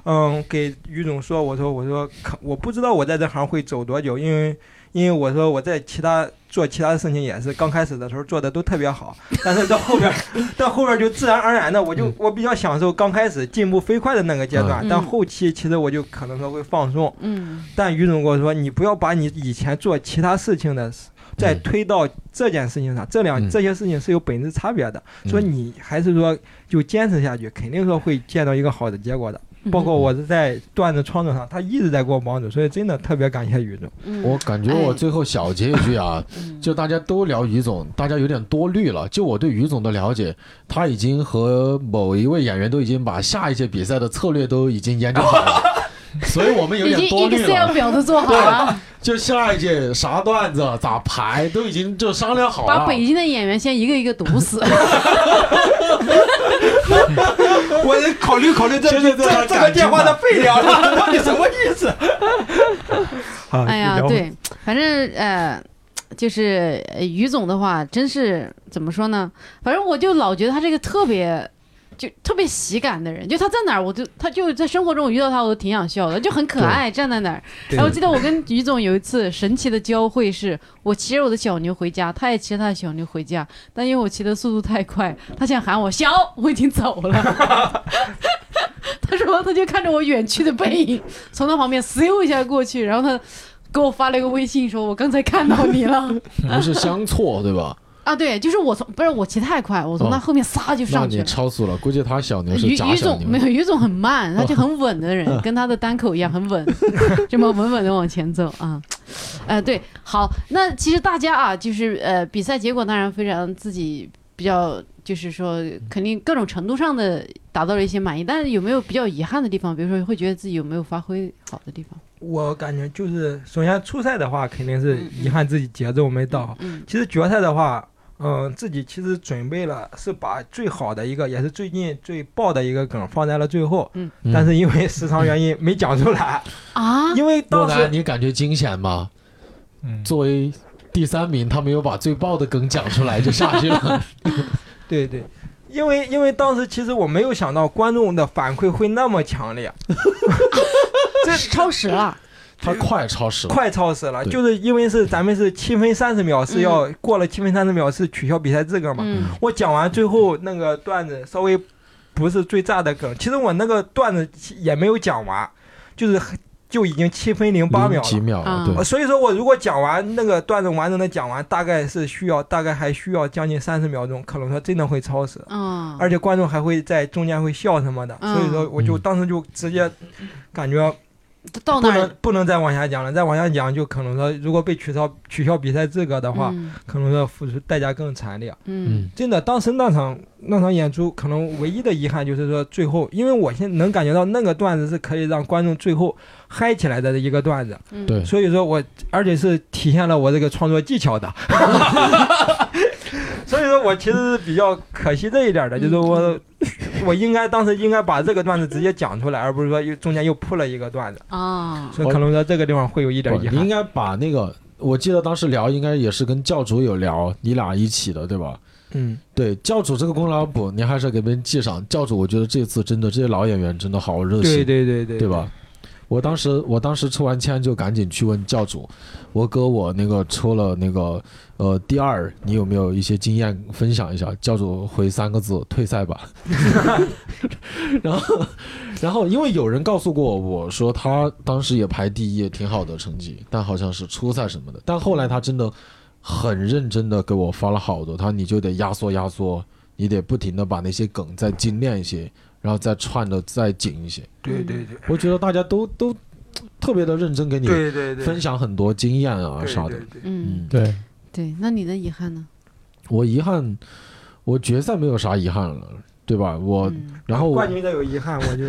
[SPEAKER 6] 嗯，给于总说，我说我说可我不知道我在这行会走多久，因为因为我说我在其他做其他的事情也是刚开始的时候做的都特别好，但是到后边儿，到后边儿就自然而然的，我就、
[SPEAKER 5] 嗯
[SPEAKER 6] 我比较享受刚开始进步飞快的那个阶段，
[SPEAKER 2] 嗯
[SPEAKER 6] 但后期其实我就可能说会放松。
[SPEAKER 2] 嗯，
[SPEAKER 6] 但于总跟我说，你不要把你以前做其他事情的。再
[SPEAKER 5] 嗯
[SPEAKER 6] 推到这件事情上，这两、
[SPEAKER 5] 嗯
[SPEAKER 6] 这些事情是有本质差别的。说
[SPEAKER 5] 嗯
[SPEAKER 6] 你还是说就坚持下去，肯定说会见到一个好的结果的。
[SPEAKER 5] 嗯
[SPEAKER 2] 嗯
[SPEAKER 6] 包括我在段子创作上，他一直在给我帮助，所以真的特别感谢宇总。
[SPEAKER 2] 嗯
[SPEAKER 5] 我感觉我最后小结一句啊，
[SPEAKER 2] 嗯
[SPEAKER 5] 就大家都聊于总，大家有点多虑了。就我对于总的了解，他已经和某一位演员都已经把下一届比赛的策略都已经研究好 了，所以我们有
[SPEAKER 2] 嗯已
[SPEAKER 5] 点
[SPEAKER 2] 经
[SPEAKER 5] 多虑
[SPEAKER 2] Excel
[SPEAKER 5] 了。
[SPEAKER 2] 表都做好了，啊
[SPEAKER 5] 就下一届啥段子咋排都已经就商量好啊
[SPEAKER 2] 把
[SPEAKER 5] 了。
[SPEAKER 2] 北京的演员先一个一个毒死。
[SPEAKER 6] 我得考虑考虑这
[SPEAKER 4] 现在在那
[SPEAKER 6] 这这个电话的费量了，到底什么意思？啊
[SPEAKER 2] 哎呀
[SPEAKER 6] 聊，
[SPEAKER 2] 对，反正呃，就是呃于总的话，真是怎么说呢？反正我就老觉得他这个特别。就特别喜感的人，就他在哪儿，我就他就在生活中我遇到他，我都挺想笑的，就很可爱，站在那儿。哎
[SPEAKER 6] 对
[SPEAKER 2] 然后我记得我跟于总有一次神奇的交汇是，我骑着我的小牛回家，他也骑着他的小牛回家，但因为我骑的速度太快，他想喊我小，我已经走了。 他说他就看着我远去的背影，从他旁边嗖一下过去，然后他给我发了一个微信说，我刚才看到你了。
[SPEAKER 5] 不是相错对吧？
[SPEAKER 2] 啊，对，就是我从不是我骑太快，我从他
[SPEAKER 5] 哦
[SPEAKER 2] 后面撒就
[SPEAKER 5] 那
[SPEAKER 2] 上去
[SPEAKER 5] 你
[SPEAKER 2] 了。
[SPEAKER 5] 超速了，估计他小牛
[SPEAKER 2] 于
[SPEAKER 5] 是假
[SPEAKER 2] 于
[SPEAKER 5] 小
[SPEAKER 2] 总
[SPEAKER 5] 牛。
[SPEAKER 2] 没有，于总很慢， 他就很稳的人，跟他的单口一样很稳， 这么稳稳的往前走啊。呃，对，好，那其实大家啊，就是呃，比赛结果当然非常自己比较，就是说肯定各种程度上的达到了一些满意，但是有没有比较遗憾的地方？比如说会觉得自己有没有发挥好的地方？
[SPEAKER 6] 我感觉就是，首先初赛的话，肯定
[SPEAKER 5] 嗯
[SPEAKER 6] 是遗憾自己节奏没到。
[SPEAKER 2] 嗯
[SPEAKER 6] 其实决赛的话，嗯，自己其实准备了，是把最好的一个，也是最近最爆的一个梗放在了最后，
[SPEAKER 5] 嗯
[SPEAKER 6] 但是因为时长原因没讲出 来，
[SPEAKER 2] 啊，
[SPEAKER 6] 因为
[SPEAKER 5] 莫
[SPEAKER 6] 当时
[SPEAKER 5] 南，你感觉惊险吗？
[SPEAKER 3] 嗯，
[SPEAKER 5] 作为第三名，他没有把最爆的梗讲出来就下去了。
[SPEAKER 6] 对对，因为因为当时其实我没有想到观众的反馈会那么强烈，这
[SPEAKER 2] 超时了，
[SPEAKER 5] 他快超时了。
[SPEAKER 6] 快超时了，
[SPEAKER 5] 对
[SPEAKER 6] 就是因为是咱们是七分三十秒是要、过了七分三十秒是取消比赛资格嘛。
[SPEAKER 2] 嗯
[SPEAKER 6] 我讲完最后那个段子稍微不是最炸的梗，其实我那个段子也没有讲完，就是很就已经七分零八秒
[SPEAKER 5] 零几
[SPEAKER 6] 了。
[SPEAKER 5] 秒
[SPEAKER 2] 啊
[SPEAKER 5] 了，对
[SPEAKER 6] 呃，所以说我如果讲完那个段子完整的讲完，大概是需要大概还需要将近三十秒钟，可能说真的会超时。
[SPEAKER 2] 嗯，
[SPEAKER 6] 而且观众还会在中间会笑什么的，
[SPEAKER 2] 嗯
[SPEAKER 6] 所以说我就
[SPEAKER 5] 嗯
[SPEAKER 6] 当时就直接感觉
[SPEAKER 2] 到
[SPEAKER 6] 不
[SPEAKER 2] 那
[SPEAKER 6] 能
[SPEAKER 2] 儿
[SPEAKER 6] 不能再往下讲了，再往下讲就可能说如果被取消取消比赛资格的话，
[SPEAKER 2] 嗯
[SPEAKER 6] 可能说付出代价更惨烈。啊
[SPEAKER 2] 嗯
[SPEAKER 5] 嗯，
[SPEAKER 6] 真的，当时那场那场演出，可能唯一的遗憾就是说最后，因为我现在能感觉到那个段子是可以让观众最后嗨起来的一个段子，
[SPEAKER 2] 嗯
[SPEAKER 5] 对
[SPEAKER 6] 所以说我而且是体现了我这个创作技 巧的，所以说我其实是比较可惜这一点的，
[SPEAKER 5] 嗯
[SPEAKER 6] 就是我我应该当时应该把这个段子直接讲出来，而不是说又中间又铺了一个段
[SPEAKER 5] 嗯
[SPEAKER 6] 子，
[SPEAKER 2] 啊，
[SPEAKER 5] 哦
[SPEAKER 6] 所以可能说这个地方会有一点遗
[SPEAKER 5] 你应
[SPEAKER 6] 憾。
[SPEAKER 5] 该把那个，我记得当时聊，应该也是跟教主有聊，你俩一起的，对吧？
[SPEAKER 6] 嗯，
[SPEAKER 5] 对，教主这个功劳补，您还是给别人记上。教主，我觉得这次真的，这些老演员真的好热啊
[SPEAKER 6] 对
[SPEAKER 5] 心，
[SPEAKER 6] 对对对，
[SPEAKER 5] 对吧？？我当时，我当时抽完签就赶紧去问教主，我哥我那个抽了那个呃第二，你有没有一些经验分享一下？教主回三个字：退赛吧。 然后，然后因为有人告诉过我说他当时也排第一，挺好的成绩，但好像是初赛什么的。但后来他真的很认真的给我发了好多，他说你就得压缩压缩，你得不停的把那些梗再精炼一些，然后再串的再紧一些。
[SPEAKER 6] 对对对
[SPEAKER 5] 我觉得大家都都特别的认真给你
[SPEAKER 6] 对对对，
[SPEAKER 5] 分享很多经验啊
[SPEAKER 6] 对
[SPEAKER 5] 啥的
[SPEAKER 6] 对。对
[SPEAKER 2] 嗯
[SPEAKER 5] 嗯，
[SPEAKER 3] 对，
[SPEAKER 2] 对，那你的遗憾呢？
[SPEAKER 5] 我遗憾，我决赛没有啥遗憾了，对吧？我、
[SPEAKER 2] 嗯
[SPEAKER 5] 然后我
[SPEAKER 6] 冠军的有遗憾， 我就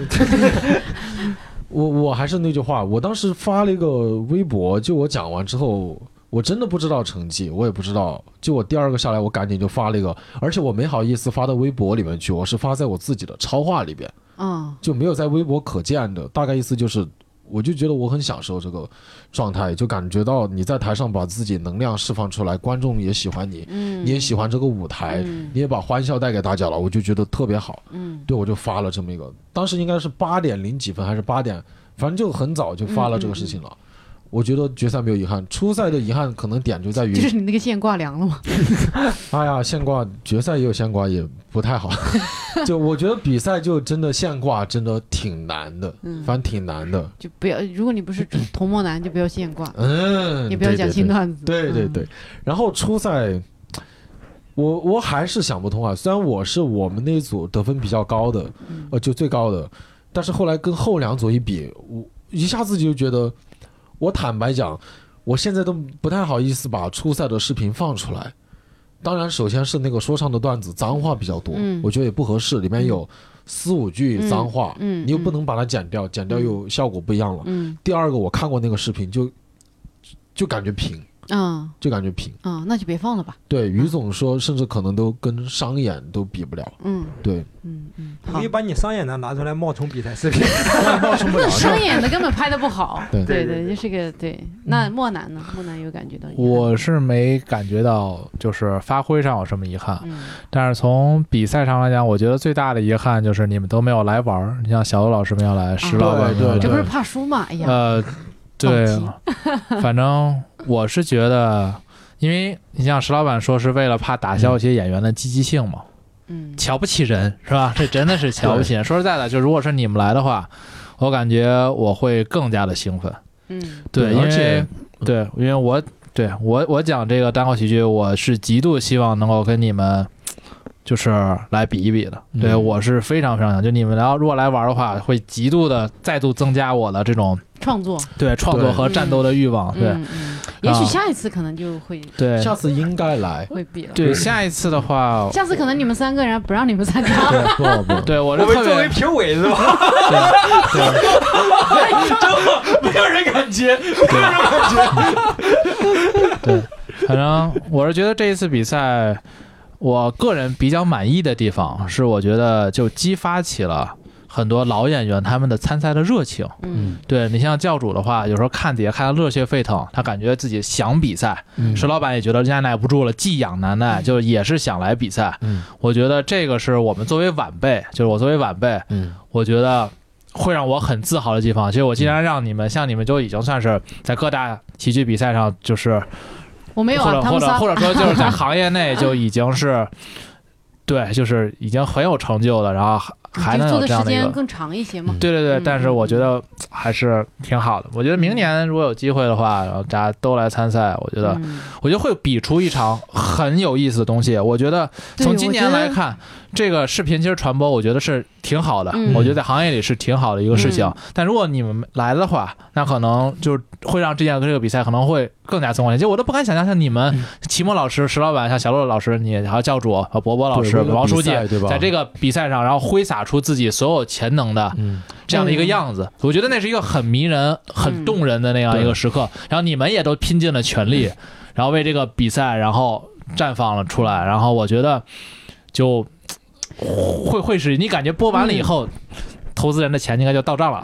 [SPEAKER 5] 我我还是那句话，我当时发了一个微博，就我讲完之后，我真的不知道成绩，我也不知道。就我第二个下来，我赶紧就发了一个，而且我没好意思发到微博里面去，我是发在我自己的超话里边，
[SPEAKER 2] 嗯
[SPEAKER 5] 就没有在微博可见的。大概意思就是，我就觉得我很享受这个状态，就感觉到你在台上把自己能量释放出来，观众也喜欢你，
[SPEAKER 2] 嗯，
[SPEAKER 5] 你也喜欢这个舞台，
[SPEAKER 2] 嗯
[SPEAKER 5] 你也把欢笑带给大家了，我就觉得特别好。
[SPEAKER 2] 嗯
[SPEAKER 5] 对，我就发了这么一个，当时应该是八点零几分还是八点，反正就很早就发了这个事情
[SPEAKER 2] 嗯
[SPEAKER 5] 了。我觉得决赛没有遗憾，初赛的遗憾可能点就在于
[SPEAKER 2] 就，是你那个线挂凉了嘛，
[SPEAKER 5] 哎呀，现挂决赛也有现挂，也不太好。 就我觉得比赛就真的现挂真的挺难的，
[SPEAKER 2] 嗯
[SPEAKER 5] 反，正挺难的。
[SPEAKER 2] 就不要，如果你不是童漠男，就不要线挂，
[SPEAKER 5] 嗯，
[SPEAKER 2] 也不要
[SPEAKER 5] 对
[SPEAKER 2] 讲
[SPEAKER 5] 对
[SPEAKER 2] 新
[SPEAKER 5] 对
[SPEAKER 2] 段子，
[SPEAKER 5] 对对
[SPEAKER 2] 嗯
[SPEAKER 5] 对，，然后初赛，我我还是想不通啊。虽然我是我们那一组得分比较高的，
[SPEAKER 2] 嗯
[SPEAKER 5] 呃，就最高的，但是后来跟后两组一比，我一下子就觉得，我坦白讲，我现在都不太好意思把初赛的视频放出来。当然，首先是那个说唱的段子脏话比较多，
[SPEAKER 2] 嗯
[SPEAKER 5] 我觉得也不合适，里面有四五句脏话，
[SPEAKER 2] 嗯嗯
[SPEAKER 5] 你又
[SPEAKER 2] 嗯
[SPEAKER 5] 不能把它剪掉，剪掉又效果不一样了。
[SPEAKER 2] 嗯
[SPEAKER 5] 第二个，我看过那个视频，就就感觉平，
[SPEAKER 2] 啊
[SPEAKER 5] 就感觉平。
[SPEAKER 2] 啊，那就别放了吧，
[SPEAKER 3] 嗯
[SPEAKER 5] 对，于总说，甚至可能都跟商演都比不了。
[SPEAKER 2] 嗯
[SPEAKER 5] 对，
[SPEAKER 2] 嗯嗯，
[SPEAKER 6] 我
[SPEAKER 2] 好
[SPEAKER 6] 可以，把你商演的拿出来冒充比赛视频。
[SPEAKER 5] 冒充不了。
[SPEAKER 2] 商演的根本拍的不好，
[SPEAKER 5] 对嗯
[SPEAKER 2] 对
[SPEAKER 6] 对
[SPEAKER 2] 这是个对。那莫南呢？莫南有感觉到遗憾吗
[SPEAKER 3] 我是没感觉到就是发挥上有什么遗憾，
[SPEAKER 2] 嗯
[SPEAKER 5] 呃
[SPEAKER 3] 但是从比赛上来讲，我觉得最大的遗憾就是你们都没有来玩儿。你像小欧老师没有来，石老板没有来，
[SPEAKER 5] 对
[SPEAKER 2] 这不是怕输吗？哎呀，
[SPEAKER 3] 呃，对，反正我是觉得，因为你像石老板说是为了怕打消一些演员的积极性嘛，
[SPEAKER 2] 嗯，
[SPEAKER 3] 瞧不起人是吧？这真的是瞧不起人。说实在的，就如果是你们来的话，我感觉我会更加的兴奋。
[SPEAKER 2] 嗯
[SPEAKER 5] 对
[SPEAKER 3] 因
[SPEAKER 5] 而
[SPEAKER 3] 为
[SPEAKER 5] 且
[SPEAKER 3] 对，因为我对我我讲这个单口喜剧，我是极度希望能够跟你们。就是来比一比的，对、
[SPEAKER 5] 嗯
[SPEAKER 3] 我是非常非常想，就你们要如果来玩的话，会极度的再度增加我的这种
[SPEAKER 2] 创作，
[SPEAKER 3] 对创作
[SPEAKER 5] 对
[SPEAKER 3] 和战斗的欲望，对、
[SPEAKER 2] 嗯，嗯
[SPEAKER 5] 啊
[SPEAKER 2] 也许下一次可能就会
[SPEAKER 3] 对
[SPEAKER 5] 下次应该来。
[SPEAKER 2] 会比了。
[SPEAKER 3] 对， 下一次的 话，
[SPEAKER 2] 下次可能你们三个人不让你们参加了，
[SPEAKER 5] 对，不不，
[SPEAKER 3] 对我
[SPEAKER 6] 我
[SPEAKER 3] 是
[SPEAKER 6] 们
[SPEAKER 3] 特
[SPEAKER 6] 作为
[SPEAKER 3] 别
[SPEAKER 6] 评委是吧？
[SPEAKER 4] 没有人敢接，
[SPEAKER 3] 反正我是觉得这一次比赛，我个人比较满意的地方是，我觉得就激发起了很多老演员他们的参赛的热情。
[SPEAKER 2] 嗯
[SPEAKER 3] 对你像教主的话，有时候看底下看的热血沸腾，他感觉自己想比赛，
[SPEAKER 5] 嗯
[SPEAKER 3] 石老板也觉得人家耐不住了，寄养难耐，就也是想来比赛。
[SPEAKER 5] 嗯
[SPEAKER 3] 我觉得这个是我们作为晚辈，就是我作为晚辈，
[SPEAKER 5] 嗯
[SPEAKER 3] 我觉得会让我很自豪的地方，就是我既
[SPEAKER 5] 嗯
[SPEAKER 3] 然让你们，像你们就已经算是在各大喜剧比赛上，就是
[SPEAKER 2] 我没有
[SPEAKER 3] 或
[SPEAKER 2] 啊，
[SPEAKER 3] 者
[SPEAKER 2] 他
[SPEAKER 3] 或
[SPEAKER 2] 们
[SPEAKER 3] 者
[SPEAKER 2] 仨
[SPEAKER 3] 或者 说就是在行业内就已经是，对，就是已经很有成就了，然后还
[SPEAKER 2] 就
[SPEAKER 3] 还能
[SPEAKER 2] 做
[SPEAKER 3] 有
[SPEAKER 2] 的
[SPEAKER 3] 这
[SPEAKER 2] 时
[SPEAKER 3] 样的一
[SPEAKER 2] 间
[SPEAKER 3] 个。
[SPEAKER 2] 更长一些嘛
[SPEAKER 5] 嗯。
[SPEAKER 3] 对对对，
[SPEAKER 2] 嗯
[SPEAKER 3] 但是我觉得还是挺好的。我觉得明年如果有机会的话，然后大家都来参赛，我觉得，
[SPEAKER 2] 嗯
[SPEAKER 3] 我觉得会比出一场很有意思的东西。我觉得
[SPEAKER 2] 对
[SPEAKER 3] 从今
[SPEAKER 2] 我
[SPEAKER 3] 年
[SPEAKER 2] 觉得
[SPEAKER 3] 来看，这个视频其实传播，我觉得是挺好的。
[SPEAKER 2] 嗯
[SPEAKER 3] 我觉得在行业里是挺好的一个事情。
[SPEAKER 2] 嗯
[SPEAKER 3] 但如果你们来的话，那可能就是会让这件这个比赛可能会更加增广一些。就我都不敢想象，像你们
[SPEAKER 2] 嗯
[SPEAKER 3] 齐墨老师、石老板、像小洛老师、你还有教主、呃博博老师、
[SPEAKER 5] 对为了
[SPEAKER 3] 王书记
[SPEAKER 5] 比赛对吧，
[SPEAKER 3] 在这个比赛上，然后挥洒出自己所有潜能的
[SPEAKER 5] 嗯，
[SPEAKER 3] 这样的一个样子。我觉得那是一个很迷人、很动人的那样一个时刻。然后你们也都拼尽了全力，然后为这个比赛然后绽放了出来。然后我觉得就会会是你感觉播完了以后，投资人的钱应该就到账了。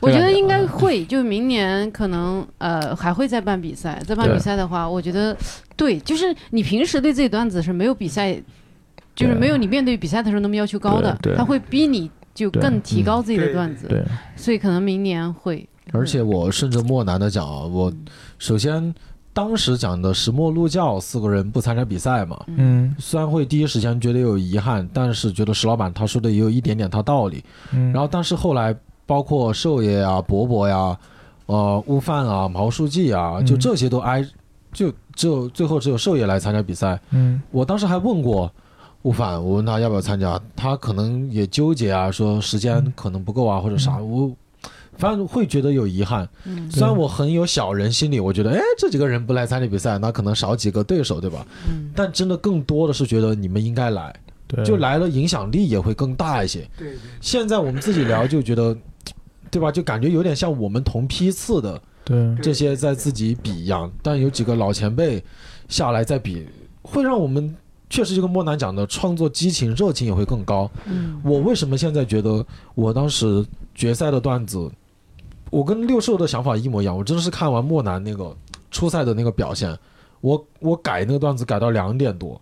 [SPEAKER 2] 我觉得应该会，就明年可能呃还会再办比赛，再办
[SPEAKER 5] 对
[SPEAKER 2] 比赛的话，我觉得对，就是你平时对自己段子是没有比赛，就是没有你面对比赛的时候那么要求高的
[SPEAKER 3] 对，对
[SPEAKER 2] 他会逼你就
[SPEAKER 3] 对嗯
[SPEAKER 2] 更提高自己的
[SPEAKER 6] 对
[SPEAKER 2] 段子，
[SPEAKER 3] 对
[SPEAKER 2] 所以可能明年会。
[SPEAKER 5] 而且我顺着莫南的讲啊，我首先当时讲的石墨路教四个人不参加比赛嘛，
[SPEAKER 3] 嗯
[SPEAKER 5] 虽然会第一时间觉得有遗憾，但是觉得石老板他说的也有一点点他道理。
[SPEAKER 3] 嗯
[SPEAKER 5] 然后但是后来包括寿爷呀、伯伯呀、呃悟饭啊、毛书记啊，
[SPEAKER 3] 嗯
[SPEAKER 5] 就这些都挨，就只有最后只有寿爷来参加比赛。
[SPEAKER 3] 嗯
[SPEAKER 5] 我当时还问过悟饭，我问他
[SPEAKER 3] 嗯
[SPEAKER 5] 要不要参加，他可能也纠结啊，说时间可能不够啊，或者啥。我反正会觉得有遗憾。
[SPEAKER 2] 嗯
[SPEAKER 5] 虽然我很有小人心理，我觉得哎，这几个人不来参加比赛，那可能少几个对手，对吧？
[SPEAKER 2] 嗯
[SPEAKER 5] 但真的更多的是觉得你们应该来，
[SPEAKER 3] 对，
[SPEAKER 5] 就来了，影响力也会更大一些。
[SPEAKER 6] 对对
[SPEAKER 5] 现在我们自己聊就觉得，对吧？就感觉有点像我们同批次的
[SPEAKER 3] 对，
[SPEAKER 5] 这些在自己比一样，但有几个老前辈下来再比，会让我们确实就跟莫南讲的，创作激情、热情也会更高。
[SPEAKER 2] 嗯
[SPEAKER 5] 我为什么现在觉得我当时决赛的段子，我跟六兽的想法一模一样，我真的是看完莫南那个初赛的那个表现，我我改那个段子改到两点多，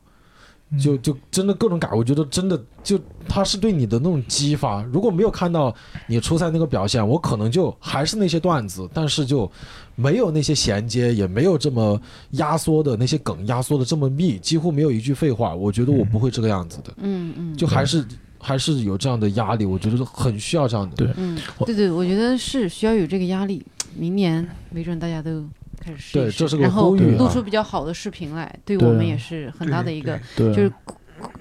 [SPEAKER 3] 嗯
[SPEAKER 5] 就就真的各种改，我觉得真的就他是对你的那种激发。如果没有看到你初赛那个表现，我可能就还是那些段子，但是就没有那些衔接，也没有这么压缩的那些梗压缩的这么密，几乎没有一句废话。我觉得我不会这个样子的，
[SPEAKER 2] 嗯嗯，
[SPEAKER 5] 就还是还是有这样的压力，我觉得很需要这样的。
[SPEAKER 3] 对
[SPEAKER 2] 嗯
[SPEAKER 3] 我
[SPEAKER 2] 对对，我觉得是需要有这个压力，明年没准大家都。开始试一
[SPEAKER 5] 对
[SPEAKER 2] 试
[SPEAKER 5] 这是个
[SPEAKER 2] 然后
[SPEAKER 5] 呼吁啊
[SPEAKER 3] 啊
[SPEAKER 2] 录出比较好的视频来，对
[SPEAKER 3] 对
[SPEAKER 2] 我们也是很大的一个，
[SPEAKER 3] 对
[SPEAKER 2] 就是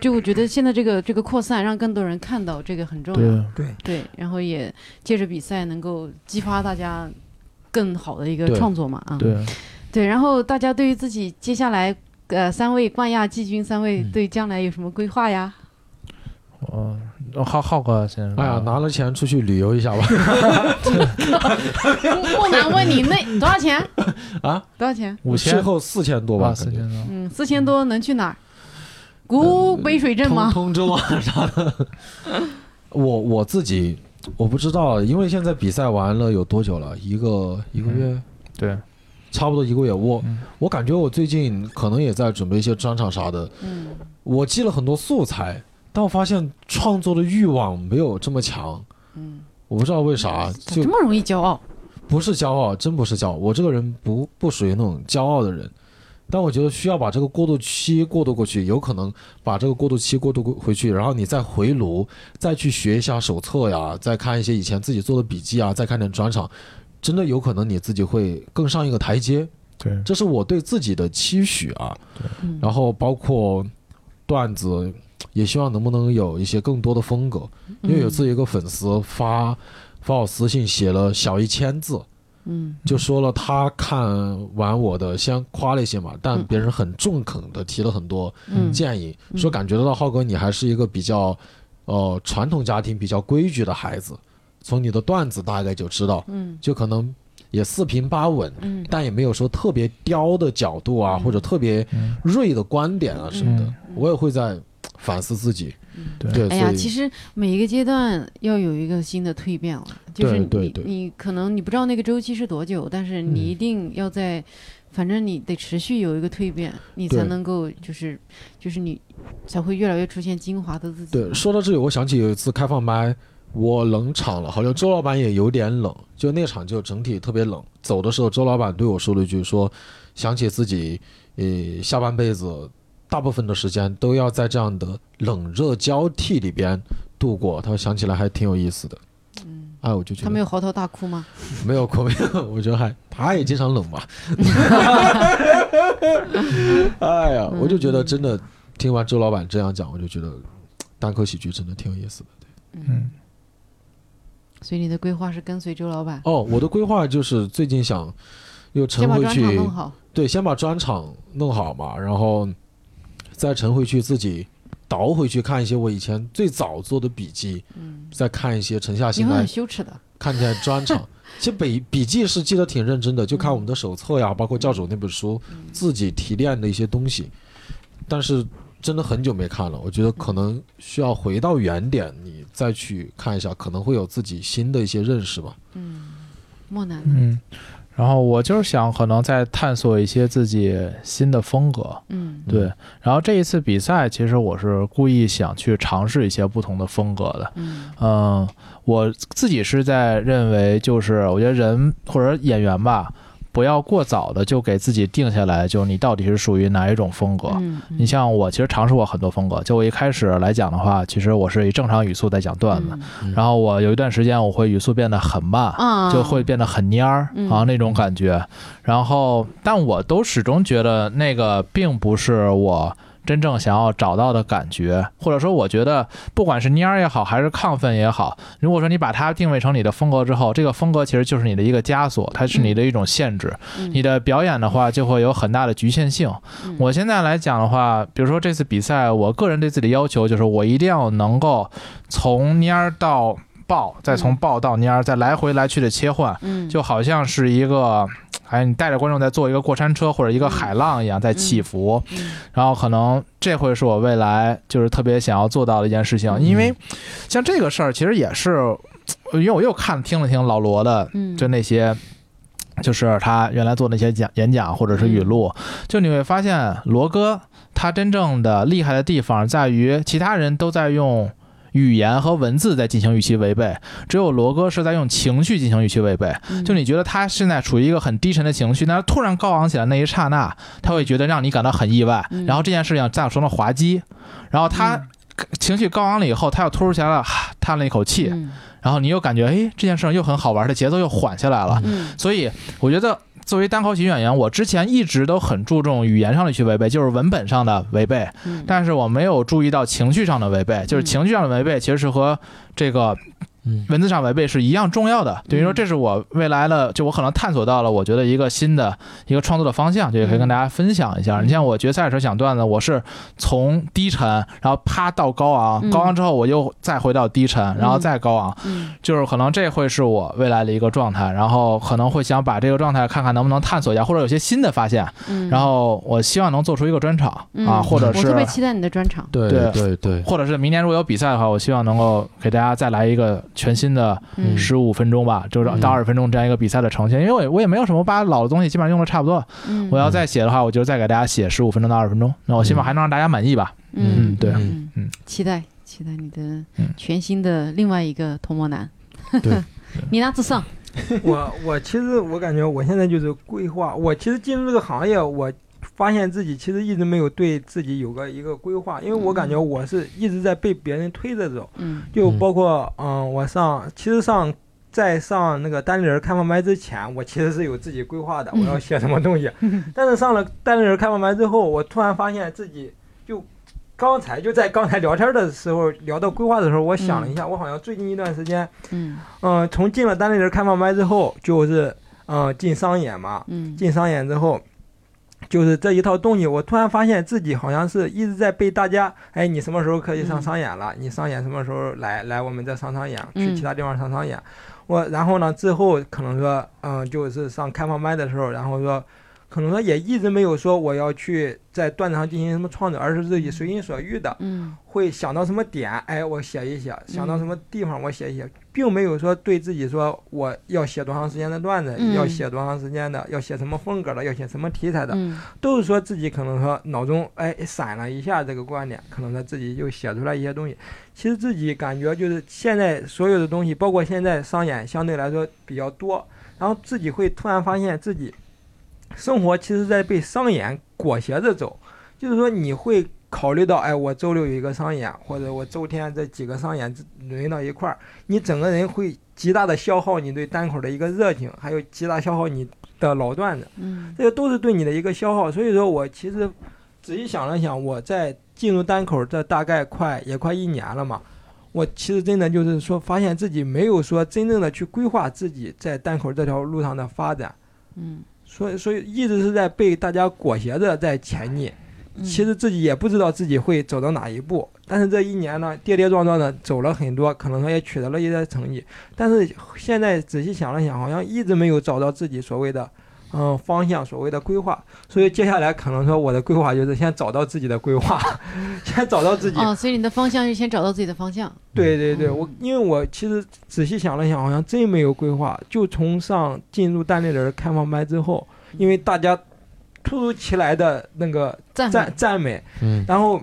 [SPEAKER 2] 就我觉得现在这个这个扩散，让更多人看到这个很重要。
[SPEAKER 5] 啊
[SPEAKER 6] 嗯
[SPEAKER 3] 对
[SPEAKER 2] 对，然后也借着比赛能够激发大家更好的一个
[SPEAKER 5] 对
[SPEAKER 2] 创作嘛啊。
[SPEAKER 3] 对
[SPEAKER 2] 对然后大家对于自己接下来呃三位冠亚季军三位
[SPEAKER 5] 嗯
[SPEAKER 2] 对将来有什么规划呀？
[SPEAKER 3] 我哦浩浩哥先生，
[SPEAKER 5] 哎呀，拿了钱出去旅游一 下吧。
[SPEAKER 2] 莫南问你那多少钱？
[SPEAKER 5] 啊，
[SPEAKER 2] 多少钱？
[SPEAKER 3] 五
[SPEAKER 5] 税
[SPEAKER 3] 千
[SPEAKER 5] 后四千多吧，
[SPEAKER 3] 啊，
[SPEAKER 5] 感觉
[SPEAKER 3] 四千多，
[SPEAKER 2] 嗯，四千多能去哪儿？古北水镇
[SPEAKER 5] 呃通
[SPEAKER 2] 吗？
[SPEAKER 5] 通州啊啥的。 我我自己我不知道，啊因为现在比赛完了有多久了？一个一个月，
[SPEAKER 3] 对，
[SPEAKER 5] 差不多一个月。我、
[SPEAKER 3] 嗯
[SPEAKER 5] 我感觉我最近可能也在准备一些专场啥的，
[SPEAKER 2] 嗯
[SPEAKER 5] 我记了很多素材，但我发现创作的欲望没有这么强。
[SPEAKER 2] 嗯，
[SPEAKER 5] 我不知道为啥，
[SPEAKER 2] 咋
[SPEAKER 5] 啊就
[SPEAKER 2] 这么容易骄傲？
[SPEAKER 5] 不是骄傲，真不是骄傲。我这个人不不属于那种骄傲的人，但我觉得需要把这个过渡期过渡过去，有可能把这个过渡期过渡过回去，然后你再回炉，再去学一下手册呀，再看一些以前自己做的笔记啊，再看点专场，真的有可能你自己会更上一个台阶。
[SPEAKER 3] 对
[SPEAKER 5] 这是我对自己的期许啊。
[SPEAKER 2] 嗯
[SPEAKER 5] 然后包括段子，也希望能不能有一些更多的风格，因
[SPEAKER 2] 嗯
[SPEAKER 5] 为有次一个粉丝发发我私信写了小一千字，
[SPEAKER 2] 嗯
[SPEAKER 5] 就说了他看完我的，先夸了一些嘛，但别人很中肯的提了很多
[SPEAKER 2] 嗯
[SPEAKER 5] 建议，
[SPEAKER 2] 嗯
[SPEAKER 5] 说感觉得到浩哥你还是一个比较，呃，传统家庭比较规矩的孩子，从你的段子大概就知道，
[SPEAKER 2] 嗯
[SPEAKER 5] 就可能也四平八稳，
[SPEAKER 2] 嗯
[SPEAKER 5] 但也没有说特别刁的角度啊，
[SPEAKER 2] 嗯
[SPEAKER 5] 或者特别
[SPEAKER 3] 嗯
[SPEAKER 5] 锐的观点啊什么的
[SPEAKER 3] 嗯，
[SPEAKER 5] 我也会在反思自己。
[SPEAKER 2] 嗯。
[SPEAKER 3] 对
[SPEAKER 5] 对，
[SPEAKER 2] 哎呀，
[SPEAKER 5] 所以
[SPEAKER 2] 其实每一个阶段要有一个新的蜕变了，就是
[SPEAKER 5] 对
[SPEAKER 2] 你
[SPEAKER 5] 对对
[SPEAKER 2] 你可能你不知道那个周期是多久，但是你
[SPEAKER 5] 嗯
[SPEAKER 2] 一定要在，反正你得持续有一个蜕变，你
[SPEAKER 5] 对
[SPEAKER 2] 才能够就是就是你才会越来越出现精华的自己。
[SPEAKER 5] 对，说到这里，我想起有一次开放麦，我冷场了，好像周老板也有点冷，就那场就整体特别冷。走的时候，周老板对我说了一句说，想起自己呃下半辈子大部分的时间都要在这样的冷热交替里边度过。他说想起来还挺有意思的。
[SPEAKER 2] 嗯，
[SPEAKER 5] 哎，我就觉
[SPEAKER 2] 他
[SPEAKER 5] 得
[SPEAKER 2] 没有嚎啕大哭吗？
[SPEAKER 5] 没有哭，没有，我觉得还他也经常冷 嘛。哎呀，
[SPEAKER 2] 嗯
[SPEAKER 5] 我就觉得真的，听完周老板这样讲，我就觉得单口喜剧真的挺有意思的。
[SPEAKER 3] 嗯
[SPEAKER 2] 所以你的规划是跟随周老板，
[SPEAKER 5] 哦，我的规划就是最近想又
[SPEAKER 2] 先
[SPEAKER 5] 沉
[SPEAKER 2] 把
[SPEAKER 5] 回
[SPEAKER 2] 专场
[SPEAKER 5] 去
[SPEAKER 2] 弄，好。
[SPEAKER 5] 对，先把专场弄好嘛，然后再沉回去自己倒回去看一些我以前最早做的笔记，
[SPEAKER 2] 嗯，
[SPEAKER 5] 再看一些沉下
[SPEAKER 2] 你
[SPEAKER 5] 心
[SPEAKER 2] 会
[SPEAKER 5] 来
[SPEAKER 2] 很羞耻的。
[SPEAKER 5] 看一下专场。其实笔笔记是记得挺认真的，就看我们的手册呀，包括教主那本书，自己提炼的一些东西。但是真的很久没看了，我觉得可能需要回到原点，你再去看一下，可能会有自己新的一些认识吧。
[SPEAKER 2] 嗯，莫南呢，
[SPEAKER 3] 嗯，然后我就是想可能再探索一些自己新的风格，
[SPEAKER 2] 嗯
[SPEAKER 3] 对。然后这一次比赛，其实我是故意想去尝试一些不同的风格的，
[SPEAKER 2] 嗯
[SPEAKER 3] 嗯，我自己是在认为，就是我觉得人或者演员吧，不要过早的就给自己定下来，就你到底是属于哪一种风格。
[SPEAKER 2] 嗯，嗯
[SPEAKER 3] 你像我，其实尝试过很多风格。就我一开始来讲的话，其实我是以正常语速在讲段子，
[SPEAKER 2] 嗯
[SPEAKER 3] 然后我有一段时间我会语速变得很慢，
[SPEAKER 2] 啊，
[SPEAKER 3] 就会变得很蔫儿
[SPEAKER 2] 嗯
[SPEAKER 3] 啊那种感觉。然后，但我都始终觉得那个并不是我真正想要找到的感觉，或者说，我觉得不管是蔫儿也好，还是亢奋也好，如果说你把它定位成你的风格之后，这个风格其实就是你的一个枷锁，它是你的一种限制。
[SPEAKER 2] 嗯
[SPEAKER 3] 你的表演的话，就会有很大的局限性。
[SPEAKER 2] 嗯
[SPEAKER 3] 我现在来讲的话，比如说这次比赛，我个人对自己的要求就是，我一定要能够从蔫儿到爆，再从爆到蔫儿，再来回来去的切换，
[SPEAKER 2] 嗯
[SPEAKER 3] 就好像是一个，哎，你带着观众在做一个过山车或者一个海浪一样在起伏。
[SPEAKER 2] 嗯
[SPEAKER 3] 然后可能这会是我未来就是特别想要做到的一件事情，
[SPEAKER 2] 嗯
[SPEAKER 3] 因为像这个事儿，其实也是，呃因为我又看听了听老罗的
[SPEAKER 2] 嗯
[SPEAKER 3] 就那些，就是他原来做那些讲演讲或者是语录，
[SPEAKER 2] 嗯
[SPEAKER 3] 就你会发现罗哥他真正的厉害的地方在于，其他人都在用。语言和文字在进行预期违背，只有罗哥是在用情绪进行预期违背。
[SPEAKER 2] 嗯
[SPEAKER 3] 就你觉得他现在处于一个很低沉的情绪，但是突然高昂起来那一刹那，他会觉得让你感到很意外，
[SPEAKER 2] 嗯
[SPEAKER 3] 然后这件事情在我手中滑稽，然后他情绪高昂了以后，他又突如其来的叹了一口气，
[SPEAKER 2] 嗯
[SPEAKER 3] 然后你又感觉，哎，这件事情又很好玩，这节奏又缓下来了。
[SPEAKER 2] 嗯
[SPEAKER 3] 所以我觉得，作为单口喜剧演员，我之前一直都很注重语言上的去违背，就是文本上的违背，
[SPEAKER 2] 嗯
[SPEAKER 3] 但是我没有注意到情绪上的违背，就是
[SPEAKER 2] 嗯
[SPEAKER 3] 情绪上的违背其实是和这个
[SPEAKER 5] 嗯
[SPEAKER 3] 文字上违背是一样重要的。等于
[SPEAKER 2] 嗯
[SPEAKER 3] 说，这是我未来的，就我可能探索到了，我觉得一个新的一个创作的方向，就也可以跟大家分享一下。
[SPEAKER 2] 嗯
[SPEAKER 3] 你像我决赛的时候讲段子，我是从低沉，然后啪到高昂，
[SPEAKER 2] 嗯
[SPEAKER 3] 高昂之后我又再回到低沉，然后再高昂，
[SPEAKER 2] 嗯
[SPEAKER 3] 就是可能这会是我未来的一个状态，然后可能会想把这个状态看看能不能探索一下，或者有些新的发现，
[SPEAKER 2] 嗯
[SPEAKER 3] 然后我希望能做出一个专场、
[SPEAKER 2] 嗯
[SPEAKER 3] 啊，或者
[SPEAKER 2] 我
[SPEAKER 3] 是
[SPEAKER 2] 特别期待你的专场。
[SPEAKER 5] 对
[SPEAKER 6] 啊
[SPEAKER 3] 对
[SPEAKER 5] 对对，
[SPEAKER 3] 或者是明年如果有比赛的话，我希望能够给大家再来一个全新的
[SPEAKER 2] 嗯
[SPEAKER 3] 十五分钟吧，
[SPEAKER 6] 嗯
[SPEAKER 3] 就是到二十分钟这样一个比赛的呈现，因为我也我也没有什么把老的东西基本上用的差不多了，
[SPEAKER 2] 嗯
[SPEAKER 3] 我要再写的话，我就再给大家写十五分钟到二十分钟，那我希望还能让大家满意吧。
[SPEAKER 2] 嗯
[SPEAKER 3] 嗯对
[SPEAKER 2] 嗯
[SPEAKER 3] 嗯
[SPEAKER 2] 期待期待你的
[SPEAKER 3] 嗯
[SPEAKER 2] 全新的另外一个童魔男。
[SPEAKER 5] 对，
[SPEAKER 2] 你呢？自上，
[SPEAKER 6] 我我其实我感觉我现在就是规划，我其实进入这个行业，我发现自己其实一直没有对自己有个一个规划，因为我感觉我是一直在被别人推着走，
[SPEAKER 2] 嗯
[SPEAKER 6] 就包括嗯，我上其实上。在上那个单立人开放麦之前，我其实是有自己规划的，我要写什么东西。但是上了单立人开放麦之后，我突然发现自己就刚才就在刚才聊天的时候聊到规划的时候，我想了一下，我好像最近一段时间
[SPEAKER 2] 嗯
[SPEAKER 6] 嗯，从进了单立人开放麦之后，就是嗯进商演嘛，
[SPEAKER 2] 嗯
[SPEAKER 6] 进商演之后，就是这一套东西，我突然发现自己好像是一直在被大家，哎，你什么时候可以上
[SPEAKER 2] 嗯
[SPEAKER 6] 商演了？你商演什么时候来？来我们这上商演，
[SPEAKER 2] 嗯
[SPEAKER 6] 去其他地方上商演。我然后呢，之后可能说，嗯，就是上开放麦的时候，然后说。可能说也一直没有说我要去在段子上进行什么创作，而是自己随心所欲的，
[SPEAKER 2] 嗯
[SPEAKER 6] 会想到什么点，哎，我写一写；想到什么地方，我写一写，并没有说对自己说我要写多长时间的段子，
[SPEAKER 2] 嗯
[SPEAKER 6] 要写多长时间的，要写什么风格的，要写什么题材的，
[SPEAKER 2] 嗯
[SPEAKER 6] 都是说自己可能说脑中哎闪了一下这个观点，可能他自己就写出来一些东西。其实自己感觉就是现在所有的东西，包括现在商演相对来说比较多，然后自己会突然发现自己生活其实在被商演裹挟着走，就是说你会。考虑到，哎，我周六有一个商演，或者我周天这几个商演轮到一块儿，你整个人会极大的消耗你对单口的一个热情，还有极大消耗你的老段子。
[SPEAKER 2] 嗯
[SPEAKER 6] 这个都是对你的一个消耗。所以说我其实仔细想了想，我在进入单口这大概快也快一年了嘛，我其实真的就是说，发现自己没有说真正的去规划自己在单口这条路上的发展，
[SPEAKER 2] 嗯，
[SPEAKER 6] 所以所以一直是在被大家裹挟着在前进。
[SPEAKER 2] 嗯
[SPEAKER 6] 其实自己也不知道自己会走到哪一步，但是这一年呢，跌跌撞撞的走了很多，可能说也取得了一些成绩，但是现在仔细想了想，好像一直没有找到自己所谓的。嗯，方向所谓的规划，所以接下来可能说我的规划就是先找到自己的规划， 先找到自己。
[SPEAKER 2] 哦，所以你的方向是先找到自己的方向。
[SPEAKER 6] 对对对，
[SPEAKER 2] 嗯
[SPEAKER 6] 我因为我其实仔细想了想，好像真没有规划。就从上进入单立人开放麦之后，因为大家突如其来的那个
[SPEAKER 2] 赞
[SPEAKER 6] 赞
[SPEAKER 2] 美，
[SPEAKER 6] 赞美，
[SPEAKER 5] 嗯，
[SPEAKER 6] 然后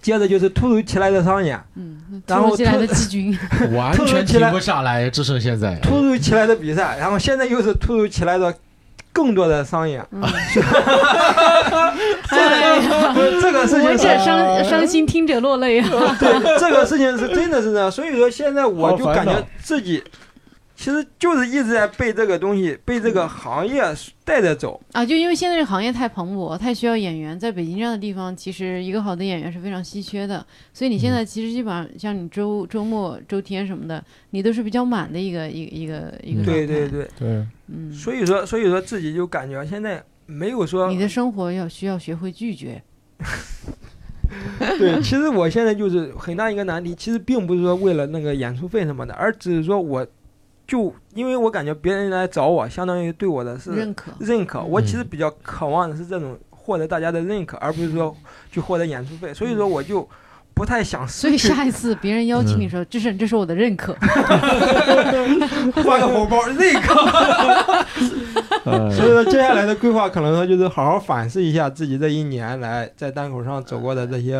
[SPEAKER 6] 接着就是突如其来的商演，
[SPEAKER 2] 嗯，突
[SPEAKER 6] 然后
[SPEAKER 2] 如其来
[SPEAKER 6] 特
[SPEAKER 2] 的季军，。
[SPEAKER 5] 完全停不下来，只剩现在。
[SPEAKER 6] 突如其来的比赛，然后现在又是突如其来的更多的商演
[SPEAKER 2] 嗯哎呀
[SPEAKER 6] 这个事
[SPEAKER 2] 闻
[SPEAKER 6] 情
[SPEAKER 2] 者
[SPEAKER 6] 是
[SPEAKER 2] 伤伤心，听者落泪啊！
[SPEAKER 6] 对，这个事情是真的是这样。所以说现在我就
[SPEAKER 4] 好
[SPEAKER 6] 感
[SPEAKER 4] 烦恼
[SPEAKER 6] 觉自己其实就是一直在被这个东西、被这个行业带着走。
[SPEAKER 2] 啊，就因为现在这个行业太蓬勃，太需要演员，在北京这样的地方，其实一个好的演员是非常稀缺的。所以
[SPEAKER 6] 嗯
[SPEAKER 2] 你现在其实基本上像你周周末、周天什么的，你都是比较满的一个一个一个一个
[SPEAKER 3] 嗯
[SPEAKER 2] 状
[SPEAKER 6] 对
[SPEAKER 2] 态。
[SPEAKER 6] 对，对，
[SPEAKER 3] 对，
[SPEAKER 2] 嗯，
[SPEAKER 6] 所以说，所以说自己就感觉现在没有说
[SPEAKER 2] 你的生活要需要学会拒绝。
[SPEAKER 6] 对，其实我现在就是很大一个难题，其实并不是说为了那个演出费什么的，而只是说我就因为我感觉别人来找我，相当于对我的是
[SPEAKER 2] 认可，
[SPEAKER 6] 认可，我其实
[SPEAKER 3] 嗯
[SPEAKER 6] 比较渴望的是这种获得大家的认可，而不是说去获得演出费，所以说我就不太想
[SPEAKER 2] 嗯所
[SPEAKER 6] 失
[SPEAKER 2] 以
[SPEAKER 6] 去
[SPEAKER 2] 下一次别人邀请你
[SPEAKER 6] 嗯
[SPEAKER 2] 说，志胜，这是我的认可，
[SPEAKER 6] 发个红包认可。
[SPEAKER 3] 呃
[SPEAKER 6] 嗯 所以说，接下来的规划可能说就是好好反思一下自己这一年来在单口上走过的这些，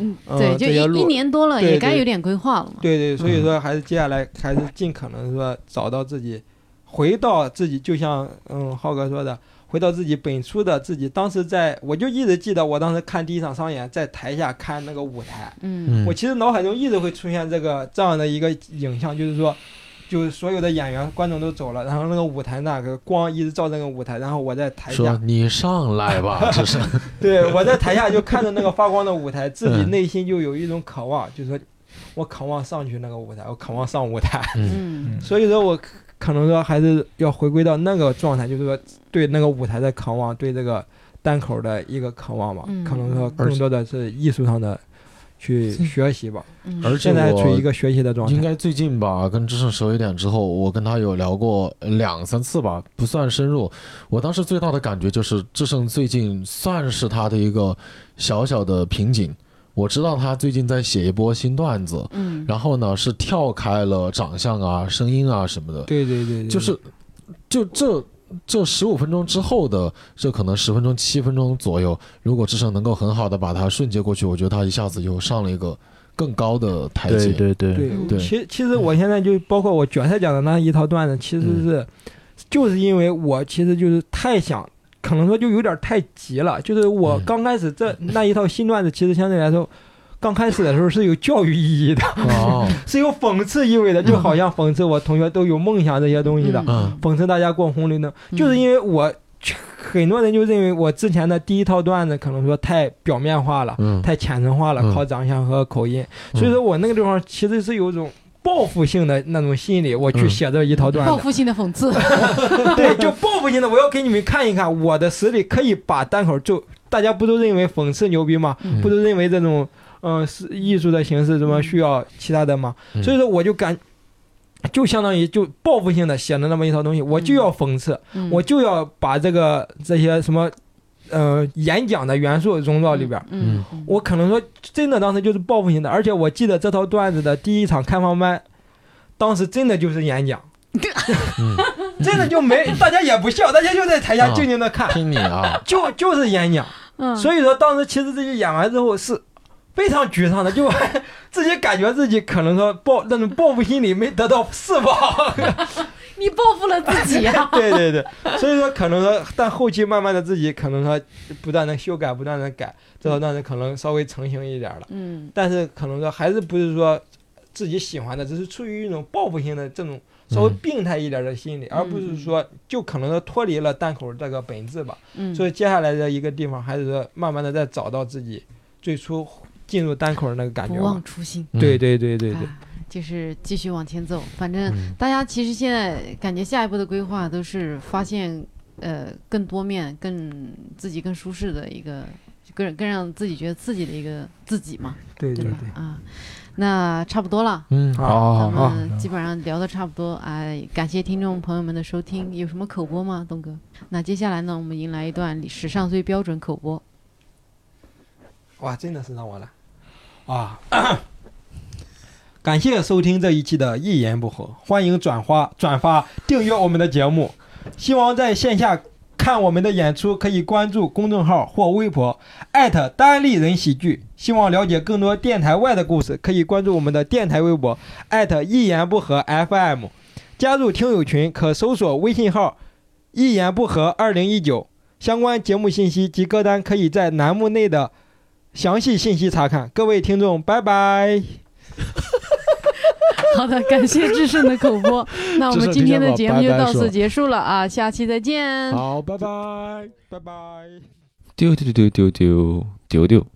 [SPEAKER 2] 嗯，
[SPEAKER 6] 嗯
[SPEAKER 2] 对，就
[SPEAKER 6] 这些
[SPEAKER 2] 一
[SPEAKER 6] 路
[SPEAKER 2] 一年多了，
[SPEAKER 6] 对
[SPEAKER 2] 也该
[SPEAKER 6] 对
[SPEAKER 2] 有点规划了嘛。
[SPEAKER 6] 对
[SPEAKER 5] 嗯
[SPEAKER 6] 对，所以说还是接下来还是尽可能说找到自己，回到自己，就像嗯浩哥说的，回到自己本初的自己。当时在，我就一直记得我当时看第一场商演，在台下看那个舞台，
[SPEAKER 2] 嗯
[SPEAKER 3] 嗯
[SPEAKER 6] 我其实脑海中一直会出现这个这样的一个影像，就是说，就是所有的演员、观众都走了，然后那个舞台那个光一直照那个舞台，然后我在台
[SPEAKER 5] 说
[SPEAKER 6] 下，
[SPEAKER 5] 你上来吧，只 是
[SPEAKER 6] 对我在台下就看着那个发光的舞台，自己
[SPEAKER 5] 嗯
[SPEAKER 6] 内心就有一种渴望，就是说我渴望上去那个舞台，我渴望上舞台。
[SPEAKER 2] 嗯
[SPEAKER 3] 嗯
[SPEAKER 6] 所以说我可可能说还是要回归到那个状态，就是说对那个舞台的渴望，对这个单口的一个渴望吧。
[SPEAKER 2] 嗯
[SPEAKER 6] 可能说
[SPEAKER 5] 而
[SPEAKER 6] 更
[SPEAKER 5] 且
[SPEAKER 6] 多的是艺术上的去学习吧。
[SPEAKER 2] 嗯，
[SPEAKER 5] 而且
[SPEAKER 6] 现在还处于一
[SPEAKER 5] 我
[SPEAKER 6] 个学习的状
[SPEAKER 5] 应
[SPEAKER 6] 态。
[SPEAKER 5] 该最近吧，跟志胜熟一点之后，我跟他有聊过两三次吧，不算深入。我当时最大的感觉就是，志胜最近算是他的一个小小的瓶颈。我知道他最近在写一波新段子，
[SPEAKER 2] 嗯，
[SPEAKER 5] 然后呢是跳开了长相啊、声音啊什么的，
[SPEAKER 6] 对对对对，
[SPEAKER 5] 就是就这这十五分钟之后的这可能十分钟、七分钟左右，如果志胜能够很好的把它瞬接过去，我觉得他一下子又上了一个更高的台阶。
[SPEAKER 3] 对对对，
[SPEAKER 6] 对
[SPEAKER 2] 嗯。
[SPEAKER 5] 对
[SPEAKER 6] 其其实我现在就包括我决赛讲的那一套段子，其实
[SPEAKER 5] 嗯
[SPEAKER 6] 是就是因为我其实就是太想。可能说就有点太急了，就是我
[SPEAKER 5] 嗯
[SPEAKER 6] 刚开始这那一套新段子，其实相对来说，刚开始的时候是有教育意义的，
[SPEAKER 5] 哦，
[SPEAKER 6] 是有讽刺意味的，就好像讽刺我同学都有梦想这些东西的，
[SPEAKER 5] 嗯
[SPEAKER 6] 讽刺大家过红绿灯，就是
[SPEAKER 2] 嗯
[SPEAKER 6] 因为我很多人就认为我之前的第一套段子可能说太表面化了，
[SPEAKER 5] 嗯，
[SPEAKER 6] 太浅层化了，
[SPEAKER 5] 嗯
[SPEAKER 6] 靠长相和口音，
[SPEAKER 5] 嗯
[SPEAKER 6] 所以说我那个地方其实是有一种。报复性的那种心理，我去
[SPEAKER 5] 嗯
[SPEAKER 6] 写这一套段
[SPEAKER 2] 报
[SPEAKER 6] 子，
[SPEAKER 2] 复性的讽刺，
[SPEAKER 6] 对，就报复性的，我要给你们看一看我的实力可以把单口就，大家不都认为讽刺牛逼吗？
[SPEAKER 5] 嗯
[SPEAKER 6] 不都认为这种嗯、呃是艺术的形式怎么需要其他的吗？
[SPEAKER 5] 嗯
[SPEAKER 6] 所以说我就感。就相当于就报复性的写了那么一套东西，我就要讽刺，
[SPEAKER 2] 嗯
[SPEAKER 6] 我就要把这个这些什么，呃，演讲的元素融到里边儿。
[SPEAKER 2] 嗯，嗯
[SPEAKER 6] 我可能说真的当时就是报复性的，而且我记得这套段子的第一场开放麦，当时真的就是演讲， 真的就没大家也不笑，大家就在台下
[SPEAKER 5] 啊
[SPEAKER 6] 静静的看，
[SPEAKER 5] 听你啊，
[SPEAKER 6] 就就是演讲。
[SPEAKER 2] 嗯，
[SPEAKER 6] 所以说当时其实自己演完之后是非常沮丧的，就 自己感觉自己可能说报那种报复心理没得到释放。
[SPEAKER 2] 你报复了自己啊，
[SPEAKER 6] 对对对，所以说可能说，但后期慢慢的自己可能说不断的修改，不断的改，这段子可能稍微成型一点了。
[SPEAKER 2] 嗯
[SPEAKER 6] 但是可能说还是不是说自己喜欢的，只是出于一种报复性的这种稍微
[SPEAKER 5] 嗯
[SPEAKER 6] 病态一点的心理，而不是说就可能说脱离了单口这个本质吧。
[SPEAKER 2] 嗯，
[SPEAKER 6] 所以接下来的一个地方，还是说慢慢的再找到自己最初进入单口的那个感
[SPEAKER 2] 不
[SPEAKER 6] 觉吧
[SPEAKER 2] 忘。初心，
[SPEAKER 5] 嗯
[SPEAKER 6] 对对对对对
[SPEAKER 2] 哎，就是继续往前走。反正
[SPEAKER 5] 嗯
[SPEAKER 2] 大家其实现在感觉下一步的规划都是发现呃更多面、更自己更舒适的一个，更更让自己觉得刺激的一个自己嘛，
[SPEAKER 6] 对对
[SPEAKER 2] 对吧？
[SPEAKER 6] 对。
[SPEAKER 2] 啊，那差不多了。
[SPEAKER 5] 嗯，
[SPEAKER 6] 好
[SPEAKER 3] 好好
[SPEAKER 2] 咱
[SPEAKER 3] 好，
[SPEAKER 2] 们基本上聊的差不多，哎，感谢听众朋友们的收听，有什么口播吗，东哥？那接下来呢，我们迎来一段史上最标准口播，
[SPEAKER 6] 哇，真的是让我来啊！ 感谢收听这一期的《一言不合》，欢迎转发、转发、订阅我们的节目。希望在线下看我们的演出，可以关注公众号或微博单立人喜剧。希望了解更多电台外的故事，可以关注我们的电台微博一言不合 FM。加入听友群可搜索微信号“一言不合二零一九”，相关节目信息及歌单可以在栏目内的。详细信息查看。各位听众，拜拜。
[SPEAKER 2] 好的，感谢智胜的口播。那我们今天的节目就到此结束了啊，下期再见。
[SPEAKER 6] 好，拜拜，拜拜。
[SPEAKER 1] 丢丢丢丢丢丢丢。